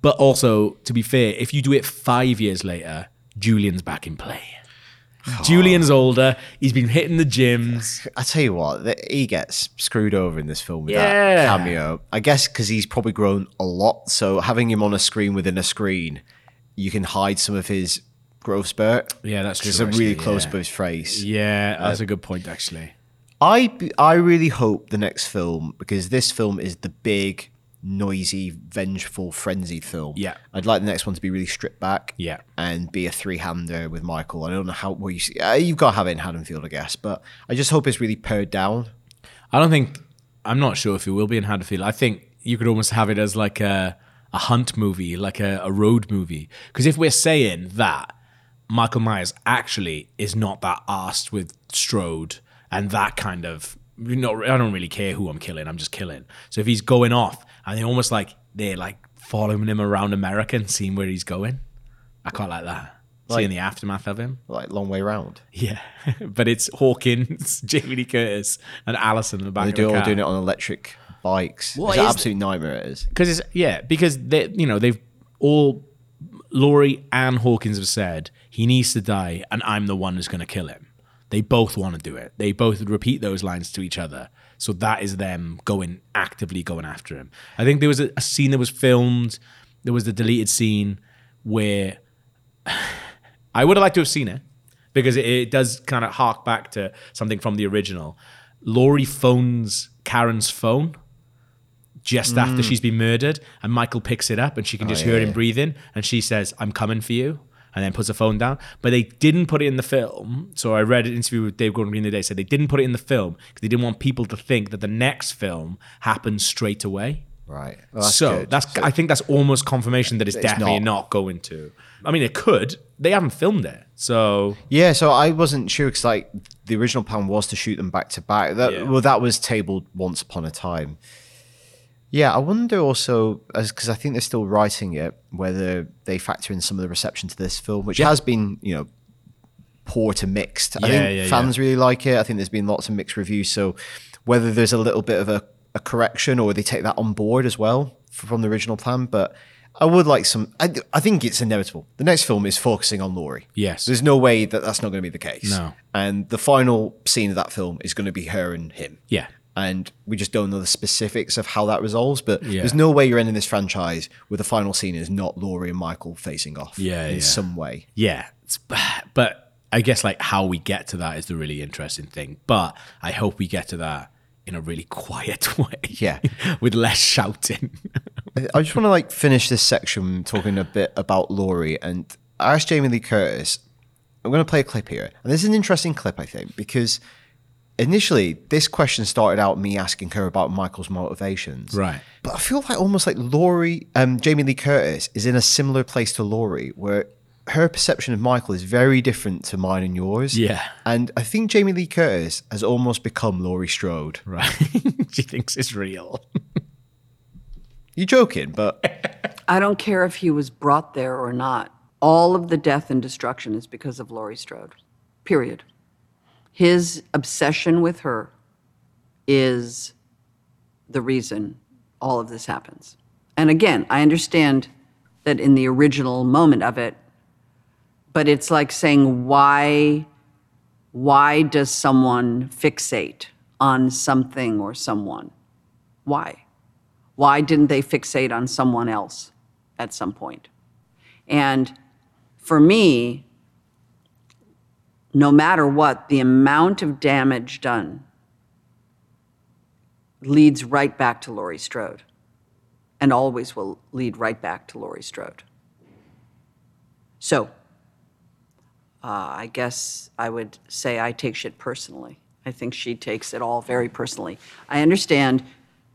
Speaker 1: but also to be fair, if you do it five years later, Julian's back in play. Julian's older. He's been hitting the gyms.
Speaker 7: I tell you what, th- he gets screwed over in this film with
Speaker 1: Yeah.
Speaker 7: that cameo. I guess because he's probably grown a lot, so having him on a screen within a screen, you can hide some of his growth spurt.
Speaker 1: Yeah, that's
Speaker 7: It's
Speaker 1: true,
Speaker 7: a really
Speaker 1: actually,
Speaker 7: close
Speaker 1: yeah.
Speaker 7: up of his face.
Speaker 1: Yeah, that's a good point actually.
Speaker 7: I I really hope the next film because this film is the big noisy vengeful frenzied film
Speaker 1: Yeah.
Speaker 7: i'd like the next one to be really stripped back
Speaker 1: Yeah.
Speaker 7: and be a three-hander with michael i don't know how well you see uh, you've got to have it in haddonfield i guess but i just hope it's really pared down
Speaker 1: I don't think I'm not sure if it will be in Haddonfield. I think you could almost have it as like a a hunt movie, like a, a road movie. Because if we're saying that Michael Myers actually is not that arsed with Strode and that kind of you know, I don't really care who I'm killing, I'm just killing. So if he's going off and they're almost like they're like following him around America and seeing where he's going. I quite like that.
Speaker 7: Like-
Speaker 1: seeing the aftermath of him.
Speaker 7: like long way round
Speaker 1: Yeah. but it's Hawkins, Jamie Lee Curtis, and Allison in the back
Speaker 7: they
Speaker 1: of the
Speaker 7: do
Speaker 1: car.
Speaker 7: all doing it on electric bikes
Speaker 1: What
Speaker 7: it's an
Speaker 1: is-
Speaker 7: absolute nightmare it is
Speaker 1: Because it's yeah, because they you know they've all Laurie and Hawkins have said he needs to die, and I'm the one who's going to kill him. They both want to do it. They both repeat those lines to each other. So that is them going actively going after him. I think there was a, a scene that was filmed. There was the deleted scene where I would have liked to have seen it because it, it does kind of hark back to something from the original. Laurie phones Karen's phone just after she's been murdered, and Michael picks it up, and she can just
Speaker 7: Mm. Oh, yeah,
Speaker 1: hear him
Speaker 7: yeah.
Speaker 1: breathing, and she says, "I'm coming for you." And then puts her phone down, but they didn't put it in the film. So I read an interview with Dave Gordon Green the other day said they didn't put it in the film because they didn't want people to think that the next film happens straight away.
Speaker 7: right Well, Oh, that's
Speaker 1: so
Speaker 7: good.
Speaker 1: that's I think that's almost confirmation that it's,
Speaker 7: It's
Speaker 1: definitely
Speaker 7: not.
Speaker 1: not. going to. I mean, it could. They haven't filmed it, so
Speaker 7: Yeah, so I wasn't sure because like the original plan was to shoot them back to back. That
Speaker 1: Yeah.
Speaker 7: well, that was tabled once upon a time. Yeah, I wonder also because I think they're still writing it whether they factor in some of the reception to this film, which has been you know poor to mixed. I
Speaker 1: Yeah,
Speaker 7: think
Speaker 1: yeah,
Speaker 7: fans really like it. I think there's been lots of mixed reviews. So whether there's a little bit of a, a correction or they take that on board as well f- from the original plan, but. I would like some. I, I think it's inevitable. The next film is focusing on Laurie.
Speaker 1: Yes.
Speaker 7: There's no way that that's not going to be the case.
Speaker 1: No.
Speaker 7: And the final scene of that film is going to be her and him.
Speaker 1: yeah,
Speaker 7: And we just don't know the specifics of how that resolves, but
Speaker 1: Yeah.
Speaker 7: there's no way you're ending this franchise where the final scene is not Laurie and Michael facing off
Speaker 1: Yeah,
Speaker 7: in
Speaker 1: yeah.
Speaker 7: some way.
Speaker 1: yeah. It's, but I guess like how we get to that is the really interesting thing. But I hope we get to that in a really quiet way.
Speaker 7: Yeah.
Speaker 1: with less shouting.
Speaker 7: I just want to like finish this section talking a bit about Laurie and I asked Jamie Lee Curtis. I'm going to play a clip here, and this is an interesting clip, I think, because initially this question started out me asking her about Michael's motivations,
Speaker 1: Right.
Speaker 7: But I feel like almost like Laurie, um, Jamie Lee Curtis is in a similar place to Laurie, where her perception of Michael is very different to mine and yours.
Speaker 1: Yeah.
Speaker 7: and I think Jamie Lee Curtis has almost become Laurie Strode.
Speaker 1: right, she thinks it's real.
Speaker 7: You're joking, but
Speaker 5: I don't care if he was brought there or not. All of the death and destruction is because of Laurie Strode. Period. His obsession with her is the reason all of this happens. And again, I understand that in the original moment of it, but it's like saying why why does someone fixate on something or someone? Why? why didn't they fixate on someone else at some point? And for me, no matter what, the amount of damage done leads right back to Laurie Strode and always will lead right back to Laurie Strode. So, uh, I guess I would say I take shit personally. I think she takes it all very personally. I understand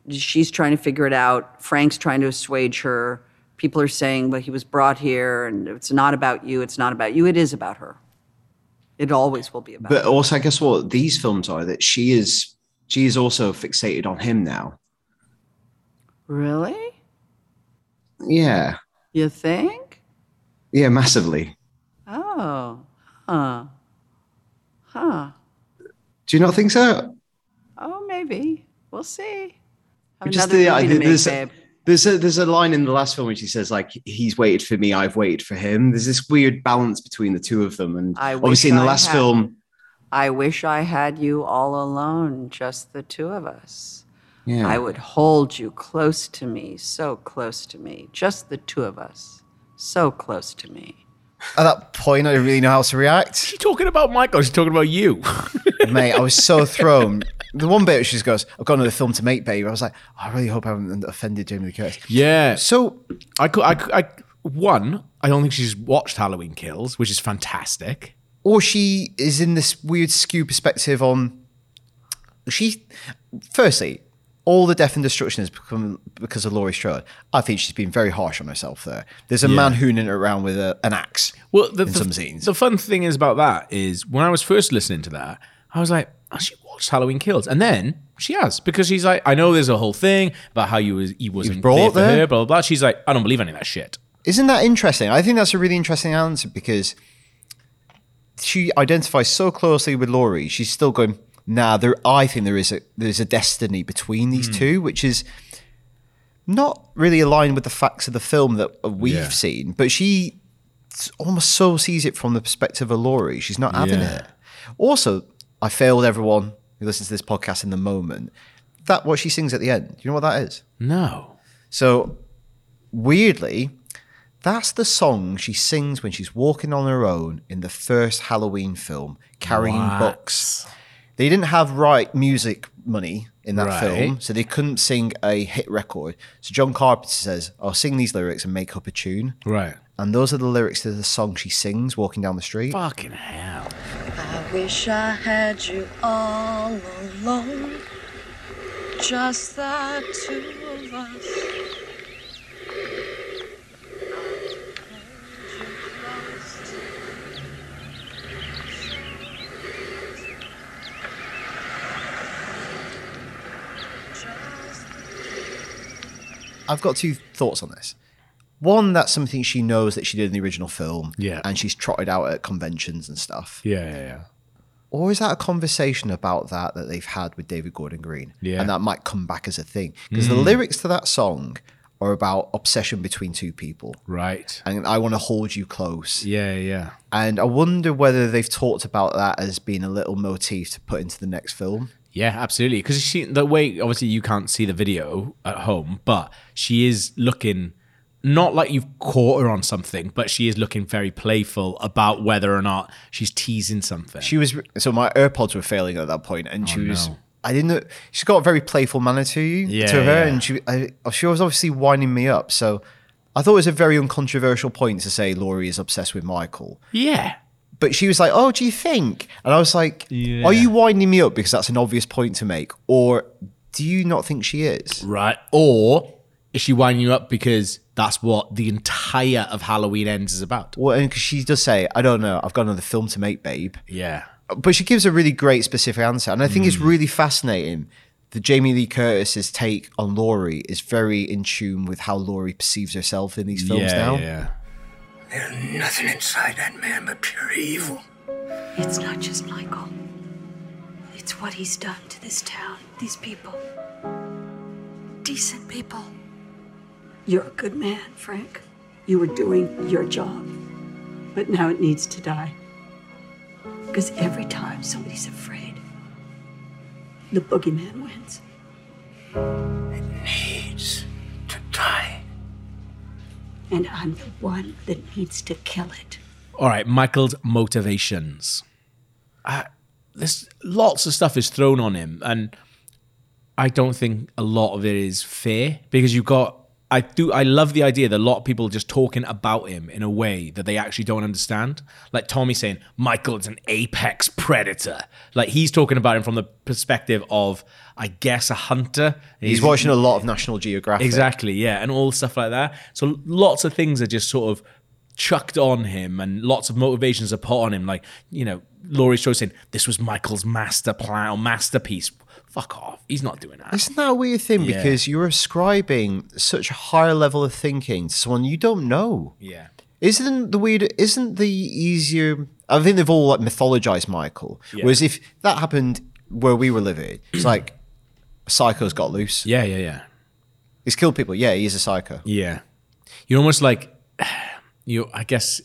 Speaker 5: she's trying to figure it out. Frank's trying to assuage her. People are saying, well, he was brought here and it's not about you. It's not about you. It is about her. It always will be about
Speaker 2: But also, I guess what these films are that she is she is also fixated on him now.
Speaker 5: Really?
Speaker 2: Yeah,
Speaker 5: You think?
Speaker 2: yeah, massively.
Speaker 5: Oh, huh. Huh.
Speaker 2: Do you not think so?
Speaker 5: Oh, maybe. We'll see. Have
Speaker 2: Just
Speaker 5: another
Speaker 2: the
Speaker 5: movie to
Speaker 2: idea-
Speaker 5: make,
Speaker 2: this-
Speaker 5: babe.
Speaker 2: There's a there's a line in the last film which he says like he's waited for me, I've waited for him. There's this weird balance between the two of them, and
Speaker 5: I wish
Speaker 2: obviously in the
Speaker 5: I
Speaker 2: last
Speaker 5: had-
Speaker 2: film,
Speaker 5: I wish I had you all alone, just the two of us.
Speaker 2: Yeah.
Speaker 5: I would hold you close to me, so close to me, just the two of us, so close to me.
Speaker 7: At that point, I didn't really know how to react. She's
Speaker 1: talking about Michael. She's talking about you.
Speaker 7: Mate, I was so thrown. The one bit where she just goes, I've got another film to make, babe. I was like, I really hope I haven't offended Jamie Lee Curtis.
Speaker 1: Yeah.
Speaker 7: So
Speaker 1: I could, I, cou- I, one, I don't think she's watched Halloween Kills, which is fantastic.
Speaker 7: Or she is in this weird skew perspective on. She, firstly, all the death and destruction has become because of Laurie Strode. I think she's been very harsh on herself there. There's a
Speaker 1: Yeah.
Speaker 7: man hooning her around with a, an axe.
Speaker 1: Well, the,
Speaker 7: in
Speaker 1: the-
Speaker 7: some scenes.
Speaker 1: the fun thing is about that is when I was first listening to that, I was like, oh, she watched Halloween Kills, and then she has because she's like, I know there's a whole thing about how you was he wasn't
Speaker 7: brought
Speaker 1: there for
Speaker 7: there?
Speaker 1: her, blah blah blah. She's like, I don't believe any of that shit.
Speaker 7: Isn't that interesting? I think that's a really interesting answer because she identifies so closely with Laurie. She's still going, nah, there I think there is a there's a destiny between these
Speaker 1: Hmm.
Speaker 7: two, which is not really aligned with the facts of the film that uh, we've
Speaker 1: Yeah.
Speaker 7: seen, but she s- almost so sees it from the perspective of Laurie. She's not having
Speaker 1: Yeah.
Speaker 7: it. Also, I failed everyone who listens to this podcast in the moment. That what she sings at the end. Do you know what that is?
Speaker 1: No.
Speaker 7: So weirdly, that's the song she sings when she's walking on her own in the first Halloween film, carrying
Speaker 1: What?
Speaker 7: books. They didn't have right music money in that
Speaker 1: Right.
Speaker 7: film, so they couldn't sing a hit record. So John Carpenter says, "I'll sing these lyrics and make up a tune."
Speaker 1: Right.
Speaker 7: And those are the lyrics to the song she sings walking down the street.
Speaker 1: Fucking hell.
Speaker 3: I wish I had you all alone. Just the two of us.
Speaker 7: I've got two thoughts on this. One, that's something she knows that she did in the original film,
Speaker 1: Yeah.
Speaker 7: and she's trotted out at conventions and stuff.
Speaker 1: Yeah, yeah, yeah.
Speaker 7: Or is that a conversation about that that they've had with David Gordon Green?
Speaker 1: Yeah.
Speaker 7: And that might come back as a thing. Because the
Speaker 1: Mm.
Speaker 7: lyrics to that song are about obsession between two people.
Speaker 1: Right.
Speaker 7: And I want to hold you close.
Speaker 1: Yeah, yeah.
Speaker 7: And I wonder whether they've talked about that as being a little motif to put into the next film.
Speaker 1: Yeah, absolutely. Because she, the way obviously you can't see the video at home, but she is looking not like you've caught her on something, but she is looking very playful about whether or not she's teasing something.
Speaker 7: She was so my AirPods were failing at that point, and she
Speaker 1: Oh,
Speaker 7: was.
Speaker 1: no.
Speaker 7: I didn't. know She's got a very playful manner to you,
Speaker 1: Yeah,
Speaker 7: to
Speaker 1: yeah.
Speaker 7: her, and she I, she was obviously winding me up. So I thought it was a very uncontroversial point to say Laurie is obsessed with Michael.
Speaker 1: Yeah.
Speaker 7: But she was like, "Oh, do you think?" And I was like, "Are you winding me up because that's an obvious point to make, or do you not think she is?"
Speaker 1: Right. Or is she winding you up because that's what the entire of Halloween ends is about?
Speaker 7: Well, and 'cause she does say, "I don't know. I've got another film to make, babe."
Speaker 1: Yeah.
Speaker 7: but she gives a really great specific answer, and I think it's
Speaker 1: Hmm.
Speaker 7: really fascinating. The Jamie Lee Curtis's take on Laurie is very in tune with how Laurie perceives herself in these films
Speaker 1: yeah,
Speaker 7: now.
Speaker 1: yeah.
Speaker 11: There's nothing inside that man but pure evil.
Speaker 3: It's not just Michael. It's what he's done to this town, these people. Decent people.
Speaker 8: You're a good man, Frank. You were doing your job, but now it needs to die.
Speaker 3: Because every time somebody's afraid, the boogeyman wins.
Speaker 11: Needs to die.
Speaker 3: And I'm the one that needs to kill it.
Speaker 1: All right, Michael's motivations. I, there's lots of stuff is thrown on him, and I don't think a lot of it is fair because you've got. I do. I love the idea that a lot of people just talking about him in a way that they actually don't understand. Like Tommy saying, "Michael is an apex predator." Like he's talking about him from the perspective of, I guess, a hunter.
Speaker 7: He's watching a lot of National Geographic.
Speaker 1: Exactly, yeah, and all stuff like that. So lots of things are just sort of chucked on him, and lots of motivations are put on him. Like you know, Laurie Strode saying this was Michael's master plan or masterpiece. Fuck off, he's not doing that.
Speaker 7: Isn't that a weird thing?
Speaker 1: Yeah.
Speaker 7: Because you're ascribing such a higher level of thinking to someone you don't know.
Speaker 1: Yeah,
Speaker 7: Isn't the weird? Isn't the easier? I think they've all like mythologized Michael.
Speaker 1: Yeah.
Speaker 7: Whereas if that happened where we were living, it's like psycho's got loose.
Speaker 1: yeah, yeah, yeah.
Speaker 7: He's killed people. Yeah, he is a psycho.
Speaker 1: Yeah. You're almost like you I guess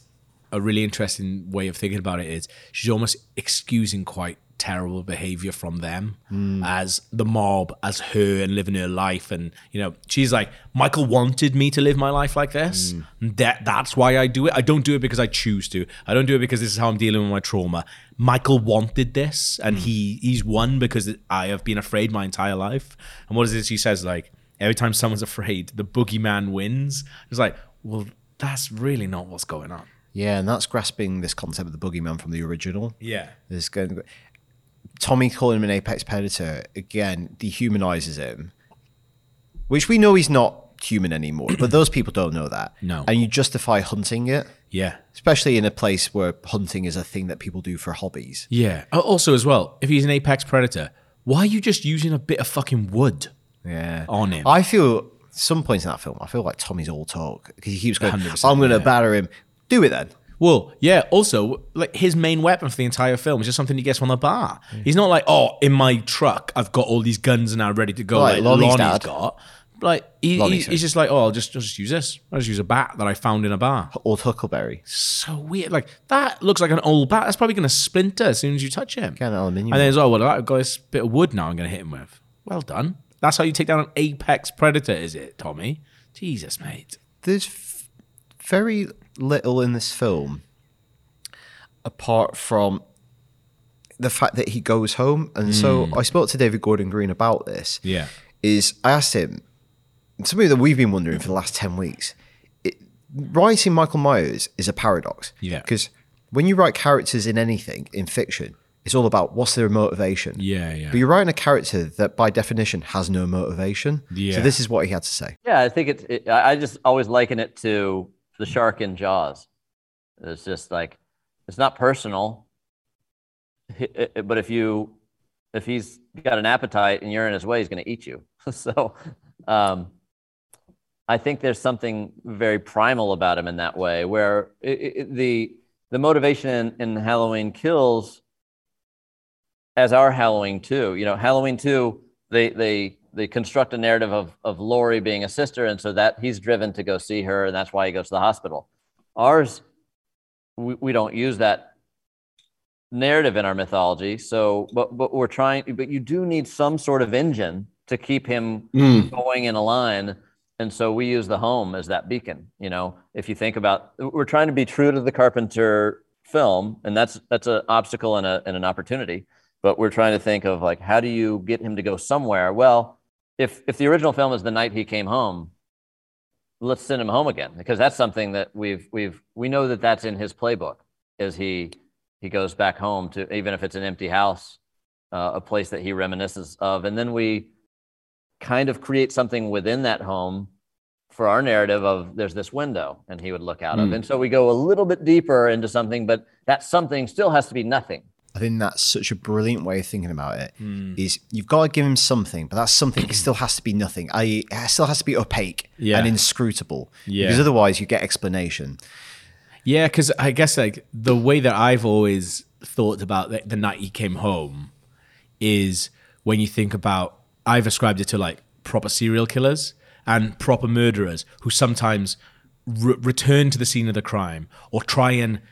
Speaker 1: a really interesting way of thinking about it is she's almost excusing quite terrible behavior from them
Speaker 15: Mm.
Speaker 1: as the mob, as her and living her life and you know, she's like Michael wanted me to live my life like this.
Speaker 15: Mm.
Speaker 1: And That that's why I do it. I don't do it because I choose to. I don't do it because this is how I'm dealing with my trauma. Michael wanted this and he he's won because I have been afraid my entire life. And what is it she says like every time someone's afraid, the boogeyman wins. It's like, well, that's really not what's going on.
Speaker 7: Yeah, and that's grasping this concept of the boogeyman from the original.
Speaker 1: Yeah.
Speaker 7: There's going Tommy calling him an apex predator again dehumanizes him, which we know he's not human anymore, but those people don't know that.
Speaker 1: No.
Speaker 7: And you justify hunting it,
Speaker 1: Yeah.
Speaker 7: especially in a place where hunting is a thing that people do for hobbies.
Speaker 1: Yeah. Al- Also, as well, if he's an apex predator, why are you just using a bit of fucking wood?
Speaker 7: Yeah.
Speaker 1: On him.
Speaker 7: I feel some points in that film, I feel like Tommy's all talk because he keeps going,
Speaker 1: 100%,
Speaker 7: I'm going to batter him. Do it then.
Speaker 1: Well, yeah. Also, like his main weapon for the entire film is just something he gets from the bar.
Speaker 7: Mm.
Speaker 1: He's not like, oh, in my truck, I've got all these guns and I'm ready to go.
Speaker 7: Right,
Speaker 1: Like,
Speaker 7: Lonnie's
Speaker 1: Lonnie's
Speaker 7: dad.
Speaker 1: got. Like he,
Speaker 7: Lonnie
Speaker 1: he-
Speaker 7: says.
Speaker 1: he's just like, oh, I'll just I'll just use this. I'll just use a bat that I found in a bar.
Speaker 7: Old Huckleberry.
Speaker 1: So weird. Like that looks like an old bat. That's probably going to splinter as soon as you touch him.
Speaker 7: Kind of aluminium.
Speaker 1: And then as well, well, I've got this bit of wood now. I'm going to hit him with. Well done. That's how you take down an apex predator, is it, Tommy? Jesus, mate.
Speaker 7: there's f- very little in this film apart from the fact that he goes home and so
Speaker 15: Mm.
Speaker 7: i spoke to david gordon green about this
Speaker 1: Yeah.
Speaker 7: is i asked him something that we've been wondering for the last 10 weeks it, writing michael myers is a paradox
Speaker 1: Yeah.
Speaker 7: because when you write characters in anything in fiction it's all about what's their motivation
Speaker 1: Yeah, yeah.
Speaker 7: but you're writing a character that by definition has no motivation
Speaker 1: Yeah.
Speaker 7: so this is what he had to say
Speaker 4: Yeah, I think it's. It, I I just always liken it to the shark in Jaws. It's just like it's not personal, H- i- i- but if you if he's got an appetite and you're in his way, he's going to eat you. so, um, I think there's something very primal about him in that way, where i i i- the the motivation in, in Halloween Kills as our Halloween two. You know, Halloween two, they they they construct a narrative of of Laurie being a sister, and so that he's driven to go see her, and that's why he goes to the hospital. Ours, we, we don't use that narrative in our mythology. So, but but we're trying, but you do need some sort of engine to keep him
Speaker 2: Mm.
Speaker 4: going in a line. And so we use the home as that beacon. You know, if you think about, we're trying to be true to the Carpenter film, and that's that's an obstacle and, a, and an opportunity. But we're trying to think of like, how do you get him to go somewhere? Well, if if the original film is the night he came home, let's send him home again because that's something that we've we've we know that that's in his playbook. Is he he goes back home to even if it's an empty house, uh, a place that he reminisces of, and then we kind of create something within that home for our narrative of there's this window and he would look out of.
Speaker 7: Mm.
Speaker 4: And so we go a little bit deeper into something, but that something still has to be nothing.
Speaker 7: I think that's such a brilliant way of thinking about it.
Speaker 1: Hmm. Mm.
Speaker 7: Is you've got to give him something, but that something still has to be nothing. I it still has to be opaque
Speaker 1: Yeah.
Speaker 7: and inscrutable.
Speaker 1: Yeah.
Speaker 7: Because otherwise you get explanation.
Speaker 1: Yeah, because I guess like the way that I've always thought about the, the night he came home is when you think about I've ascribed it to like proper serial killers and proper murderers who sometimes re- return to the scene of the crime or try and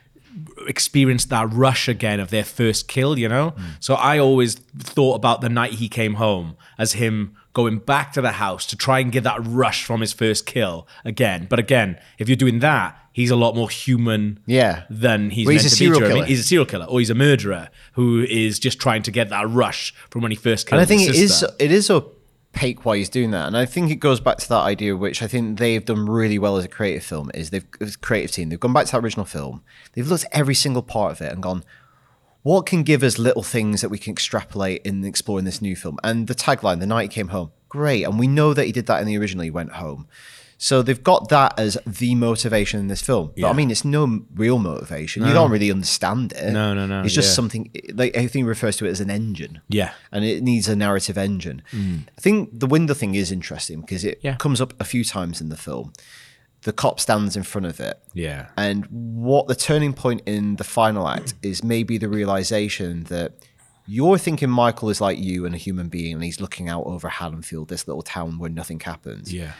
Speaker 1: experience that rush again of their first kill, you know?
Speaker 7: Hmm.
Speaker 1: So I always thought about the night he came home as him going back to the house to try and get that rush from his first kill again. But again, if you're doing that, he's a lot more human
Speaker 7: Yeah.
Speaker 1: than he's,
Speaker 7: Well, he's
Speaker 1: meant to be,
Speaker 7: a
Speaker 1: do you
Speaker 7: serial
Speaker 1: know what I mean?
Speaker 7: killer.
Speaker 1: He's a serial killer or he's a murderer who is just trying to get that rush from when he first killed
Speaker 7: and I think it
Speaker 1: his
Speaker 7: is
Speaker 1: sister.
Speaker 7: it is opaque why he's doing that. And I think it goes back to that idea which I think they've done really well as a creative film is they've as a creative team, they've gone back to that original film, they've looked at every single part of it and gone, what can give us little things that we can extrapolate in exploring this new film? And the tagline, the night he came home, great. And we know that he did that in the original, he went home. So they've got that as the motivation in this film. But I
Speaker 1: Yeah.
Speaker 7: mean, it's no real motivation. You
Speaker 1: No.
Speaker 7: don't really understand it.
Speaker 1: No, no, no,
Speaker 7: It's just
Speaker 1: yeah.
Speaker 7: something, like, I think it refers to it as an engine.
Speaker 1: Yeah.
Speaker 7: And it needs a narrative engine. I think the window thing is interesting because it comes up a few times in the film. The cop stands in front of it.
Speaker 1: Yeah.
Speaker 7: And what the turning point in the final act is maybe the realization that You're thinking Michael is like you and a human being, and he's looking out over Haddonfield, this little town where nothing happens.
Speaker 1: Yeah.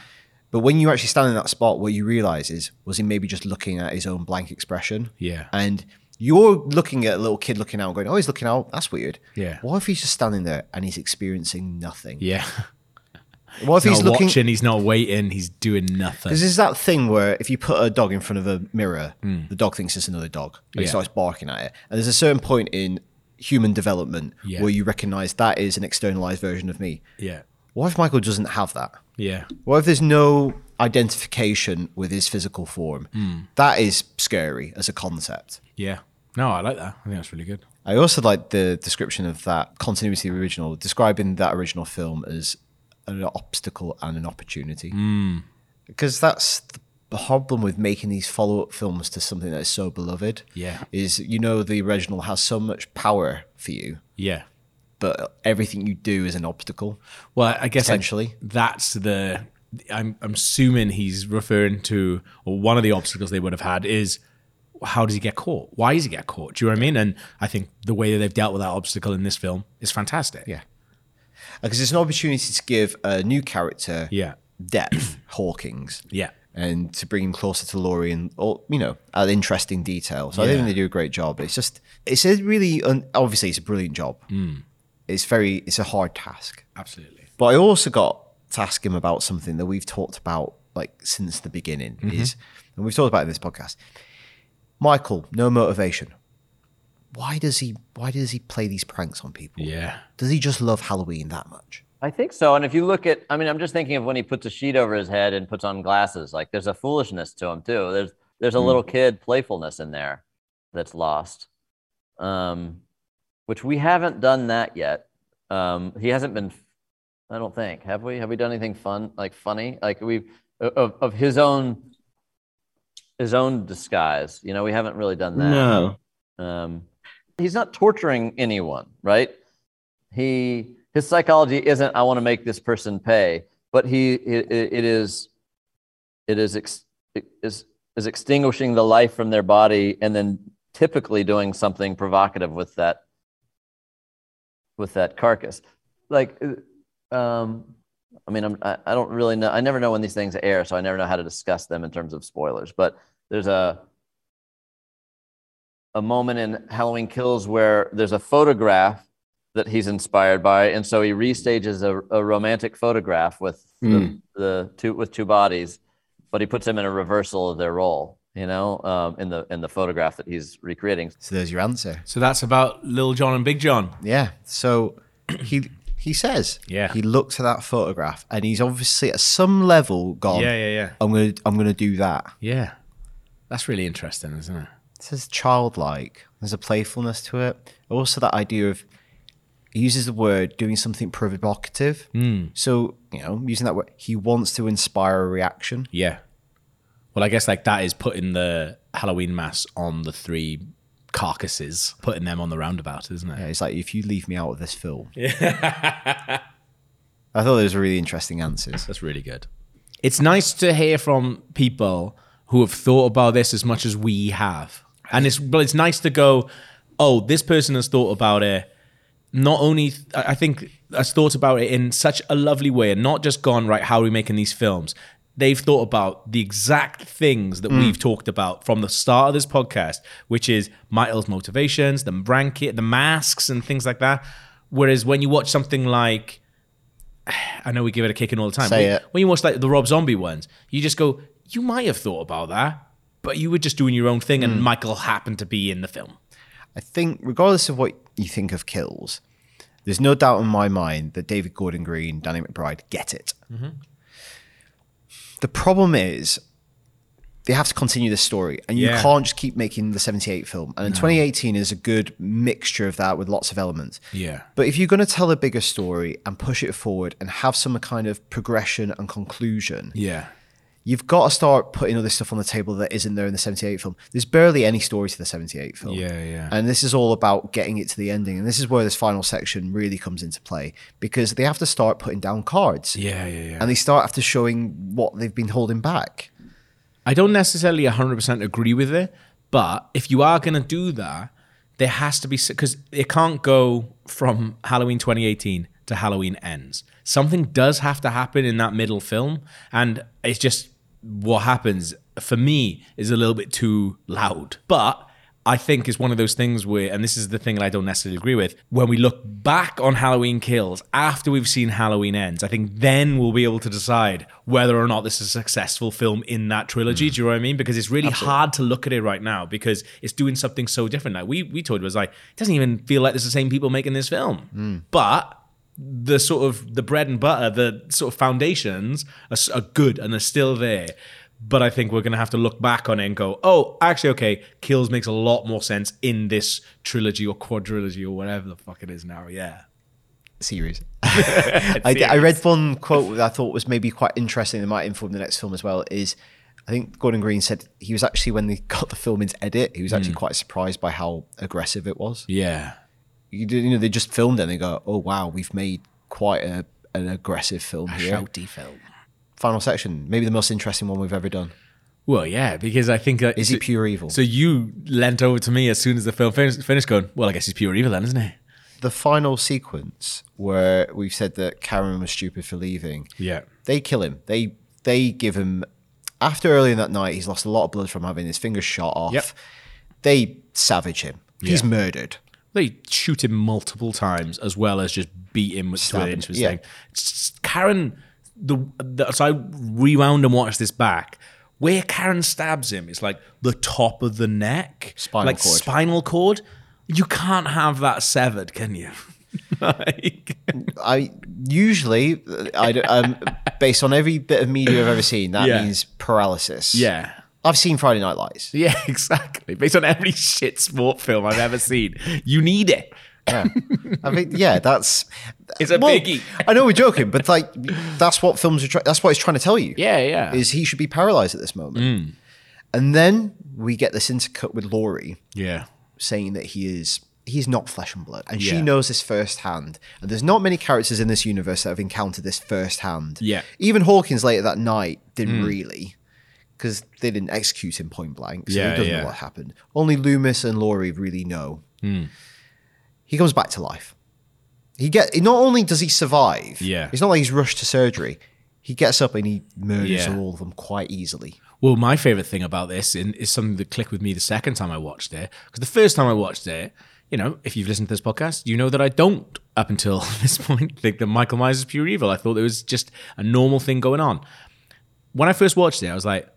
Speaker 7: But when you actually stand in that spot, what you realize is, was he maybe just looking at his own blank expression?
Speaker 1: Yeah.
Speaker 7: And you're looking at a little kid looking out and going, oh, he's looking out. That's weird.
Speaker 1: Yeah.
Speaker 7: What if he's just standing there and he's experiencing nothing?
Speaker 1: Yeah.
Speaker 7: What if
Speaker 1: he's
Speaker 7: he's,
Speaker 1: not
Speaker 7: looking?
Speaker 1: watching? He's not waiting. He's doing nothing.
Speaker 7: Because there's that thing where if you put a dog in front of a mirror, the dog thinks it's another dog and
Speaker 1: Hmm. Yeah.
Speaker 7: it starts barking at it. And there's a certain point in human development
Speaker 1: Yeah.
Speaker 7: where you recognize that is an externalized version of me.
Speaker 1: yeah.
Speaker 7: What if Michael doesn't have that?
Speaker 1: Yeah.
Speaker 7: What if there's no identification with his physical form?
Speaker 1: Mm.
Speaker 7: That is scary as a concept.
Speaker 1: Yeah. No, I like that. I think that's really good.
Speaker 7: I also like the description of that continuity of the original, describing that original film as an obstacle and an opportunity.
Speaker 1: Mm.
Speaker 7: Because that's the problem with making these follow up films to something that is so beloved.
Speaker 1: Yeah.
Speaker 7: Is you know, the original has so much power for you,
Speaker 1: Yeah.
Speaker 7: but everything you do is an obstacle.
Speaker 1: Well, I guess I-
Speaker 7: Potentially.
Speaker 1: that's the. I'm, I'm assuming he's referring to or one of the obstacles they would have had is how does he get caught? Why does he get caught? Do you know what I mean? And I think the way that they've dealt with that obstacle in this film is fantastic.
Speaker 7: Yeah. Because it's an opportunity to give a new character
Speaker 1: Yeah.
Speaker 7: depth, Hawkins.
Speaker 1: Yeah.
Speaker 7: And to bring him closer to Laurie and, or, you know, at interesting detail. So I think
Speaker 1: Yeah.
Speaker 7: they do a great job. It's just, it's a really, un- obviously, it's a brilliant job.
Speaker 1: Mm.
Speaker 7: It's very, it's a hard task.
Speaker 1: Absolutely.
Speaker 7: But I also got to ask him about something that we've talked about like since the beginning
Speaker 1: Mhm.
Speaker 7: is, and we've talked about it in this podcast. Michael, no motivation. Why does he? Why does he play these pranks on people?
Speaker 1: Yeah.
Speaker 7: Does he just love Halloween that much?
Speaker 4: I think so. And if you look at, I mean, I'm just thinking of when he puts a sheet over his head and puts on glasses. Like there's a foolishness to him too. There's there's a
Speaker 7: Mm.
Speaker 4: little kid playfulness in there that's lost, um, which we haven't done that yet. Um, he hasn't been. I don't think have we have we done anything fun like funny like we've of of his own his own disguise. You know, we haven't really done that.
Speaker 2: No.
Speaker 4: Um, he's not torturing anyone, right? He his psychology isn't I want to make this person pay, but he it, it is it is ex, it is is extinguishing the life from their body and then typically doing something provocative with that with that carcass. Like uh, um I mean, I'm, I, I don't really know. I never know when these things air, so I never know how to discuss them in terms of spoilers. But there's a a moment in Halloween Kills where there's a photograph that he's inspired by, and so he restages a, a romantic photograph with
Speaker 2: Mm.
Speaker 4: the, the two with two bodies, but he puts them in a reversal of their role. You know, um, in the in the photograph that he's recreating.
Speaker 7: So there's your answer.
Speaker 1: So that's about Lil John and Big John.
Speaker 7: Yeah. So he he says
Speaker 1: Yeah.
Speaker 7: he looks at that photograph and he's obviously at some level gone.
Speaker 1: Yeah, yeah, yeah.
Speaker 7: I'm gonna I'm gonna do that.
Speaker 1: Yeah. That's really interesting, isn't it?
Speaker 7: It says childlike. There's a playfulness to it. Also, that idea of he uses the word doing something provocative.
Speaker 1: Mm.
Speaker 7: So you know, using that word, he wants to inspire a reaction.
Speaker 1: Yeah. Well, I guess like that is putting the Halloween mass on the three carcasses, putting them on the roundabout, isn't it?
Speaker 7: Yeah, it's like if you leave me out of this film.
Speaker 1: Yeah.
Speaker 7: I thought those were really interesting answers.
Speaker 1: That's really good. It's nice to hear from people who have thought about this as much as we have. And it's well, it's nice to go, oh, this person has thought about it. Not only I I think has thought about it in such a lovely way and not just gone, right, how are we making these films? They've thought about the exact things that
Speaker 15: Mm.
Speaker 1: we've talked about from the start of this podcast, which is Michael's motivations, the blanket, the masks, and things like that. Whereas when you watch something like I know we give it a kicking all the time.
Speaker 7: Say
Speaker 1: When-
Speaker 7: it.
Speaker 1: When you watch like the Rob Zombie ones, you just go, you might have thought about that, but you were just doing your own thing, and Michael happened to be in the film.
Speaker 7: I think, regardless of what you think of kills, there's no doubt in my mind that David Gordon Green, Danny McBride get it.
Speaker 1: Mm-hmm.
Speaker 7: The problem is they have to continue this story, and you
Speaker 1: Yeah.
Speaker 7: can't just keep making the 78 film. And
Speaker 1: No.
Speaker 7: 2018 is a good mixture of that with lots of elements.
Speaker 1: Yeah.
Speaker 7: But if you're going to tell a bigger story and push it forward and have some kind of progression and conclusion,
Speaker 1: Yeah.
Speaker 7: you've got to start putting other stuff on the table that isn't there in the 78 film. There's barely any story to the 78 film.
Speaker 1: Yeah, yeah.
Speaker 7: And this is all about getting it to the ending. And this is where this final section really comes into play because they have to start putting down cards.
Speaker 1: Yeah, yeah, yeah.
Speaker 7: And they start after showing what they've been holding back.
Speaker 1: I don't necessarily 100% agree with it, but if you are going to do that, there has to be because it can't go from Halloween 2018 to Halloween ends. Something does have to happen in that middle film, and it's just what happens for me is a little bit too loud. But I think it's one of those things where, and this is the thing that I don't necessarily agree with, when we look back on Halloween Kills after we've seen Halloween Ends, I think then we'll be able to decide whether or not this is a successful film in that trilogy. Do you know what I mean? Because it's really hard to look at it right now because it's doing something so different. Like we we told you, it was like it doesn't even feel like there's the same people making this film, but the sort of the bread and butter, the sort of foundations are, s- are good and they're still there. But I think we're going to have to look back on it and go, oh, actually, okay, Kills makes a lot more sense in this trilogy or quadrilogy or whatever the fuck it is now. Yeah.
Speaker 7: Series. I, I read one quote that I thought was maybe quite interesting that might inform the next film as well is I think Gordon Green said he was actually when they got the film into edit, he was actually
Speaker 1: Mm.
Speaker 7: quite surprised by how aggressive it was.
Speaker 1: Yeah.
Speaker 7: You, do- you know, they just filmed it and they go, oh, wow, we've made quite a, an aggressive film here.
Speaker 1: shouty film.
Speaker 7: Final section, maybe the most interesting one we've ever done.
Speaker 1: Well, yeah, because I think that.
Speaker 7: Is he pure evil?
Speaker 1: So you leant over to me as soon as the film finished, finished going, well, I guess he's pure evil then, isn't he?
Speaker 7: the final sequence where we've said that Karen was stupid for leaving.
Speaker 1: Yeah.
Speaker 7: They kill him. They they give him after earlier in that night he's lost a lot of blood from having his fingers shot off. They savage him. He's
Speaker 1: Yeah.
Speaker 7: murdered.
Speaker 1: They shoot him multiple times as well as just beat him with
Speaker 7: Stab
Speaker 1: stab
Speaker 7: him,
Speaker 1: into his
Speaker 7: yeah.
Speaker 1: thing. S- s- Karen, the, the so I rewound and watched this back. Where Karen stabs him, it's like the top of the neck,
Speaker 7: Spinal
Speaker 1: like
Speaker 7: cord.
Speaker 1: spinal cord. You can't have that severed, can you?
Speaker 7: I usually I don't- um, based on every bit of media I've ever seen that
Speaker 1: Yeah.
Speaker 7: means paralysis.
Speaker 1: Yeah.
Speaker 7: I've seen Friday Night Lights.
Speaker 1: Yeah, exactly. Based on every shit sport film I've ever seen, you need it.
Speaker 7: Yeah. I think yeah, that's
Speaker 1: It's a
Speaker 7: Well,
Speaker 1: biggie.
Speaker 7: I know we're joking, but like that's what films are. Try- that's what it's trying to tell you.
Speaker 1: Yeah, yeah.
Speaker 7: Is he should be paralyzed at this moment, and then we get this intercut with Laurie
Speaker 1: Yeah.
Speaker 7: saying that he is he's not flesh and blood, and she
Speaker 1: Yeah.
Speaker 7: knows this firsthand. And there's not many characters in this universe that have encountered this firsthand.
Speaker 1: Yeah.
Speaker 7: Even Hawkins later that night didn't
Speaker 1: Mm.
Speaker 7: really. Because they didn't execute him point blank, so
Speaker 1: Yeah,
Speaker 7: he doesn't
Speaker 1: yeah.
Speaker 7: know what happened. Only Loomis and Laurie really know
Speaker 1: Hmm.
Speaker 7: he comes back to life. He get not only does he survive,
Speaker 1: Yeah.
Speaker 7: it's not like he's rushed to surgery. He gets up and he murders
Speaker 1: Yeah.
Speaker 7: all of them quite easily.
Speaker 1: Well, my favorite thing about this in, is something that clicked with me the second time I watched it. Because the first time I watched it, you know, if you've listened to this podcast, you know that I don't, up until this point, think that Michael Myers is pure evil. I thought there was just a normal thing going on. When I first watched it, I was like,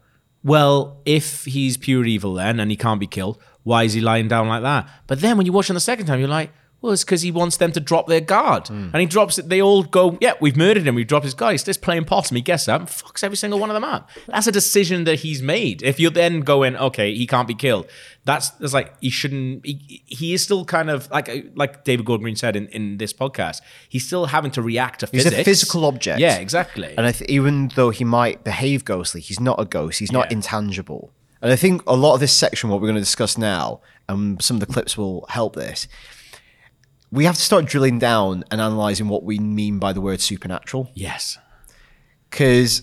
Speaker 1: well, if he's pure evil then and he can't be killed, why is he lying down like that? But then when you watch it the second time, you're like, well, it's because he wants them to drop their guard.
Speaker 7: Hmm.
Speaker 1: And he drops it. They all go, yeah, we've murdered him. We've dropped his guard. He's just playing possum. He gets up and fucks every single one of them up. That's a decision that he's made. If you're then going, okay, he can't be killed, that's, that's like, he shouldn't, he, he is still kind of, like like David Gordon Green said in, in this podcast, he's still having to react to
Speaker 7: He's
Speaker 1: physics.
Speaker 7: a physical object.
Speaker 1: Yeah, exactly.
Speaker 7: And I th- even though he might behave ghostly, he's not a ghost. He's not intangible. And I think a lot of this section, what we're going to discuss now, and some of the clips will help this. We have to start drilling down and analyzing what we mean by the word supernatural,
Speaker 1: yes.
Speaker 7: because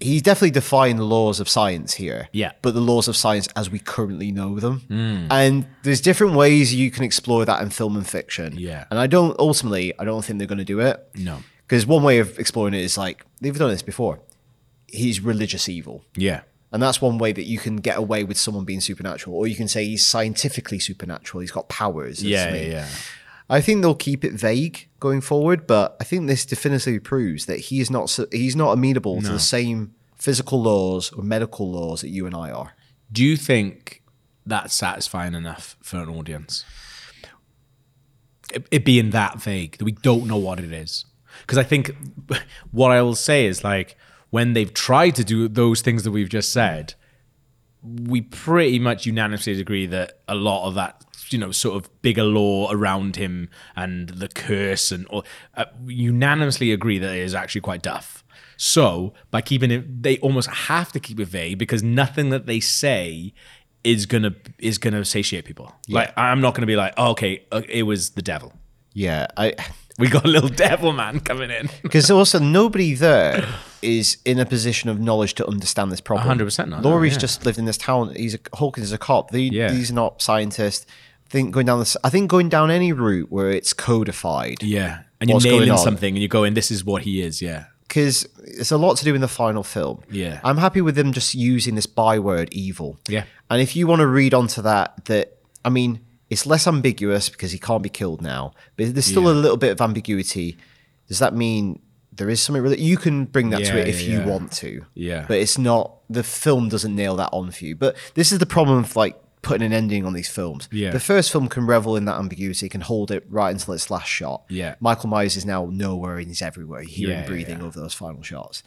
Speaker 7: he's definitely defying the laws of science here.
Speaker 1: Yeah. Mm.
Speaker 7: but the laws of science as we currently know them. And there's different ways you can explore that in film and fiction.
Speaker 1: Yeah.
Speaker 7: And I don't ultimately I don't think they're gonna do it.
Speaker 1: No.
Speaker 7: Because one way of exploring it is like, they've done this before. He's religious evil.
Speaker 1: Yeah.
Speaker 7: And that's one way that you can get away with someone being supernatural. Or you can say he's scientifically supernatural, he's got powers.
Speaker 1: Yeah,
Speaker 7: It's like-
Speaker 1: yeah, yeah.
Speaker 7: I think they'll keep it vague going forward, but I think this definitively proves that he is not su- he's not amenable to
Speaker 1: No.
Speaker 7: the same physical laws or medical laws that you and I are.
Speaker 1: Do you think that's satisfying enough for an audience? It, it being that vague that we don't know what it is. Because I think what I will say is like when they've tried to do those things that we've just said, we pretty much unanimously agree that a lot of that, you know, sort of bigger law around him and the curse and all, uh, we unanimously agree that it is actually quite tough. So by keeping it, they almost have to keep it vague because nothing that they say is gonna is gonna satiate people. Like I'm not gonna be like, oh, okay, uh, it was the devil.
Speaker 7: Yeah, I
Speaker 1: We got a little devil man coming in.
Speaker 7: Because also nobody there is in a position of knowledge to understand this problem.
Speaker 1: 100% not, no,
Speaker 7: Laurie's
Speaker 1: yeah.
Speaker 7: just lived in this town. He's a, Hawkins is a cop. The,
Speaker 1: Yeah.
Speaker 7: He's not scientist. think going down this. I think going down any route where it's codified.
Speaker 1: Yeah, and you're nailing something, and you're going, "This is what he is." Yeah,
Speaker 7: because it's a lot to do in the final film.
Speaker 1: Yeah.
Speaker 7: I'm happy with them just using this byword evil.
Speaker 1: Yeah.
Speaker 7: And if you want to read onto that, that I mean, it's less ambiguous because he can't be killed now, but there's still a little bit of ambiguity. Does that mean there is something really? You can bring that
Speaker 1: Yeah,
Speaker 7: to it if
Speaker 1: yeah,
Speaker 7: you
Speaker 1: yeah.
Speaker 7: want to.
Speaker 1: Yeah.
Speaker 7: But it's not the film doesn't nail that on for you. But this is the problem of like putting an ending on these films.
Speaker 1: Yeah.
Speaker 7: The first film can revel in that ambiguity, can hold it right until its last shot.
Speaker 1: Yeah.
Speaker 7: Michael Myers is now nowhere and he's everywhere. You hear
Speaker 1: Yeah,
Speaker 7: him
Speaker 1: yeah,
Speaker 7: breathing over those final shots.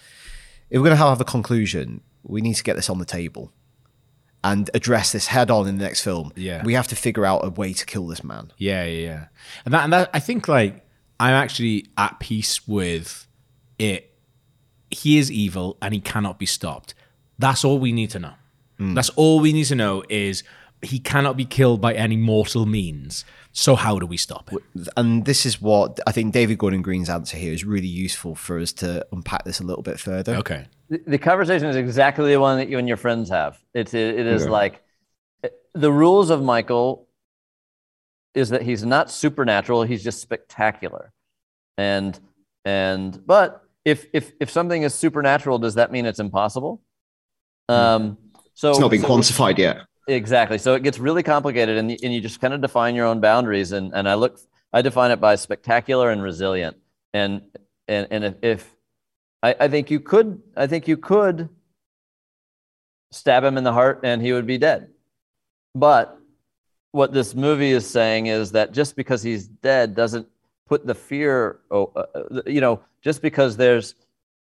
Speaker 7: If we're going to have a conclusion, we need to get this on the table and address this head on in the next film.
Speaker 1: Yeah.
Speaker 7: We have to figure out a way to kill this man.
Speaker 1: Yeah, yeah, yeah. And that, and that, I think like I'm actually at peace with it. He is evil and he cannot be stopped. That's all we need to know. That's all we need to know is he cannot be killed by any mortal means. So how do we stop it?
Speaker 7: And this is what I think David Gordon Green's answer here is really useful for us to unpack this a little bit further.
Speaker 1: Okay.
Speaker 4: The- the conversation is exactly the one that you and your friends have. It's it, it is
Speaker 7: Yeah.
Speaker 4: like uh, the rules of Michael is that he's not supernatural; he's just spectacular. And and but if if if something is supernatural, does that mean it's impossible? Um, so
Speaker 2: Hmm. it's not been
Speaker 4: so-
Speaker 2: quantified yet.
Speaker 4: Exactly. So it gets really complicated, and, and you just kind of define your own boundaries. And, and I look, I define it by spectacular and resilient. And and and if, if I, I think you could, I think you could stab him in the heart, and he would be dead. But what this movie is saying is that just because he's dead doesn't put the fear, oh, uh, uh, you know, just because there's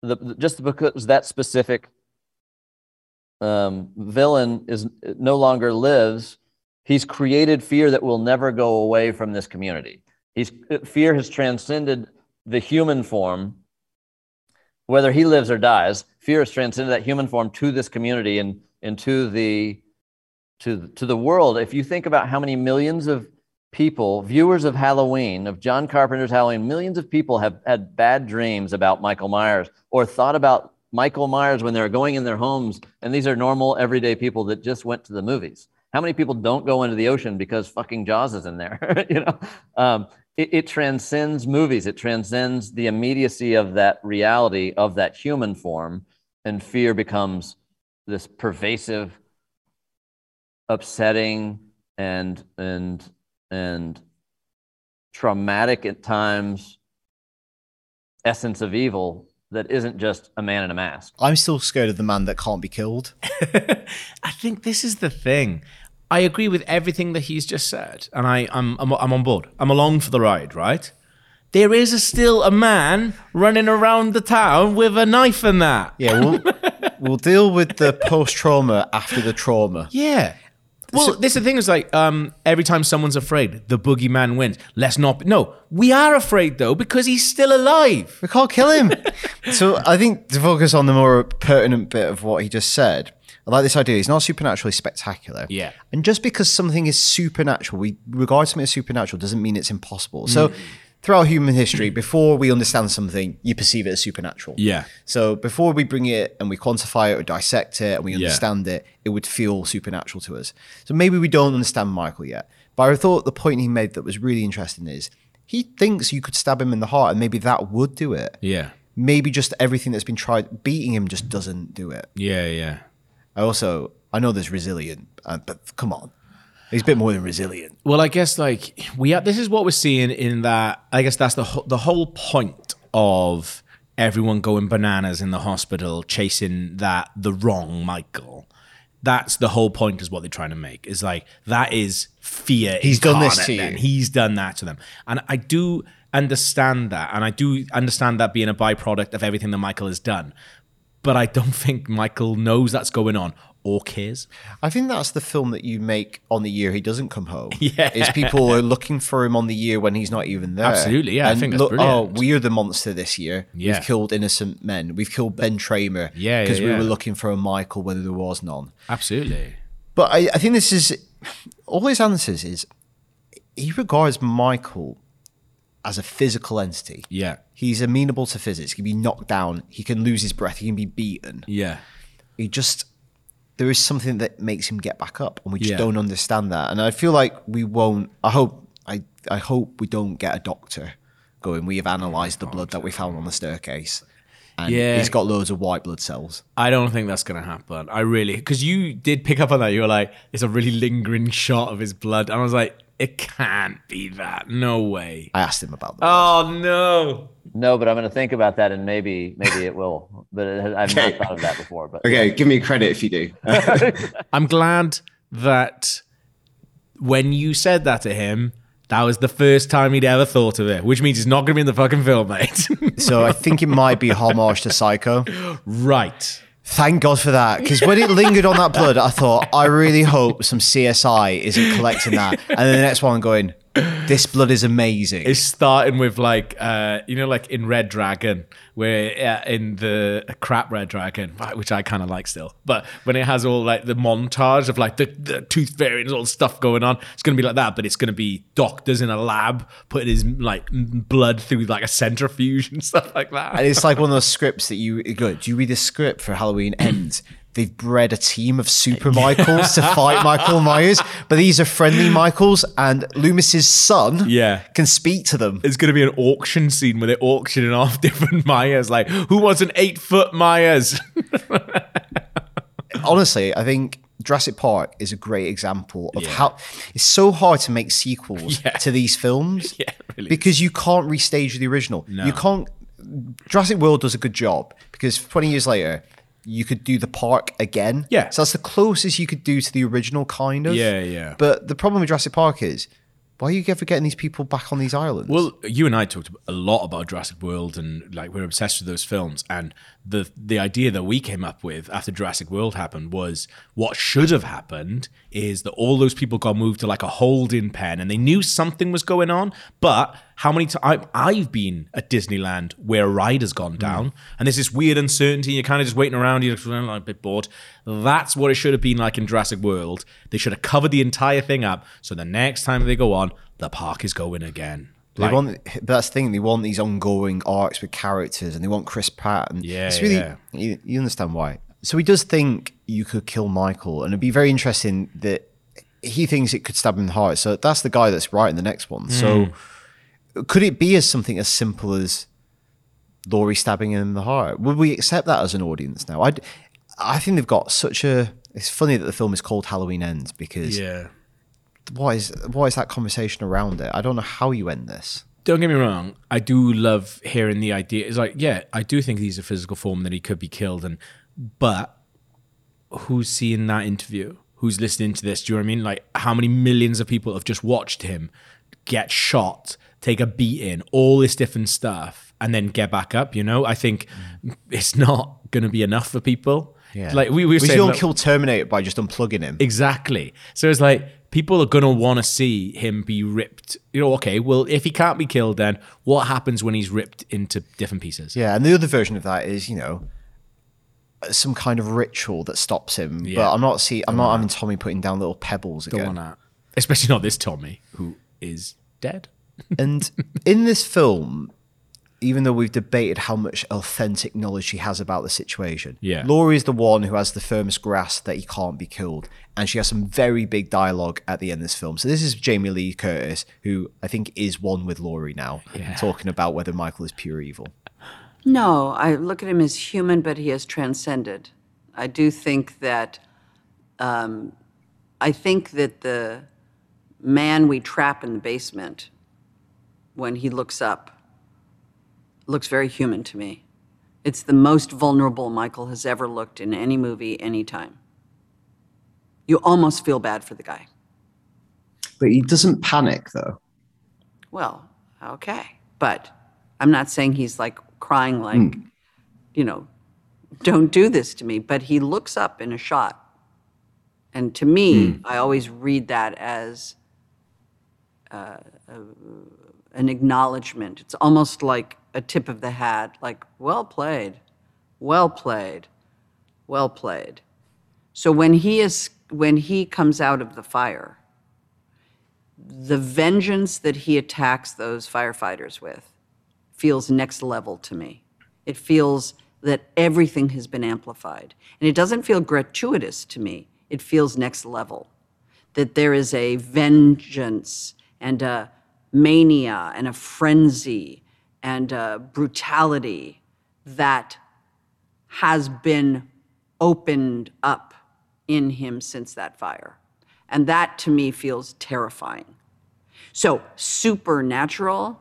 Speaker 4: the just because that specific um, villain is no longer lives. He's created fear that will never go away from this community. He's fear has transcended the human form. Whether he lives or dies, fear has transcended that human form to this community and, and to the to to the world. If you think about how many millions of people, viewers of Halloween, of John Carpenter's Halloween, millions of people have had bad dreams about Michael Myers or thought about Michael Myers when they're going in their homes. And these are normal, everyday people that just went to the movies. How many people don't go into the ocean because fucking Jaws is in there? you know, um, it, it transcends movies. It transcends the immediacy of that reality of that human form, and fear becomes this pervasive upsetting and and and traumatic at times essence of evil that isn't just a man in a mask.
Speaker 7: I'm still scared of the man that can't be killed.
Speaker 1: I think this is the thing. I agree with everything that he's just said, and I, I'm, I'm, I'm on board. I'm along for the ride, right? There is a, still a man running around the town with a knife and that.
Speaker 7: Yeah, we'll, we'll deal with the post trauma after the trauma.
Speaker 1: Yeah. Well, this is the thing is like um, every time someone's afraid, the boogeyman wins. Let's not. be- No, we are afraid though because he's still alive.
Speaker 7: We can't kill him. so I think to focus on the more pertinent bit of what he just said, I like this idea. He's not supernaturally spectacular.
Speaker 1: Yeah.
Speaker 7: And just because something is supernatural, we regard something as supernatural doesn't mean it's impossible. So
Speaker 1: Mm.
Speaker 7: throughout human history, before we understand something, you perceive it as supernatural.
Speaker 1: Yeah.
Speaker 7: So before we bring it and we quantify it or dissect it and we
Speaker 1: Yeah.
Speaker 7: understand it, it would feel supernatural to us. So maybe we don't understand Michael yet. But I thought the point he made that was really interesting is he thinks you could stab him in the heart and maybe that would do it.
Speaker 1: Yeah.
Speaker 7: Maybe just everything that's been tried, beating him just doesn't do it.
Speaker 1: Yeah. Yeah.
Speaker 7: I also, I know there's resilient, uh, but come on. He's a bit more than resilient.
Speaker 1: Well, I guess like we are, this is what we're seeing in that. I guess that's the ho- the whole point of everyone going bananas in the hospital chasing that the wrong Michael. That's the whole point, is what they're trying to make. Is like that is fear.
Speaker 7: He's done this
Speaker 1: incarnate
Speaker 7: to you.
Speaker 1: then. He's done that to them, and I do understand that, and I do understand that being a byproduct of everything that Michael has done. But I don't think Michael knows that's going on or cares.
Speaker 7: I think that's the film that you make on the year he doesn't come home. Yeah. Is people are looking for him on the year when he's not even there.
Speaker 1: Absolutely, yeah, I
Speaker 7: And
Speaker 1: think that's
Speaker 7: look, Oh,
Speaker 1: brilliant.
Speaker 7: we're the monster this year.
Speaker 1: Yeah.
Speaker 7: We've killed innocent men. We've killed Ben Tramer.
Speaker 1: Yeah, yeah,
Speaker 7: Because we
Speaker 1: yeah.
Speaker 7: were looking for a Michael when there was none.
Speaker 1: Absolutely.
Speaker 7: But I, I think this is all his answers is he regards Michael as a physical entity.
Speaker 1: Yeah.
Speaker 7: He's amenable to physics. He can be knocked down. He can lose his breath. He can be beaten.
Speaker 1: Yeah.
Speaker 7: He just there is something that makes him get back up, and we just
Speaker 1: Yeah.
Speaker 7: don't understand that. And I feel like we won't. I hope. I I hope we don't get a doctor going. We have analysed the blood that we found on the staircase, and
Speaker 1: Yeah.
Speaker 7: he's got loads of white blood cells.
Speaker 1: I don't think that's going to happen. I really, because you did pick up on that. You were like, it's a really lingering shot of his blood. And I was like, it can't be that. No way.
Speaker 7: I asked him about
Speaker 1: Oh no.
Speaker 4: No, but I'm going to think about that, and maybe maybe it will. But it, I've
Speaker 2: Okay.
Speaker 4: not thought of that before. But
Speaker 2: Okay, give me credit if you do.
Speaker 1: I'm glad that when you said that to him, that was the first time he'd ever thought of it, which means it's not going to be in the fucking film, mate.
Speaker 7: So I think it might be homage to Psycho.
Speaker 1: Right.
Speaker 7: Thank God for that, because when it lingered on that blood, I thought, I really hope some CSI isn't collecting that. And then the next one going, this blood is amazing.
Speaker 1: It's starting with like uh, you know, like in Red Dragon, where uh, in the crap Red Dragon, right, which I kind of like still, but when it has all like the montage of like the, the tooth fairy and all the stuff going on, it's gonna be like that, but it's gonna be doctors in a lab putting his like m- blood through like a centrifuge and stuff like that.
Speaker 7: And it's like one of those scripts that you go, do you read the script for Halloween Ends? They've bred a team of super Michaels to fight Michael Myers, but these are friendly Michaels, and Loomis's son
Speaker 1: Yeah.
Speaker 7: can speak to them.
Speaker 1: It's going to be an auction scene where they're auctioning off different Myers. Like, who wants an eight foot Myers?
Speaker 7: honestly, I think Jurassic Park is a great example of how it's so hard to make sequels to these films because you can't restage the original. You can't. Jurassic World does a good job because 20 years later, you could do the park again. Yeah. So that's the closest you could do to the original, kind of.
Speaker 1: Yeah, yeah.
Speaker 7: But the problem with Jurassic Park is why are you ever getting these people back on these islands?
Speaker 1: Well, you and I talked a lot about Jurassic World, and like we're obsessed with those films. And the the idea that we came up with after Jurassic World happened was what should have happened is that all those people got moved to like a holding pen, and they knew something was going on. But how many times I've been at Disneyland where a ride has gone down, and there's this weird uncertainty. You're kind of just waiting around. You're just, "Well, I'm a bit bored. That's what it should have been like in Jurassic World. They should have covered the entire thing up. So the next time they go on, the park is going again.
Speaker 7: They
Speaker 1: Like-
Speaker 7: want that's the thing. They want these ongoing arcs with characters, and they want Chris Pratt. And
Speaker 1: Yeah,
Speaker 7: it's really
Speaker 1: yeah.
Speaker 7: You, you understand why. So he does think you could kill Michael, and it'd be very interesting that he thinks it could stab him in the heart. So that's the guy that's writing the next one.
Speaker 1: Hmm.
Speaker 7: So could it be as something as simple as Laurie stabbing him in the heart? Would we accept that as an audience now? I I think they've got such a. It's funny that the film is called Halloween Ends because
Speaker 1: Yeah.
Speaker 7: what is what is that conversation around it? I don't know how you end this.
Speaker 1: Don't get me wrong. I do love hearing the idea. It's like, yeah, I do think he's a physical form that he could be killed, and but who's seeing that interview? Who's listening to this? Do you know what I mean? Like, how many millions of people have just watched him get shot, take a beating, all this different stuff, and then get back up? You know, I think it's not going to be enough for people. Like we, we were saying,
Speaker 7: don't
Speaker 1: like-
Speaker 7: kill Terminator by just unplugging him.
Speaker 1: Exactly. So it's like people are gonna want to see him be ripped. You know, okay, well, if he can't be killed, then what happens when he's ripped into different pieces?
Speaker 7: Yeah, and the other version of that is you know some kind of ritual that stops him. But I'm not see I'm not having Tommy putting down little pebbles
Speaker 1: Don't
Speaker 7: again.
Speaker 1: want that, especially not this Tommy who is dead.
Speaker 7: and in this film, even though we've debated how much authentic knowledge he has about the situation,
Speaker 1: Yeah.
Speaker 7: Laurie is the one who has the firmest grasp that he can't be killed, and she has some very big dialogue at the end of this film. So this is Jamie Lee Curtis, who I think is one with Laurie now, talking about whether Michael is pure evil.
Speaker 5: No, I look at him as human, but he has transcended. I do think that, um, I think that the man we trap in the basement, when he looks up, looks very human to me. It's the most vulnerable Michael has ever looked in any movie, any time. You almost feel bad for the guy.
Speaker 2: But he doesn't panic though.
Speaker 5: Well, okay, but I'm not saying he's like crying like. you know, don't do this to me. But he looks up in a shot. And to me, I always read that as uh, a, an acknowledgement. It's almost like a tip of the hat, like, well played, well played, well played. So when he is when he comes out of the fire, the vengeance that he attacks those firefighters with feels next level to me. It feels that everything has been amplified. And it doesn't feel gratuitous to me, it feels next level. That there is a vengeance and a mania and a frenzy and a brutality that has been opened up in him since that fire. And that to me feels terrifying. So, supernatural,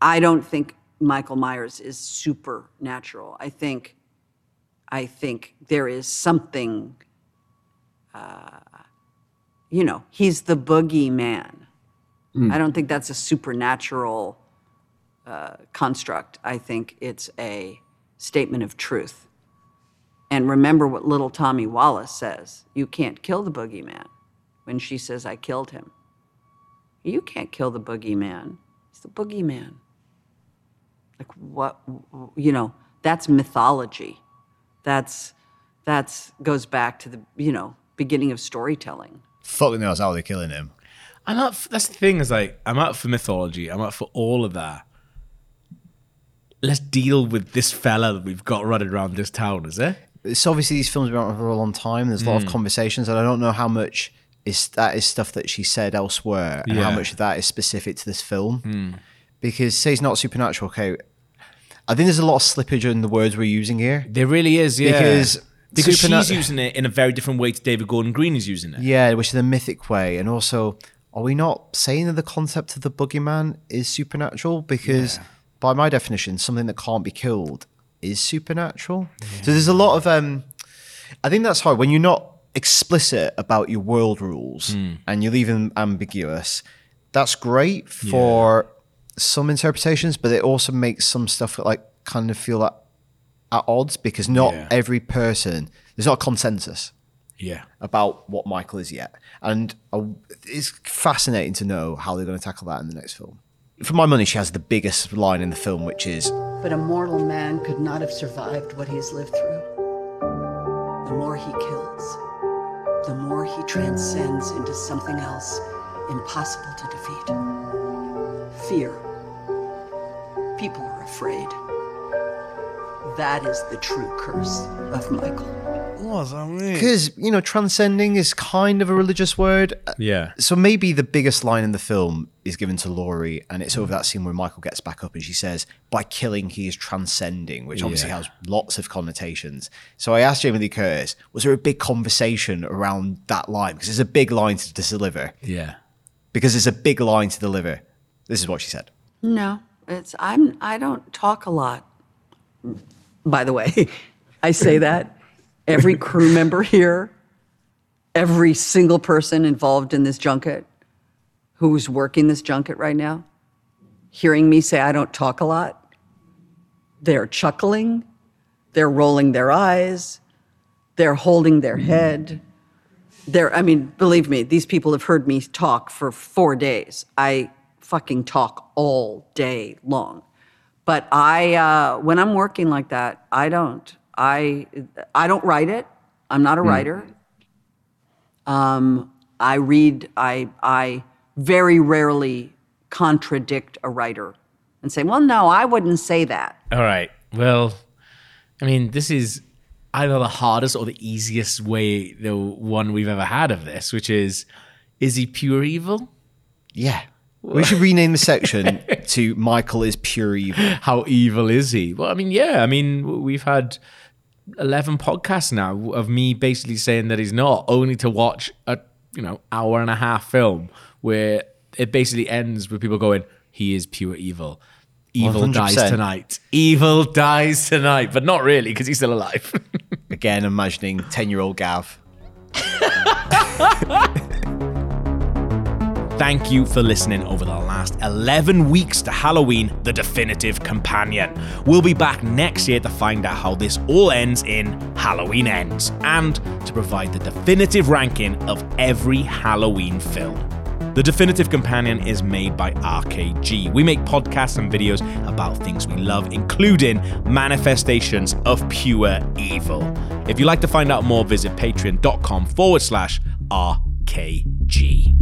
Speaker 5: I don't think Michael Myers is supernatural. I think, I think there is something, uh, you know, he's the boogeyman.
Speaker 15: Mm.
Speaker 5: I don't think that's a supernatural uh, construct. I think it's a statement of truth. And remember what little Tommy Wallace says you can't kill the boogeyman when she says, I killed him. You can't kill the boogeyman. He's the boogeyman. Like, what, you know, that's mythology. That's, that's goes back to the, you know, beginning of storytelling.
Speaker 16: Fucking knows how they're killing him.
Speaker 1: I'm up. For, that's the thing is like I'm up for mythology. I'm up for all of that. Let's deal with this fella that we've got running around this town, is it?
Speaker 7: It's obviously these films have been out for a long time. There's a lot
Speaker 1: Mm.
Speaker 7: of conversations, and I don't know how much is that is stuff that she said elsewhere, and how
Speaker 1: Yeah.
Speaker 7: much of that is specific to this film.
Speaker 1: Mm.
Speaker 7: Because say it's not supernatural, okay. I think there's a lot of slippage in the words we're using here.
Speaker 1: There really is, yeah.
Speaker 7: Because
Speaker 1: because
Speaker 7: superna-
Speaker 1: she's using it in a very different way to David Gordon Green is using it.
Speaker 7: Yeah, which is the mythic way. And also, are we not saying that the concept of the boogeyman is supernatural? Because by my definition, something that can't be killed is supernatural. So there's a lot of um I think that's hard when you're not explicit about your world rules and you leave them ambiguous. That's great for some interpretations, but it also makes some stuff like kind of feel like at odds because not every person there's not a consensus
Speaker 1: Yeah.
Speaker 7: about what Michael is yet. And I, it's fascinating to know how they're going to tackle that in the next film. For my money, she has the biggest line in the film, which is
Speaker 15: But a mortal man could not have survived what he's lived through. The more he kills, the more he transcends into something else impossible to defeat fear. People are afraid. That is the true curse of Michael.
Speaker 1: What's that
Speaker 7: because, you know, transcending is kind of a religious word. Uh,
Speaker 1: Yeah.
Speaker 7: So maybe the biggest line in the film is given to Laurie, and it's over that scene where Michael gets back up and she says, By killing, he is transcending, which obviously
Speaker 1: Yeah.
Speaker 7: has lots of connotations. So I asked Jamie Lee Curtis, Was there a big conversation around that line? Because it's a big line to deliver.
Speaker 1: Yeah.
Speaker 7: Because it's a big line to deliver. This is what she said.
Speaker 5: No, it's, I'm, I don't talk a lot. By the way, I say that. Every crew member here, every single person involved in this junket who's working this junket right now, hearing me say I don't talk a lot, they're chuckling, they're rolling their eyes, they're holding their head. They're, I mean, believe me, these people have heard me talk for four days. I fucking talk all day long. But I, uh, when I'm working like that, I don't. I, I don't write it. I'm not a
Speaker 15: Hmm.
Speaker 5: writer. Um, I read. I, I very rarely contradict a writer and say, "Well, no, I wouldn't say that."
Speaker 1: All right. Well, I mean, this is either the hardest or the easiest way, the one we've ever had of this, which is is he pure evil?
Speaker 7: Yeah. We should rename the section to Michael is pure evil.
Speaker 1: How evil is he? Well, I mean, yeah. I mean, we've had 11 podcasts now of me basically saying that he's not, only to watch a, you know, hour and a half film where it basically ends with people going, he is pure evil. Evil dies
Speaker 7: 100%.
Speaker 1: tonight. Evil dies tonight, but not really because he's still alive.
Speaker 7: Again, imagining 10 year old Gav.
Speaker 1: Thank you for listening over the last 11 weeks to Halloween, the definitive companion. We'll be back next year to find out how this all ends in Halloween Ends and to provide the definitive ranking of every Halloween film. The Definitive Companion is made by RKG. We make podcasts and videos about things we love, including manifestations of pure evil. If you'd like to find out more, visit patreon.com forward slash RKG.